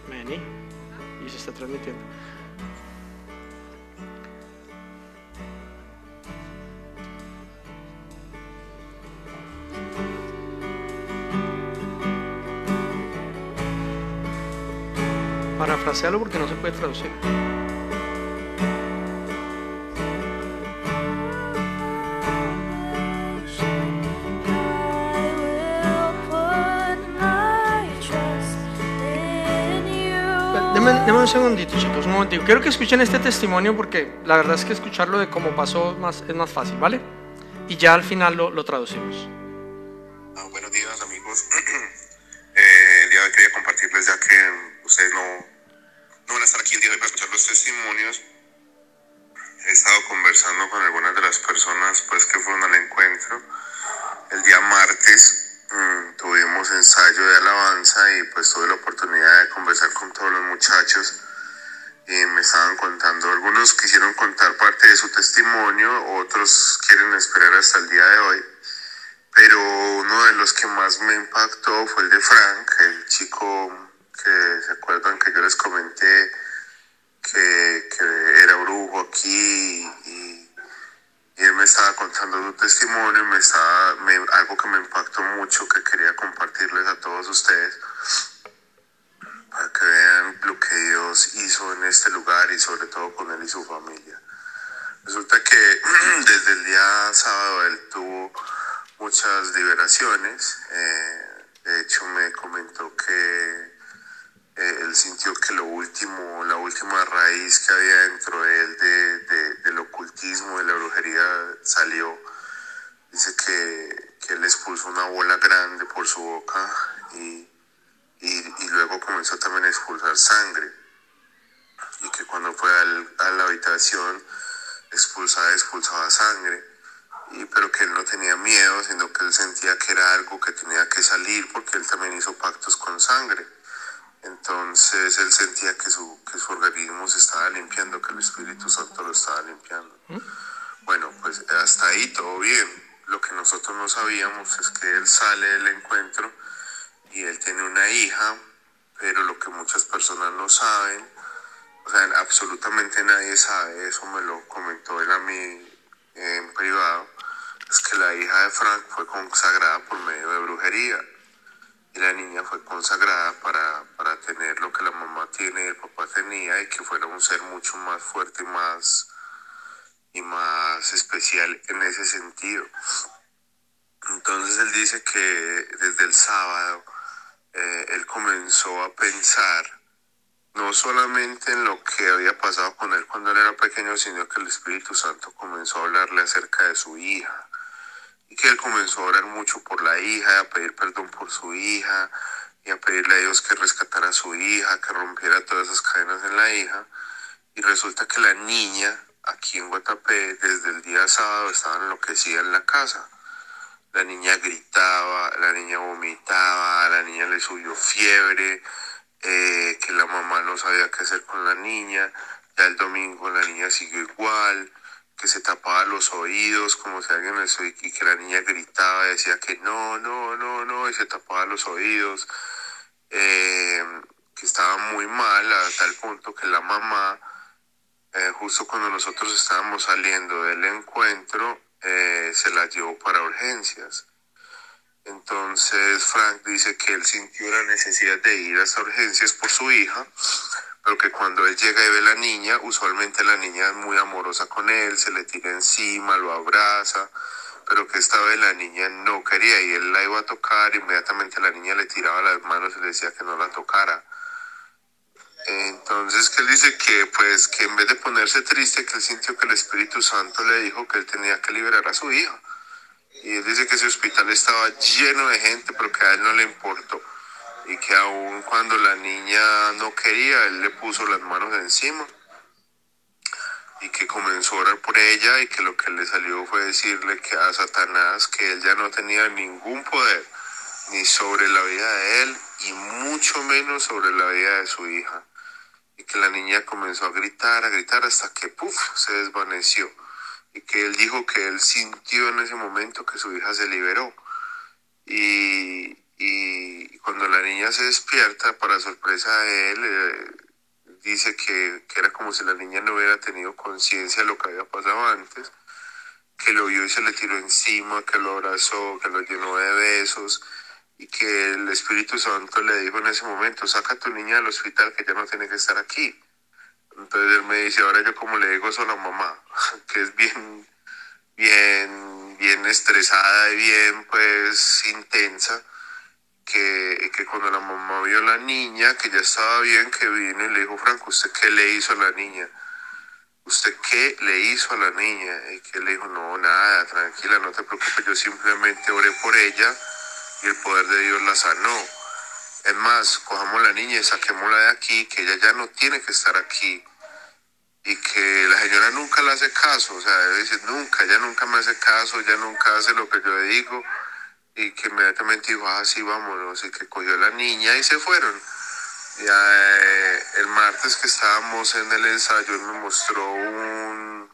Speaker 2: Meni, y se está transmitiendo. Parafrasealo porque no se puede traducir. Deme, deme un segundito, chicos, un momentico. Quiero que escuchen este testimonio porque la verdad es que escucharlo de cómo pasó más, es más fácil, ¿vale? Y ya al final lo, lo traducimos.
Speaker 4: Ah, buenos días amigos. Eh, el día de hoy quería compartirles ya que ustedes no, no van a estar aquí el día de hoy para escuchar los testimonios. He estado conversando con algunas de las personas pues, que fueron al encuentro. El día martes mm, tuvimos ensayo de alabanza y pues tuve la oportunidad de conversar con todos los muchachos y me estaban contando. Algunos quisieron contar parte de su testimonio, otros quieren esperar hasta el día de hoy pero uno de los que más me impactó fue el de Frank, el chico que se acuerdan que yo les comenté que, que era brujo aquí y, y, él me estaba contando su testimonio, me estaba, me, algo que me impactó mucho que quería compartirles a todos ustedes para que vean lo que Dios hizo en este lugar y sobre todo con él y su familia. Resulta que desde el día sábado él tuvo muchas liberaciones. Eh, de hecho, me comentó que eh, él sintió que lo último, la última raíz que había dentro de él de, de, del ocultismo, de la brujería, salió. Dice que, que él expulsó una bola grande por su boca y, y, y luego comenzó también a expulsar sangre. Y que cuando fue al, a la habitación expulsaba, expulsaba sangre. Y, pero que él no tenía miedo, sino que él sentía que era algo que tenía que salir porque él también hizo pactos con sangre. Entonces él sentía que su, que su organismo se estaba limpiando, que el Espíritu Santo lo estaba limpiando. Bueno, pues hasta ahí todo bien. Lo que nosotros no sabíamos es que él sale del encuentro y él tiene una hija, pero lo que muchas personas no saben, o sea, absolutamente nadie sabe, eso me lo comentó él a mí en privado es que la hija de Frank fue consagrada por medio de brujería y la niña fue consagrada para, para, tener lo que la mamá tiene y el papá tenía y que fuera un ser mucho más fuerte y más, y más especial en ese sentido. Entonces él dice que desde el sábado eh, él comenzó a pensar no solamente en lo que había pasado con él cuando él era pequeño, sino que el Espíritu Santo comenzó a hablarle acerca de su hija. Y que él comenzó a orar mucho por la hija, a pedir perdón por su hija, y a pedirle a Dios que rescatara a su hija, que rompiera todas esas cadenas en la hija. Y resulta que la niña, aquí en Guatapé, desde el día sábado estaba enloquecida en la casa. La niña gritaba, la niña vomitaba, a la niña le subió fiebre. Eh, que la mamá no sabía qué hacer con la niña, ya el domingo la niña siguió igual, que se tapaba los oídos como si alguien les oí, y que la niña gritaba, decía que no, no, no, no, y se tapaba los oídos, eh, que estaba muy mal a tal punto que la mamá, eh, justo cuando nosotros estábamos saliendo del encuentro, eh, se la llevó para urgencias. Entonces Frank dice que él sintió la necesidad de ir hasta urgencias por su hija, pero que cuando él llega y ve a la niña, usualmente la niña es muy amorosa con él, se le tira encima, lo abraza, pero que esta vez la niña no quería y él la iba a tocar, inmediatamente la niña le tiraba las manos y le decía que no la tocara. Entonces que él dice que pues que en vez de ponerse triste, que él sintió que el Espíritu Santo le dijo que él tenía que liberar a su hija Y él dice que ese hospital estaba lleno de gente, pero que a él no le importó. Y que aún cuando la niña no quería, él le puso las manos encima. Y que comenzó a orar por ella y que lo que le salió fue decirle que a Satanás que él ya no tenía ningún poder, ni sobre la vida de él y mucho menos sobre la vida de su hija. Y que la niña comenzó a gritar, a gritar hasta que, puff, se desvaneció y que él dijo que él sintió en ese momento que su hija se liberó. Y, y cuando la niña se despierta, para sorpresa de él, eh, dice que, que era como si la niña no hubiera tenido conciencia de lo que había pasado antes, que lo vio y se le tiró encima, que lo abrazó, que lo llenó de besos y que el Espíritu Santo le dijo en ese momento, saca a tu niña del hospital que ya no tiene que estar aquí. Entonces él me dice, ahora yo como le digo eso a la mamá, que es bien, bien, bien estresada y bien, pues, intensa, que, que cuando la mamá vio a la niña, que ya estaba bien, que vino y le dijo, Franco, ¿usted qué le hizo a la niña? ¿Usted qué le hizo a la niña? Y que le dijo, no, nada, tranquila, no te preocupes, yo simplemente oré por ella y el poder de Dios la sanó. Es más, cojamos la niña y saquémosla de aquí, que ella ya no tiene que estar aquí. Y que la señora nunca le hace caso, o sea, debe decir nunca, ella nunca me hace caso, ella nunca hace lo que yo le digo. Y que inmediatamente dijo, ah, sí, vámonos. Y que cogió la niña y se fueron. Ya, eh, el martes que estábamos en el ensayo, él me mostró un,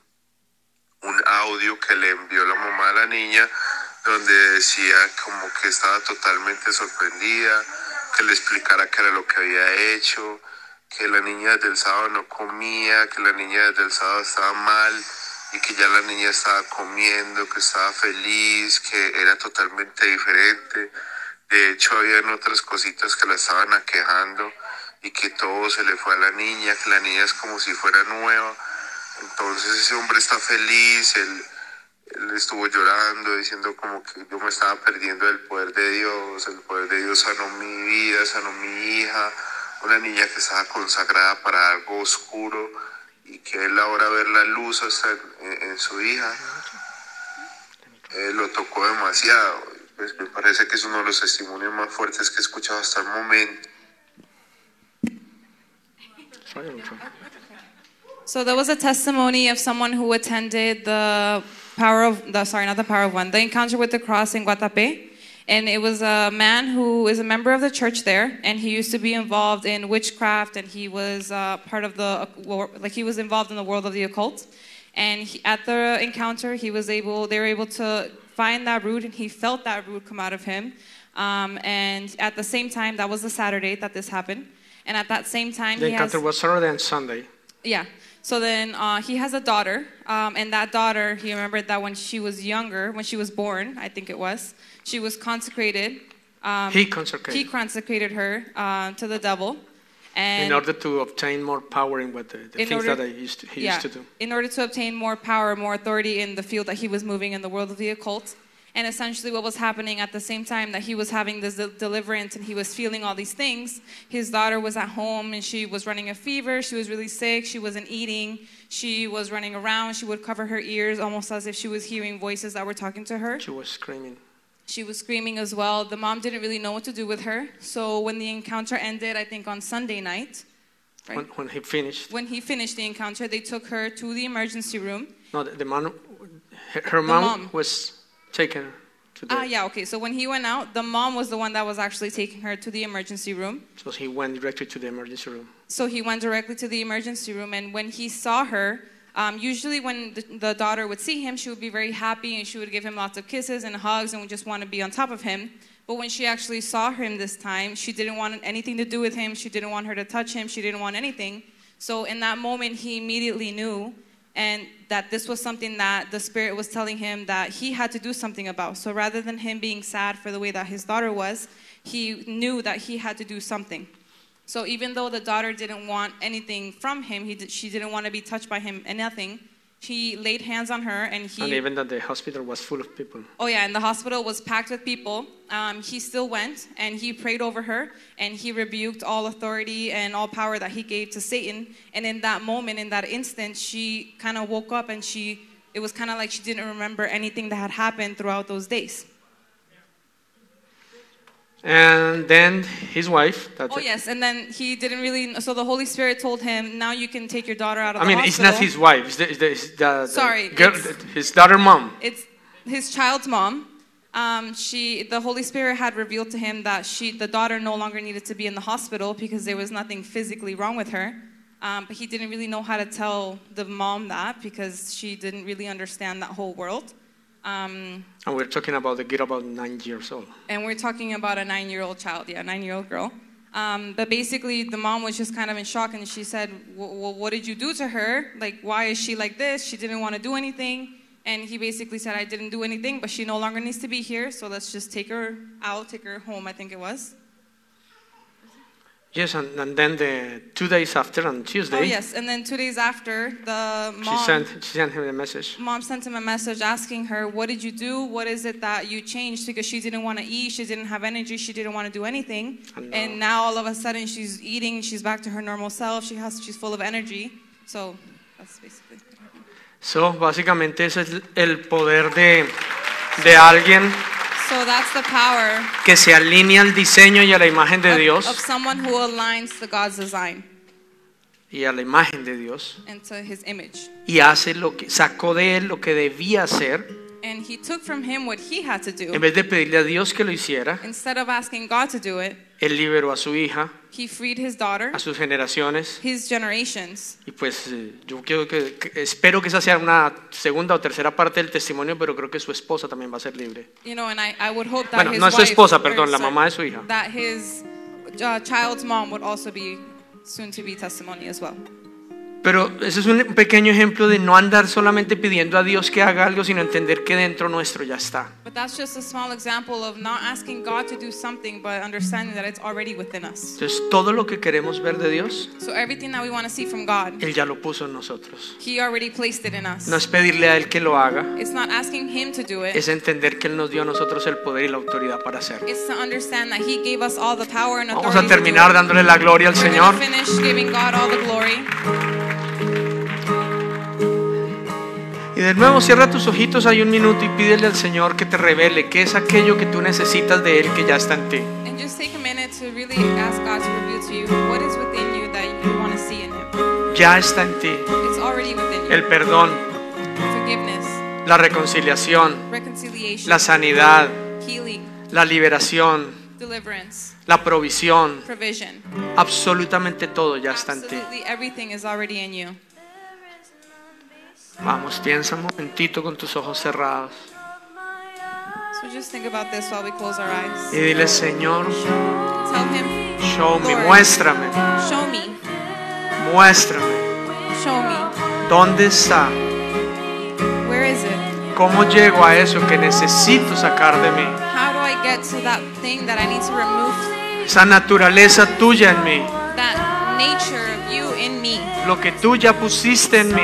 Speaker 4: un audio que le envió la mamá a la niña, donde decía como que estaba totalmente sorprendida que le explicara qué era lo que había hecho, que la niña desde el sábado no comía, que la niña desde el sábado estaba mal y que ya la niña estaba comiendo, que estaba feliz, que era totalmente diferente. De hecho, habían otras cositas que la estaban aquejando y que todo se le fue a la niña, que la niña es como si fuera nueva. Entonces ese hombre está feliz, él, él estuvo llorando, diciendo como que yo me estaba perdiendo del poder de Dios, el poder de Dios sanó mi vida, sanó mi hija, una niña que estaba consagrada para algo oscuro y que él ahora ver la luz hasta en, en su hija, eh, lo tocó demasiado. Pues me parece que es uno de los testimonios más fuertes que he escuchado hasta el momento.
Speaker 3: So there was a testimony of someone who attended the power of the sorry, not the power of one, the encounter with the cross in Guatapé. And it was a man who is a member of the church there, and he used to be involved in witchcraft, and he was uh, part of the like he was involved in the world of the occult. And he, at the encounter, he was able they were able to find that root, and he felt that root come out of him. Um, and at the same time, that was the Saturday that this happened. And at that same time,
Speaker 2: The
Speaker 3: he has,
Speaker 2: encounter was Saturday and Sunday.
Speaker 3: yeah. So then uh, he has a daughter, um, and that daughter, he remembered that when she was younger, when she was born, I think it was, she was consecrated. Um,
Speaker 2: He consecrated.
Speaker 3: He consecrated her uh, to the devil, and
Speaker 2: in order to obtain more power in what the, the
Speaker 3: in
Speaker 2: things
Speaker 3: order-
Speaker 2: that I used to, he
Speaker 3: yeah,
Speaker 2: used to do.
Speaker 3: in order to obtain more power, more authority in the field that he was moving in the world of the occult. And essentially, what was happening at the same time that he was having this de- deliverance and he was feeling all these things, his daughter was at home and she was running a fever. She was really sick. She wasn't eating. She was running around. She would cover her ears almost as if she was hearing voices that were talking to her.
Speaker 2: She was screaming.
Speaker 3: She was screaming as well. The mom didn't really know what to do with her. So, when the encounter ended, I think on Sunday night, right?
Speaker 2: When, when he finished,
Speaker 3: when he finished the encounter, they took her to the emergency room.
Speaker 2: no, the, the man, her, her mom,
Speaker 3: mom.
Speaker 2: was taken to the.
Speaker 3: Ah, yeah, okay. So when he went out, the mom was the one that was actually taking her to the emergency room.
Speaker 2: So he went directly to the emergency room.
Speaker 3: So he went directly to the emergency room, and when he saw her, um, usually when the, the daughter would see him, she would be very happy and she would give him lots of kisses and hugs and would just want to be on top of him. But when she actually saw him this time, she didn't want anything to do with him. She didn't want her to touch him. She didn't want anything. So in that moment, he immediately knew and that this was something that the spirit was telling him that he had to do something about. So rather than him being sad for the way that his daughter was, he knew that he had to do something. So even though the daughter didn't want anything from him, he did, she didn't want to be touched by him and nothing. He laid hands on her, and he.
Speaker 2: and even that the hospital was full of people.
Speaker 3: oh yeah, and the hospital was packed with people. Um, he still went, and he prayed over her, and he rebuked all authority and all power that he gave to Satan. And in that moment, in that instant, she kind of woke up, and she it was kind of like she didn't remember anything that had happened throughout those days.
Speaker 2: And then his wife. That's
Speaker 3: Oh
Speaker 2: it.
Speaker 3: yes, and then he didn't really. So the Holy Spirit told him, "Now you can take your daughter out of
Speaker 2: I
Speaker 3: the
Speaker 2: mean, it's
Speaker 3: hospital."
Speaker 2: not his wife. It's the, it's the, it's the- the
Speaker 3: Sorry,
Speaker 2: girl-
Speaker 3: it's-
Speaker 2: his daughter mom.
Speaker 3: It's his child's mom. Um, she, the Holy Spirit had revealed to him that she, the daughter, no longer needed to be in the hospital because there was nothing physically wrong with her. Um, but he didn't really know how to tell the mom that because she didn't really understand that whole world. Um,
Speaker 2: And we're talking about the girl about nine years old.
Speaker 3: and we're talking about a nine-year-old child, yeah, a nine-year-old girl. Um, but basically, the mom was just kind of in shock, and she said, "W- "Well, what did you do to her? Like, why is she like this? She didn't want to do anything." And he basically said, "I didn't do anything, but she no longer needs to be here, so let's just take her out, take her home." I think it was.
Speaker 2: Yes, and, and then the two days after on Tuesday,
Speaker 3: Oh yes. And then two days after, the
Speaker 2: she
Speaker 3: mom
Speaker 2: sent she sent him a message.
Speaker 3: mom sent him a message asking her, What did you do? What is it that you changed? Because she didn't want to eat, she didn't have energy, she didn't want to do anything.
Speaker 2: And now-
Speaker 3: And now all of a sudden she's eating, she's back to her normal self, she has she's full of energy. So that's basically what happened.
Speaker 2: So, básicamente ese es el poder de, de alguien
Speaker 3: So that's the power
Speaker 2: que se alinea al diseño y a la imagen de
Speaker 3: of, of
Speaker 2: Dios
Speaker 3: someone who aligns to God's design
Speaker 2: y a la imagen de Dios
Speaker 3: and to his image.
Speaker 2: y hace lo que sacó de él lo que debía hacer
Speaker 3: And he took from him what he had to
Speaker 2: en
Speaker 3: do.
Speaker 2: vez de pedirle a Dios que lo hiciera.
Speaker 3: Instead of asking God to do it,
Speaker 2: Él liberó a su hija,
Speaker 3: he freed his daughter,
Speaker 2: a sus generaciones
Speaker 3: his generations.
Speaker 2: y pues eh, yo quiero que, que- espero que esa sea una segunda o tercera parte del testimonio, pero creo que su esposa también va a ser libre.
Speaker 3: You know, and I, I would hope that
Speaker 2: Bueno,
Speaker 3: his
Speaker 2: no es su
Speaker 3: wife-
Speaker 2: esposa,
Speaker 3: or,
Speaker 2: perdón, la
Speaker 3: sorry,
Speaker 2: mamá de su hija.
Speaker 3: That his uh, child's mom would also be soon to be testimony as well.
Speaker 2: Pero ese es un pequeño ejemplo de no andar solamente pidiendo a Dios que haga algo, sino entender que dentro nuestro ya está.
Speaker 3: But that's just a small example of not asking God to do something, but understanding that it's already within us.
Speaker 2: Entonces todo lo que queremos ver de Dios,
Speaker 3: So everything that we want to see from God,
Speaker 2: Él ya lo puso en nosotros.
Speaker 3: He already placed it in us.
Speaker 2: No es pedirle a Él que lo haga,
Speaker 3: It's not asking Him to do it.
Speaker 2: es entender que Él nos dio a nosotros el poder y la autoridad para hacerlo.
Speaker 3: It's to understand that He gave us all the power and authority.
Speaker 2: Vamos a
Speaker 3: to do
Speaker 2: terminar
Speaker 3: it.
Speaker 2: dándole la gloria al
Speaker 3: We're gonna
Speaker 2: Señor.
Speaker 3: finish giving God all the glory.
Speaker 2: Y de nuevo cierra tus ojitos ahí un minuto y pídele al Señor que te revele qué es aquello que tú necesitas de Él que ya está en ti.
Speaker 3: And just take a minute to really ask God to reveal to you what is within you that you want to see in Him.
Speaker 2: Ya está en ti.
Speaker 3: It's already within you.
Speaker 2: El perdón,
Speaker 3: Forgiveness,
Speaker 2: la reconciliación,
Speaker 3: reconciliation,
Speaker 2: la sanidad,
Speaker 3: healing,
Speaker 2: la liberación,
Speaker 3: deliverance,
Speaker 2: la provisión.
Speaker 3: provision.
Speaker 2: Absolutamente todo ya está en ti.
Speaker 3: Absolutely everything is already in you.
Speaker 2: Vamos, piensa un momentito con tus ojos cerrados
Speaker 3: So just think about this while we close our
Speaker 2: y
Speaker 3: eyes.
Speaker 2: dile, Señor,
Speaker 3: Tell Him,
Speaker 2: show me,
Speaker 3: Lord.
Speaker 2: muéstrame,
Speaker 3: show me,
Speaker 2: muéstrame
Speaker 3: show me.
Speaker 2: dónde está,
Speaker 3: Where is it?
Speaker 2: cómo llego a eso que necesito sacar de mí,
Speaker 3: How do I get to that thing that I need to remove?
Speaker 2: esa naturaleza tuya en mí,
Speaker 3: That nature of you in me,
Speaker 2: lo que tú ya pusiste en mí,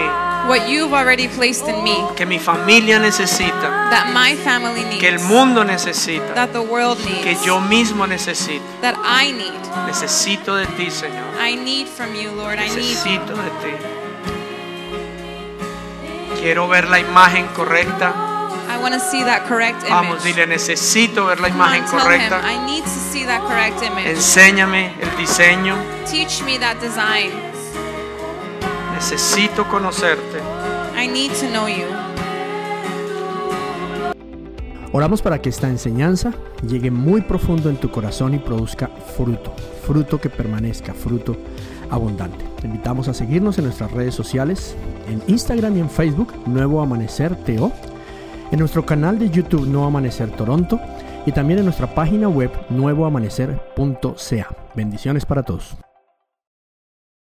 Speaker 3: what you've already placed in me,
Speaker 2: que mi familia necesita,
Speaker 3: that my family
Speaker 2: que el
Speaker 3: needs,
Speaker 2: mundo necesita,
Speaker 3: that the world
Speaker 2: que
Speaker 3: needs,
Speaker 2: yo mismo necesito.
Speaker 3: that I need.
Speaker 2: Necesito de ti, Señor.
Speaker 3: I need from you, Lord. I need
Speaker 2: Necesito de ti. Quiero ver la imagen correcta.
Speaker 3: I want to see that correct image.
Speaker 2: Vamos, dile, necesito ver la
Speaker 3: Come on,
Speaker 2: imagen
Speaker 3: tell him,
Speaker 2: correcta.
Speaker 3: I need to see that correct image.
Speaker 2: Enséñame el diseño.
Speaker 3: Teach me that design.
Speaker 2: Necesito conocerte.
Speaker 3: I need to know you.
Speaker 1: Oramos para que esta enseñanza llegue muy profundo en tu corazón y produzca fruto, fruto que permanezca, fruto abundante. Te invitamos a seguirnos en nuestras redes sociales, en Instagram y en Facebook, Nuevo Amanecer TO, en nuestro canal de YouTube Nuevo Amanecer Toronto y también en nuestra página web nuevoamanecer.ca. Bendiciones para todos.